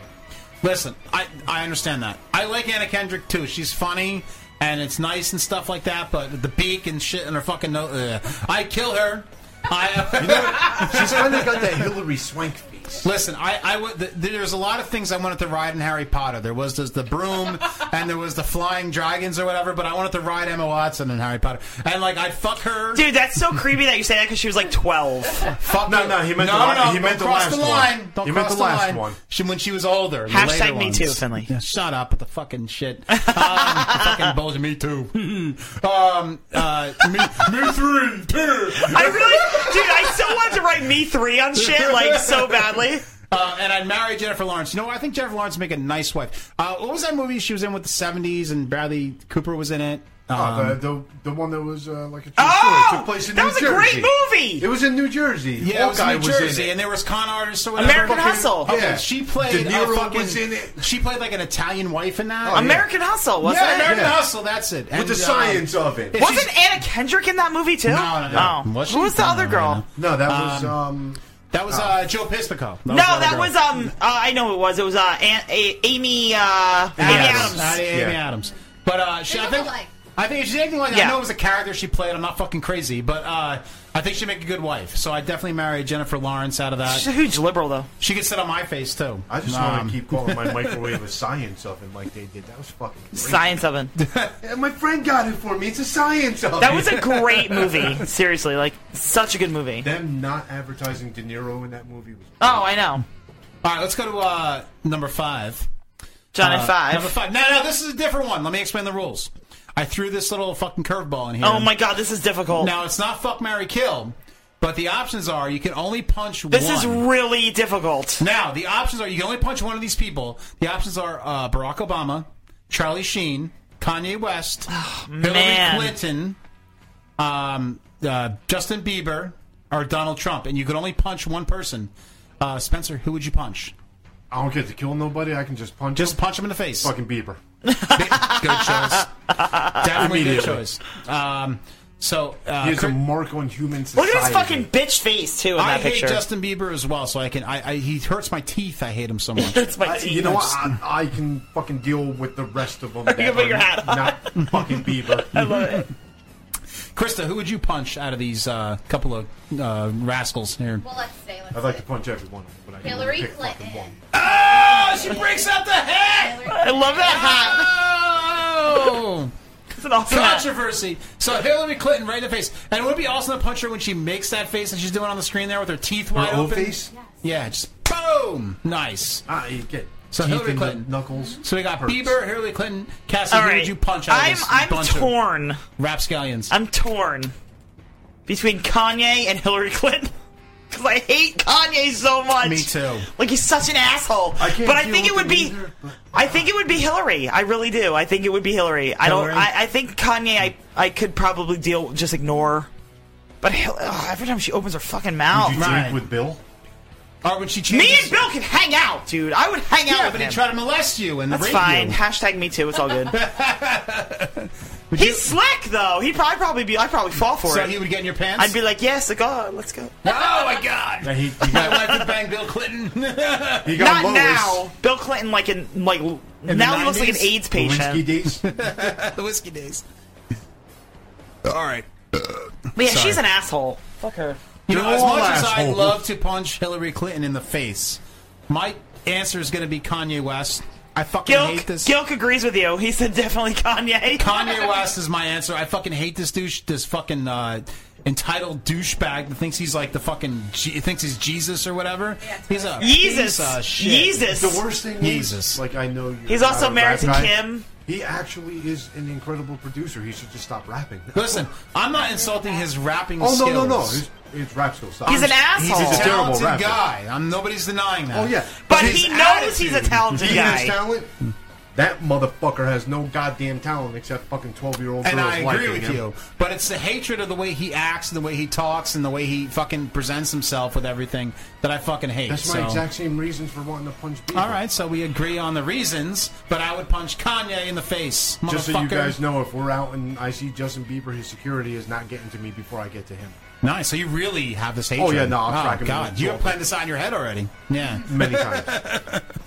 C: Listen, I I understand that. I like Anna Kendrick too. She's funny and it's nice and stuff like that. But the beak and shit and her fucking nose, uh, I kill her. I, uh,
F: She's kind of got that Hillary Swank face.
C: Listen, I, I would. th there's a lot of things I wanted to ride in Harry Potter. There was this, the broom, and there was the flying dragons or whatever. But I wanted to ride Emma Watson in Harry Potter, and like I'd fuck her.
D: Dude, that's so creepy that you say that because she was like 12.
C: Fuck
F: No,
C: you.
F: no, he meant
C: no,
F: the la-
C: no, no,
F: he meant
C: don't
F: the
C: cross
F: last
C: the
F: one.
C: line. Don't
F: He
C: cross
F: meant the last
C: line.
F: one.
C: She, when she was older. the
D: Hashtag
C: later
D: me
C: ones.
D: too, Finley.
C: Yeah, shut up with the fucking shit. Um, fucking bullshit. Me too. um, uh, me, me three, two.
D: I really, dude, I so wanted to write me three on shit, like, so badly.
C: Uh, and I'd marry Jennifer Lawrence. You know, what? I think Jennifer Lawrence would make a nice wife. Uh, what was that movie she was in with the '70s and Bradley Cooper was in it?
F: Oh, the,
C: Um,
F: the the one that was uh, like a true
C: Oh!
F: story. It took place in
C: That
F: New
C: was a
F: Jersey.
C: great movie!
F: It was in New Jersey.
C: yeah, it was in
F: Hawkeye
C: New Jersey,
F: in it.
C: and there was con artists or whatever.
D: American
C: Fucking-
D: Hustle.
C: Okay,
F: Yeah.
C: she played.
F: De
C: a
F: Niro
C: fucking-
F: was in it.
C: She played like an Italian wife in that.
F: Oh, yeah.
D: American Hustle, wasn't
C: yeah,
D: it?
C: American
D: Yeah.
C: Hustle. That's it. um,
F: With the science of it.
D: Wasn't Anna Kendrick in that movie too?
C: No, no, no.
D: Oh.
C: Was she?
D: Who was the
C: No,
D: other
C: no,
D: girl?
F: No, that was
C: Um,
F: um.
C: That was uh, Joe Piscopo.
D: No, that was um. Uh, I know it was. It was uh, Aunt, a- Amy. Uh, Amy Adams.
C: Not Amy
D: Yeah.
C: Adams. But uh, she, I think I think if she's anything like that,
D: Yeah.
C: I know it was a character she played. I'm not fucking crazy, but uh, I think she'd make a good wife. So I definitely marry Jennifer Lawrence out of that.
D: She's a huge liberal, though.
C: She could sit on my face too.
F: I just
C: Um,
F: want to keep calling my microwave a science oven like they did. That was fucking great.
D: Science oven.
F: Yeah, my friend got it for me. It's a science oven.
D: That was a great movie. Seriously, like such a good movie.
F: Them not advertising De Niro in that movie was.
D: Oh, I know.
C: All right, let's go to uh, number five.
D: Johnny
C: Uh,
D: Five.
C: Number five. No, no, this is a different one. Let me explain the rules. I threw this little fucking curveball in here.
D: Oh my god, this is difficult.
C: Now it's not fuck, marry, kill, but the options are you can only punch
D: this
C: one.
D: is really difficult.
C: Now, the options are you can only punch one of these people. The options are uh, Barack Obama, Charlie Sheen, Kanye West,
D: Oh,
C: Hillary
D: man.
C: Clinton, um, uh, Justin Bieber, or Donald Trump. And you can only punch one person. Uh, Spencer, who would you punch?
F: I don't get to kill nobody. I can just punch.
C: Just punch him in the face.
F: fucking Bieber.
C: Good choice. Definitely good
F: Immediately.
C: choice. Um, so, uh,
F: He is a
C: Chris-
F: mark on human
D: Look
F: society.
D: at his fucking bitch face too in
C: I
D: that
C: hate
D: picture.
C: Justin Bieber as well, so I can. I, I he hurts my teeth. I hate him so much.
D: That's my
F: I,
D: teeth.
F: you know what? I, I can fucking deal with the rest of them. You
D: can put your hat on.
F: Not fucking Bieber.
D: I love it.
C: Krista, who would you punch out of these uh, couple of uh, rascals here?
G: Well, let's say, let's
F: I'd like to punch every one of them, but I can only
G: Hillary
F: pick fucking
G: Clinton.
F: one.
C: Oh, she breaks out the hat.
D: I love that hat.
C: Oh,
D: It's an awesome hat.
C: controversy. So Hillary Clinton right in the face, and would it be awesome to punch her when she makes that face that she's doing on the screen there with her teeth wide
F: Her O
C: open?
F: face.
C: Yeah, just boom. Nice.
F: I get
C: So
F: teeth
C: Hillary
F: in
C: Clinton.
F: the knuckles.
C: So we got
F: Hurts.
C: Bieber, Hillary Clinton, Cassie.
D: All
C: who
D: right,
C: would you punch out of
D: I'm
C: this
D: I'm
C: bunch of
D: torn.
C: rapscallions?
D: I'm torn between Kanye and Hillary Clinton because I hate Kanye so much.
C: Me too.
D: Like he's such an asshole.
F: I can't
D: but I
F: deal
D: think it
F: with
D: would
F: them
D: be.
F: either, but-
D: I think it would be Hillary. I really do. I think it would be Hillary. I don't.
C: Hillary?
D: I, I think Kanye. I I could probably deal. Just ignore. But Hil- ugh, every time she opens her fucking mouth,
F: Would you
C: Right.
F: drink with Bill?
C: Or when she changes.
D: me and Bill could hang out, dude. I would hang out
C: Yeah,
D: with
C: but
D: him.
C: he tried to molest you and
D: That's
C: rape
D: fine.
C: you.
D: Hashtag me too. It's all good. He's slick though. He probably probably be. I probably fall for
C: So
D: it.
C: he would get in your pants.
D: I'd be like, yes, God, let's go.
C: oh my god.
F: Yeah, he, he
C: My
F: got,
C: wife would bang Bill Clinton.
F: he
D: Not
F: got Lois.
D: now. Bill Clinton, like in like
C: the
D: now, he looks like an
C: 90s?
D: AIDS
F: Lewinsky
D: patient.
F: days.
C: the whiskey days. All right.
D: But yeah,
C: Sorry.
D: she's an asshole. Fuck her.
C: You know,
B: They're
C: as
B: all
C: much as I'd
B: assholes.
C: love to punch Hillary Clinton in the face, my answer is going to be Kanye West. I fucking hate this.
D: Gilk agrees with you. He said definitely Kanye.
C: Kanye West is my answer. I fucking hate this douche, this fucking uh, entitled douchebag that thinks he's like the fucking, Je- thinks he's Jesus or whatever. he's a piece of shit.
F: The worst thing
C: Jesus.
F: is, like, I know you.
C: He's also married to
D: Kim.
F: He actually is an incredible producer. He should just stop rapping.
C: Listen, I'm not insulting his rapping
F: Oh
C: skills.
F: no, no, no! His, his rap skills. Stop.
C: He's an asshole.
F: He's a terrible
C: Talented
F: rapper.
C: guy. I'm nobody's denying that.
F: Oh yeah,
C: But he knows he's a talented
F: Even his
C: guy.
F: talent. That motherfucker has no goddamn talent except fucking twelve-year-old girls
C: And I agree
F: liking
C: with
F: him.
C: you, but it's the hatred of the way he acts, and the way he talks, and the way he fucking presents himself with everything that I fucking hate.
F: That's
C: so.
F: my exact same reasons for wanting to punch people.
C: All right, so we agree on the reasons, but I would punch Kanye in the face, motherfucker.
F: Just so you guys know, if we're out and I see Justin Bieber, his security is not getting to me before I get to him.
C: Nice. So you really have this hatred.
F: Oh, yeah, no, I'll
C: oh,
F: track him down.
C: God, you have planned this on your head already. Yeah,
F: Many times.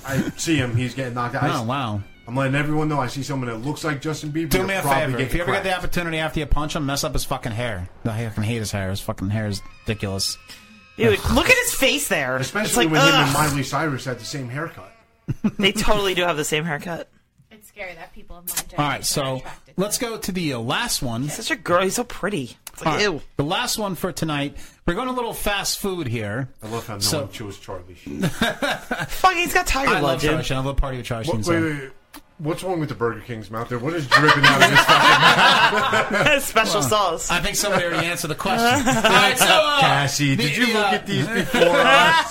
F: I see him; he's getting knocked out.
C: Oh, wow!
F: I'm letting everyone know I see someone that looks like Justin Bieber.
C: Do
F: you're
C: me a
F: probably
C: favor. If
F: getting
C: you ever get
F: cracked.
C: the opportunity after you punch him, mess up his fucking hair. No, I fucking hate his hair. His fucking hair is ridiculous.
D: Dude, look at his face there. it's
F: especially
D: like,
F: when him and
D: ugh.
F: Miley Cyrus had the same haircut.
D: they totally do have the same haircut.
G: It's scary that people have my
C: All right, so let's go to the uh, last one.
D: Such a girl. He's so pretty. It's like, ew.
C: The last one for tonight. We're going a little fast food here. I love how
F: no
C: so,
F: one chose Charlie Sheen.
D: Fuck, he's got tiger
C: I
D: blood,
C: love
D: dude.
C: Charlie Sheen. I love party with Charlie
F: What-
C: Sheen.
F: wait,
C: so-
F: wait, wait. What's wrong with the Burger King's mouth there? What is dripping out of his
D: Special
C: Well,
D: sauce.
C: I think somebody already answered the question. All right, so, uh,
F: Cassie,
C: the-
F: did you
C: the,
F: look
C: uh,
F: at these before us?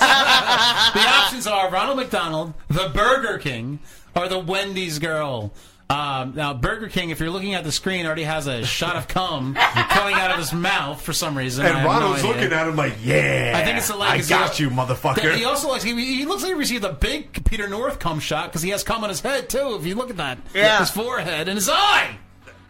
C: the options are Ronald McDonald, the Burger King, or the Wendy's girl. Um, now, Burger King, if you're looking at the screen, already has a shot of cum coming out of his mouth for some reason. I
F: And
C: have no
F: Ronald's
C: idea.
F: looking at him like, yeah.
C: I think it's the
F: I
C: leg.
F: got you, motherfucker.
C: He also likes. He, he looks like he received a big Peter North cum shot because he has cum on his head too. If you look at that,
B: Yeah.
C: his forehead and his eye.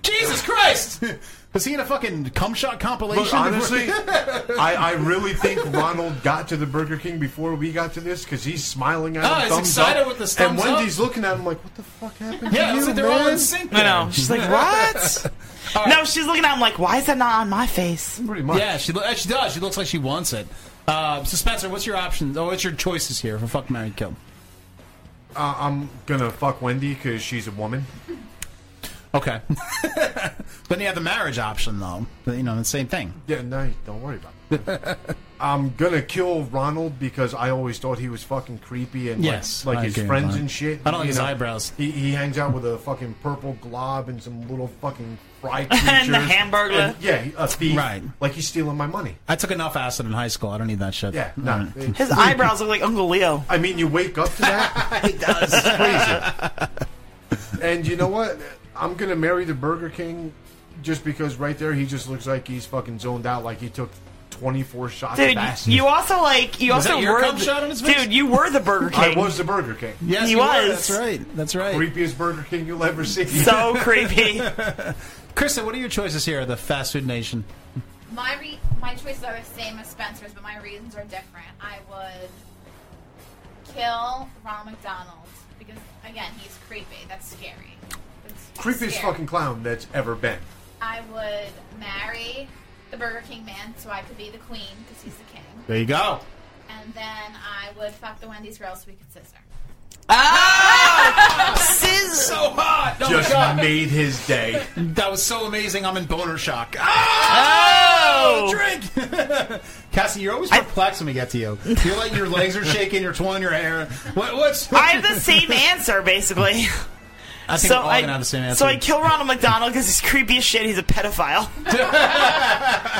C: Jesus Christ! Was he in a fucking cum shot compilation?
F: Look, honestly, I, I really think Ronald got to the Burger King before we got to this because he's smiling at
C: Oh,
F: him.
C: he's
F: thumbs
C: excited
F: up,
C: with this
F: And
C: thumbs up.
F: Wendy's looking at him like, what the fuck happened
C: Yeah,
F: to
C: it's
F: you,
C: like they're all
F: man?
C: in sync.
D: I know.
C: there.
D: She's like, what? No, she's looking at him like, why is that not on my face?
F: Pretty
C: Yeah, she lo- eh, she does. She looks like she wants it. Uh, so Spencer, what's your options? Oh, what's your choices here for fuck, marry, kill?
F: Uh, I'm gonna fuck Wendy because she's a woman.
C: Okay. then you have the marriage option, though. But, You know, the same thing.
F: Yeah, no, don't worry about it. I'm gonna kill Ronald because I always thought he was fucking creepy and like-
C: Yes,
F: like,
C: I
F: his
C: agree with
F: friends
C: that.
F: and shit.
C: I don't like
F: you
C: his
F: know,
C: eyebrows.
F: He, he hangs out with a fucking purple glob and some little fucking fry creatures
D: And the Hamburglar.
F: And, yeah, a thief.
C: Right.
F: Like he's stealing my money.
C: I took enough acid in high school. I don't need that shit.
F: Yeah, no.
C: All right.
D: His eyebrows look like Uncle Leo.
F: I mean, you wake up to that.
D: it does.
F: and you know what? I'm gonna marry the Burger King just because right there he just looks like he's fucking zoned out, like he took 24 shots.
D: Dude,
F: of acid.
D: you also like you
F: Was
D: also
F: that your
D: were
F: cum
D: the-
F: shot on his face?
D: dude. You were the Burger King.
F: I was the Burger King.
C: Yes,
D: He
C: you were.
D: was.
C: That's right. That's right.
F: Creepiest Burger King you'll ever see.
D: so creepy.
C: Krista, what are your choices here? The fast food nation.
G: My re- my choices are the same as Spencer's, but my reasons are different. I would kill Ronald McDonald because again, he's creepy. That's scary. That's
F: Creepiest
G: scary.
F: fucking clown that's ever been.
G: I would marry the Burger King man so I could be the queen because he's the king,
C: There you go.
G: and then I would fuck the Wendy's girl so we could scissor.
D: Ah! Sizz. So
C: hot. Oh my
F: Just
C: God.
F: made his day.
C: That was so amazing. I'm in boner shock. Ah!
D: Oh,
C: drink. Cassie, you're always perplexed when we get to you. You're like your legs are shaking. You're twirling your hair. What, what's?
D: I have the same answer basically.
C: I think
D: so
C: we're all
D: I,
C: gonna have the same answer.
D: So I kill Ronald McDonald because he's creepy as shit. He's a pedophile.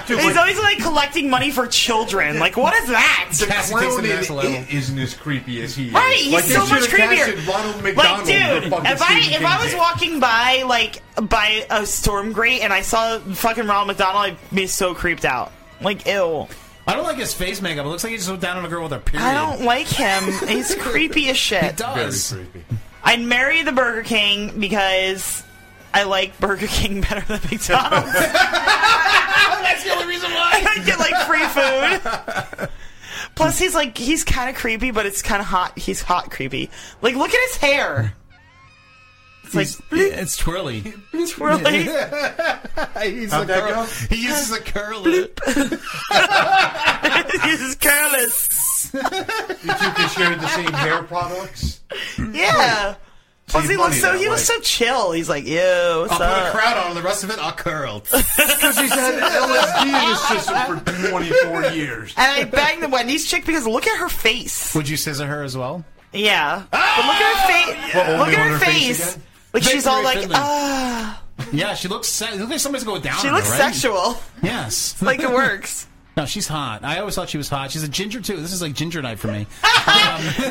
D: he's always like collecting money for children. Like, what is that?
F: The clown in it isn't as creepy as he is.
D: Right, he's
F: Like, they
D: so much
F: should've
D: creepier.
F: casted Ronald
D: Like,
F: McDonald
D: dude,
F: for
D: if
F: fucking
D: I
F: Stephen
D: if I
F: King's
D: was
F: ass.
D: walking by like by a storm grate and I saw fucking Ronald McDonald, I'd be so creeped out. Like, ew.
C: I don't like his face makeup. It looks like he just went down on a girl with her period.
D: I don't like him. He's creepy as shit.
C: He does. Very
F: creepy.
D: I'd marry the Burger King because I like Burger King better than McDonald's.
C: That's the only reason why.
D: I get like free food. Plus, he's like he's kind of creepy, but it's kind of hot. He's hot creepy. Like, look at his hair. It's like
C: it's twirly.
D: twirly.
C: He's a
D: How'd
C: curl-
D: that go?
C: He uses a curler.
D: he uses curlers.
F: You two can share the same hair products.
D: Yeah. Plus,
F: Save
D: he looks
F: money
D: so
F: that
D: he was
F: way.
D: so chill. He's like, "Ew, what's
C: I'll put a
D: up?"
C: crown on, and the rest of it I'll curl.
F: Because he's had LSD in his system for 24 years.
D: and I banged the Wendy's chick because look at her face.
C: Would you scissor her as well?
D: Yeah, but look at her face.
C: What, only
D: Look at
C: on
D: her,
C: her face
D: face.
C: again?
D: like she's all
C: Victory
D: like,
C: Finland.
D: "Ah."
C: Yeah, she looks. Se- looks like somebody's going down.
D: She
C: on
D: looks
C: her, right?
D: sexual.
C: Yes,
D: like it works.
C: No, she's hot. I always thought she was hot. She's a ginger too. This is like ginger night for me.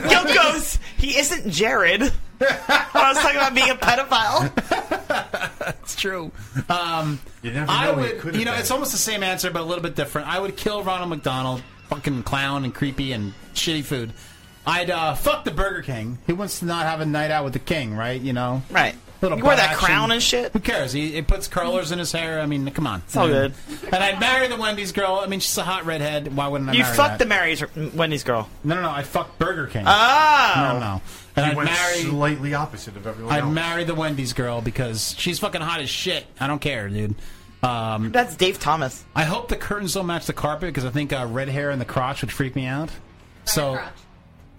D: Gil goes, "He isn't Jared." when I was talking about being a pedophile.
C: That's true. Um,
F: you never
C: I
F: know, it
C: would.
F: could
C: You
F: have
C: know,
F: been.
C: it's almost the same answer, but a little bit different. I would kill Ronald McDonald, fucking clown and creepy and shitty food. I'd uh, fuck the Burger King. He wants to not have a night out with the king, right? You know,
D: right?
C: Little
D: You wear
C: butt
D: that crown and shit.
C: Who cares? He, it puts curlers in his hair. I mean, come on, it's
D: all good.
C: And I'd marry the Wendy's girl. I mean, she's a hot redhead. Why wouldn't I?
D: you
C: marry that?
D: fucked the Mary's Wendy's girl.
C: No, no, no. I fucked Burger King.
D: Oh.
C: No, no. And
F: He
C: I'd
F: went
C: marry,
F: slightly opposite of everyone
C: I'd
F: else.
C: marry the Wendy's girl because she's fucking hot as shit. I don't care, dude. Um,
D: That's Dave Thomas.
C: I hope the curtains don't match the carpet because I think uh, red hair and the crotch would freak me out. so, crotch.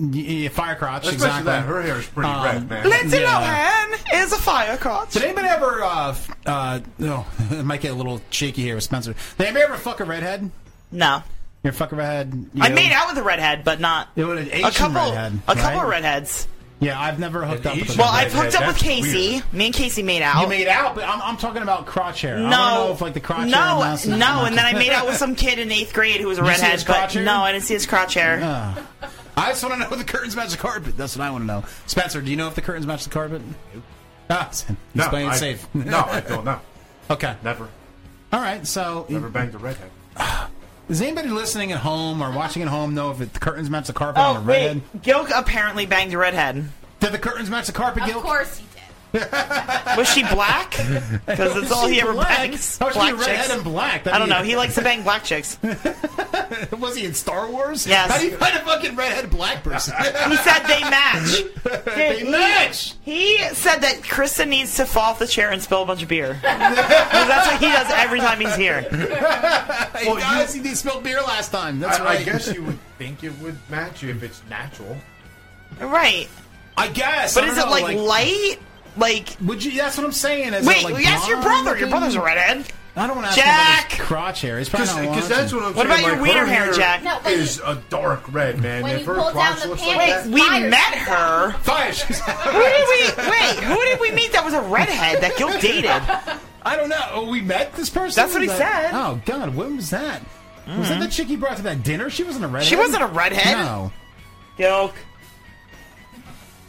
C: Yeah, fire crotch,
F: Especially
C: exactly.
F: that. Her hair is pretty
C: Um,
F: red, man.
D: Lindsay
C: yeah.
D: Lohan is a fire crotch.
C: Did anybody ever? Uh, f- uh, no, it might get a little shaky here with Spencer. Did anybody ever fuck a redhead?
D: No.
C: You're fuck a redhead.
D: I
C: you?
D: made out with a redhead, but not
C: It was an Asian
D: a couple.
C: redhead,
D: a couple
C: right?
D: of redheads.
C: Yeah, I've never hooked up. with a
D: Well,
C: redhead.
D: I've hooked up with Casey. Me and Casey made out.
C: You made out, but I'm, I'm talking about crotch hair. I
D: No,
C: wanna know if like the crotch hair
D: no,
C: amounts to-
D: no. And then I made out with some kid in eighth grade who was a
C: You see
D: redhead.
C: his crotch
D: But
C: hair?
D: no, I didn't see his crotch hair.
C: Ah. I just want to know if the curtains match the carpet. That's what I want to know. Spencer, do you know if the curtains match the carpet? Ah, he's
F: No,
C: playing it
F: I-
C: safe.
F: no, I don't know.
C: Okay.
F: Never.
C: All right. So,
F: Never banged a redhead.
C: does anybody listening at home or watching at home know if it, the curtains match the carpet on
D: Oh
C: a
D: wait,
C: redhead?
D: Gil apparently banged a redhead.
C: Did the curtains match the carpet, Gil?
G: Of course he did.
D: Was she black? Because that's all he ever
C: Black?
D: bangs.
C: How is she
D: black
C: redhead
D: chicks.
C: and black? That'd
D: I don't
C: be-
D: know. He likes to bang black chicks.
C: Was he in Star Wars?
D: Yes.
C: How do you find a fucking redhead black person?
D: He said they match.
C: They match.
D: He said that Krista needs to fall off the chair and spill a bunch of beer. 'Cause that's what he does every time he's here.
C: Hey, guys, he spilled beer last time. That's
F: I,
C: right.
F: I guess you would think it would match if it's natural.
D: Right.
C: I guess.
D: But
C: I
D: is
C: don't
D: it
C: know,
D: like, light? Like
C: Would you? That's what I'm saying. Is
D: wait,
C: it,
D: well,
C: like,
D: yes, your
C: blonde
D: brother. Your
C: looking?
D: brother's a redhead.
C: I don't want to ask
D: Jack!
C: him about his crotch hair. He's probably not
F: Because
C: watching.
F: uh, that's what I'm
D: What
F: saying.
D: about your
F: like,
D: wiener
F: her
D: hair, Jack? No,
G: but
F: is a dark red, man.
G: When
F: If her
G: you pull down
F: crotch
G: the
F: looks
G: pants,
F: like that,
D: Wait, we
G: Fire
D: met her.
C: Fire.
D: Who did we? Wait, who did we meet that was a redhead that Gil dated?
C: I don't know. Oh, we met this person.
D: That's what he
C: Like-
D: said. Mm.
C: Oh God, when was that? Was that the chick he brought to that dinner? She wasn't a redhead.
D: She wasn't a redhead.
C: No.
D: Gil,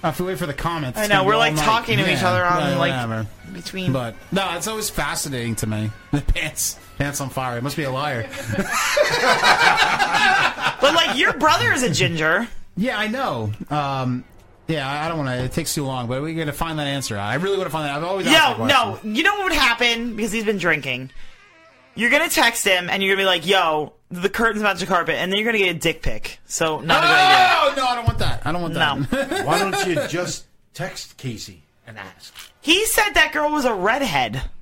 C: I have to wait for the comments.
D: I
C: It's
D: know,
C: gonna be
D: we're,
C: all
D: like,
C: night.
D: talking to
C: Yeah,
D: each other on,
C: yeah,
D: like,
C: whatever.
D: between.
C: But no, it's always fascinating to me. The pants, pants on fire. It must be a liar.
D: But like your brother is a ginger.
C: yeah, I know. Um, yeah, I I don't want to. It takes too long, but we're gonna find that answer. I really want to find that. I've always asked
D: Yo,
C: that
D: no,
C: question.
D: you know what would happen because he's been drinking. You're gonna text him and you're gonna be like, "Yo, the curtains match the carpet," and then you're gonna get a dick pic. So not a good idea.
C: Oh no, I don't want that. I don't want that.
D: No.
F: Why don't you just text Casey and ask?
D: He said that girl was a redhead.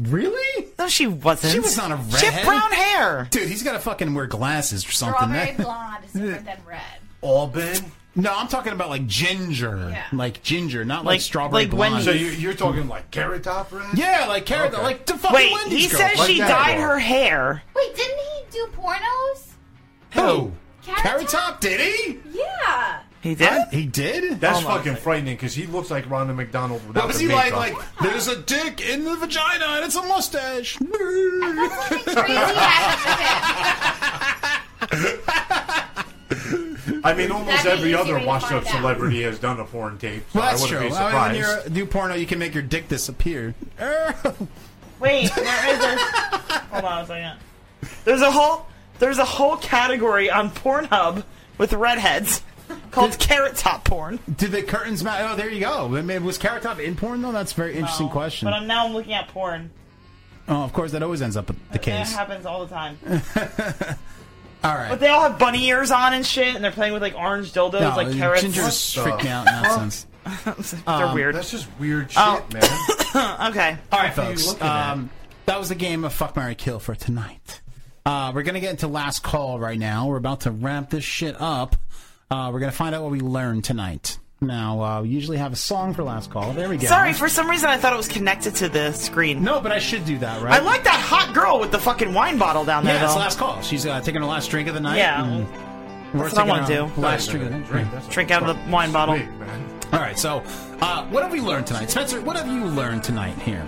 C: Really?
D: No, she wasn't.
C: She was not a
D: She
C: redhead.
D: had brown hair.
C: Dude, he's got to fucking wear glasses or something.
G: Strawberry
C: That-
G: blonde is different than red.
F: Alban?
C: no, I'm talking about like ginger,
G: Yeah.
C: like ginger, not like,
D: Like-
C: strawberry
D: like
C: blonde.
D: Wendy's.
F: So you, you're talking like carrot top red?
C: yeah, like carrot,
F: Okay.
C: like the fucking
D: Wait,
C: Wendy's
D: he
C: girl.
D: says
F: like
D: she
F: that
D: dyed
F: girl.
D: her hair.
G: Wait, didn't he do pornos?
C: Who?
G: Carrot
C: Carrot
G: Top?
C: Top? Did he?
G: Yeah.
D: He did.
C: He did.
F: That's
D: Oh my
F: fucking frightening because he looks like Ronald McDonald without
C: What was
F: the
C: he like?
F: makeup.
C: Like, there's a dick in the vagina and it's a mustache.
G: Something crazy happened to him.
F: I mean, almost
G: That'd
F: every
G: be easy
F: other
G: way to
F: washed-up
G: find out.
F: celebrity has done a porn tape. So
C: well,
F: I
C: that's
F: wouldn't
C: true.
F: be
C: I mean, when
F: surprised.
C: you're a new porno, you can make your dick disappear.
D: Wait, where is this? Hold on a second. There's a whole there's a whole category on Pornhub with redheads called carrot top porn.
C: Did the curtains match? Oh, there you go. I mean, was Carrot Top in porn though? That's a very interesting
D: No,
C: question.
D: But I'm now I'm looking at porn.
C: oh, of course, that always ends up with the
D: That
C: case.
D: happens all the time.
C: All right.
D: But they all have bunny ears on and shit, and they're playing with like orange dildos,
C: No,
D: like carrots.
C: Ginger
F: What the
C: freaked me out. Nonsense.
D: They're
C: Um,
D: weird.
F: That's just weird shit,
D: Oh.
F: man.
D: okay.
C: All right,
F: What are you
C: folks.
F: looking at?
C: Um, that was the game of Fuck Mary Kill for tonight. Uh, we're gonna get into last call right now. We're about to wrap this shit up. Uh, we're gonna find out what we learned tonight. Now, uh, we usually have a song for last call. There we go.
D: Sorry, for some reason I thought it was connected to the screen.
C: No, but I should do that, right?
D: I like that hot girl with the fucking wine bottle down there.
C: yeah, it's
D: though.
C: last call. She's uh, taking her last drink of the night.
D: Yeah.
C: and
D: That's what I
C: taking
D: want to
C: our
D: do.
C: Last drink of the night.
D: Drink out of the wine bottle.
C: All right. So, uh, what have we learned tonight, Spencer? What have you learned tonight here?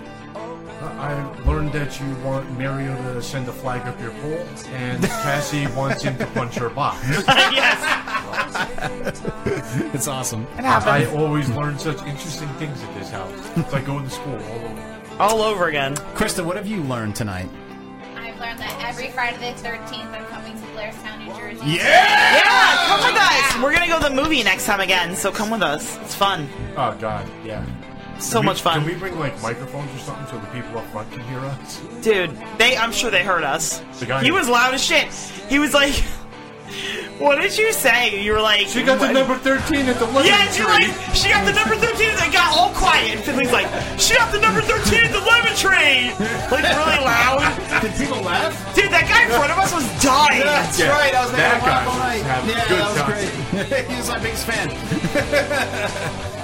F: I learned that you want Mario to send a flag up your pole, and Cassie wants him to punch her box.
C: it's awesome.
D: It happens.
F: I always learn such interesting things at this house. It's like going to school all over.
D: All over again.
C: Krista, what have you learned tonight?
G: I've learned that every Friday the 13th, I'm coming to Blairstown, New Jersey.
D: Yeah, come with us. We're gonna go to the movie next time again, so come with us. It's fun.
F: Oh god, yeah.
D: So
F: Can we-
D: much fun.
F: Can we bring like microphones or something so the people up front can hear us?
D: Dude, they I'm sure they heard us.
F: The guy-
D: He was loud as shit. He was like What did you say? You were like She got the number
F: thirteen at the
D: Yeah, you're like she got the number thirteen and they got all quiet and Finley's like, She got the number thirteen at the lemon tree Like really loud.
C: Did people laugh?
D: Dude, that guy in front of us was dying.
C: That's Yeah, right, I was there that guy all night. was having a Yeah, good that was time.
D: he
C: was my biggest fan.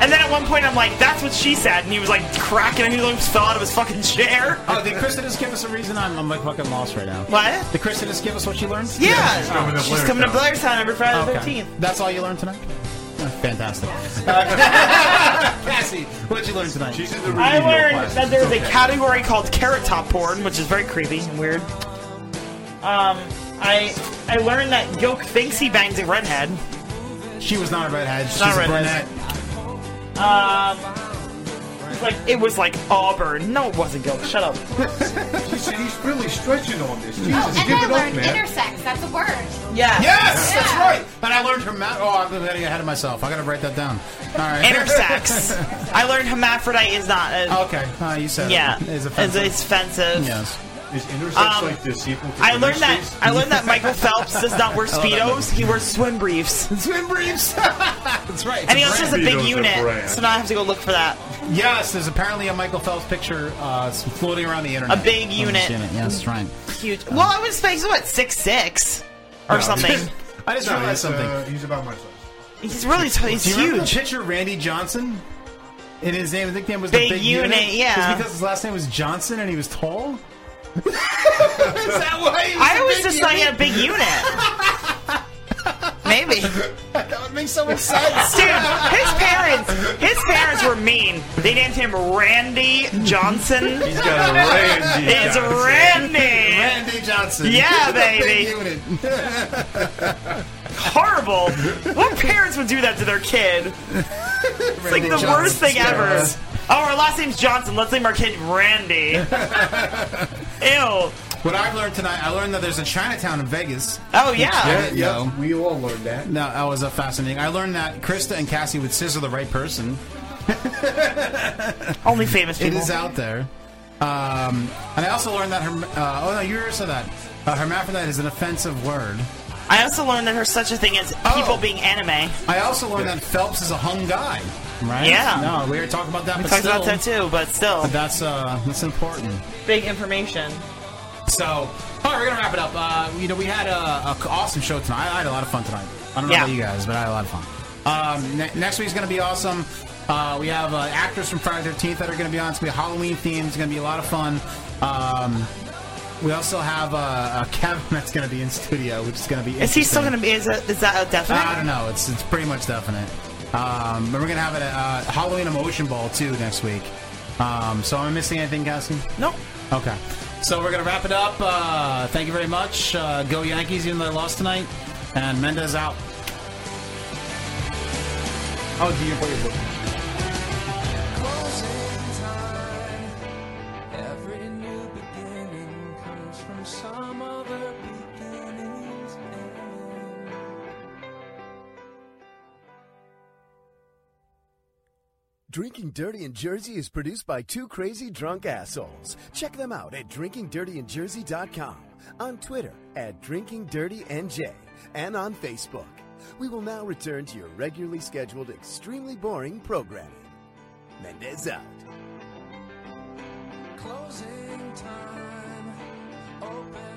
D: and then at one point, I'm like, "That's what she said," and he was like cracking, and he like fell out of his fucking chair.
C: Oh, did Krista just give us a reason? I'm, I'm like fucking lost right now.
D: What?
C: Did Krista just give us what she learned?
D: Yeah, she's coming to Blairstown every Friday the
C: Okay.
D: 13th.
C: That's all you learned tonight? Oh, fantastic. Cassie, what'd you learn tonight? She's in the
D: I learned that there's a category called carrot top porn, which is very creepy and weird. Um, I I learned that Yoke thinks he bangs a redhead.
C: She was not a redhead. She's
D: not
C: a
D: redhead. Um, it's like it was like Auburn. No, it wasn't Yoke. Shut up.
F: he's, he's really stretching on this. Jesus,
G: Oh, and
F: give
G: I
F: it up,
G: learned
F: man.
G: intersex. That's a word.
D: Yeah.
C: Yes, that's
G: Yeah.
C: right. And I learned her mouth. Oh, I'm getting ahead of myself. I gotta write that down. All right.
D: Intersex. I learned hermaphrodite is not. A,
C: okay, uh, you said it.
D: Yeah,
C: It's
D: it's
C: offensive.
D: offensive. It's, offensive.
C: yes.
F: Is intersex
D: Um,
F: like the sequel to
D: I
F: the
D: learned that
F: Mysteries?
D: I learned that Michael Phelps does not wear
C: I love that
D: speedos. He wears swim briefs.
C: Swim briefs. That's right.
D: And he also has a big
C: Speedos are
D: unit,
C: brand.
D: so now I have to go look for that.
C: Yes, there's apparently a Michael Phelps picture uh, floating around the internet. Oh,
D: A big
C: Floating
D: unit.
C: around the internet, Yes, that's right.
D: Huge. Well, I would say he's what six six or
C: No.
D: something.
C: I just
F: No,
C: realized
F: he's, uh,
C: something.
F: he's about my size.
D: He's really t- he's
C: Do you remember
D: huge.
C: The pitcher Randy Johnson. And his name, his nickname was
D: Big
C: the Big
D: Unit, yeah.
C: It's because his last name was Johnson and he was tall.
D: Is
C: that why he was
D: I
C: a
D: always
C: big
D: just thought he had a
C: unit?
D: big unit. Maybe.
C: That would make so much sense.
D: Dude, his parents, his parents were mean. They named him Randy Johnson. He's
C: got a Randy
D: It's
C: Johnson.
D: Randy.
C: Randy Johnson.
D: Yeah,
C: Big
D: baby.
C: unit.
D: Horrible. What parents would do that to their kid? It's like
C: Randy
D: the worst
C: Johnson.
D: thing ever. Oh, our last name's Johnson. Let's name our kid Randy. Ew.
C: What I've learned tonight, I learned that there's a Chinatown in Vegas.
D: Oh, yeah.
C: Which,
F: Yeah,
C: you know,
F: We all learned that.
C: No, that was uh, fascinating. I learned that Krista and Cassie would scissor the right person.
D: Only famous
C: It
D: people.
C: is out there. Um, and I also learned that her. Uh, oh no, you already said that. Uh, hermaphrodite is an offensive word.
D: I also learned that there's such a thing as people being anime.
C: Oh. I also learned that Phelps is a hung guy. Right?
D: Yeah.
C: No, we were talking about that.
D: We
C: but
D: talked about
C: still-
D: that too, but still.
C: That's uh, that's important.
D: Big information.
C: So, all right, we're gonna wrap it up. Uh, you know, we had a, a c- awesome show tonight. I, I had a lot of fun tonight. I don't know
D: Yeah.
C: about you guys, but I had a lot of fun. Um, ne- next week's gonna be awesome. Uh, we have uh, actors from Friday Thirteenth that are gonna be on. It's gonna be Halloween themed. It's gonna be a lot of fun. Um, we also have uh, uh, Kevin that's gonna be in studio, which is gonna be.
D: Is he still
C: interesting.
D: gonna be? Is, it, is that a definite?
C: I don't know. It's it's pretty much definite. Um, but we're gonna have a uh, Halloween emotion ball too next week. Um, so am I missing anything, Cassie?
D: Nope.
C: Okay. So we're gonna wrap it up. Uh, thank you very much. Uh, go Yankees, even though they lost tonight. And Mendez out. Oh, do you put your book?
A: Closing time. Every new beginning comes from some other beginning's end.
E: Drinking Dirty in Jersey is produced by two crazy drunk assholes. Check them out at drinkingdirtyinjersey.com, on Twitter at drinkingdirtynj, and on Facebook. We will now return to your regularly scheduled, extremely boring programming. Mendez out.
B: Closing time. Open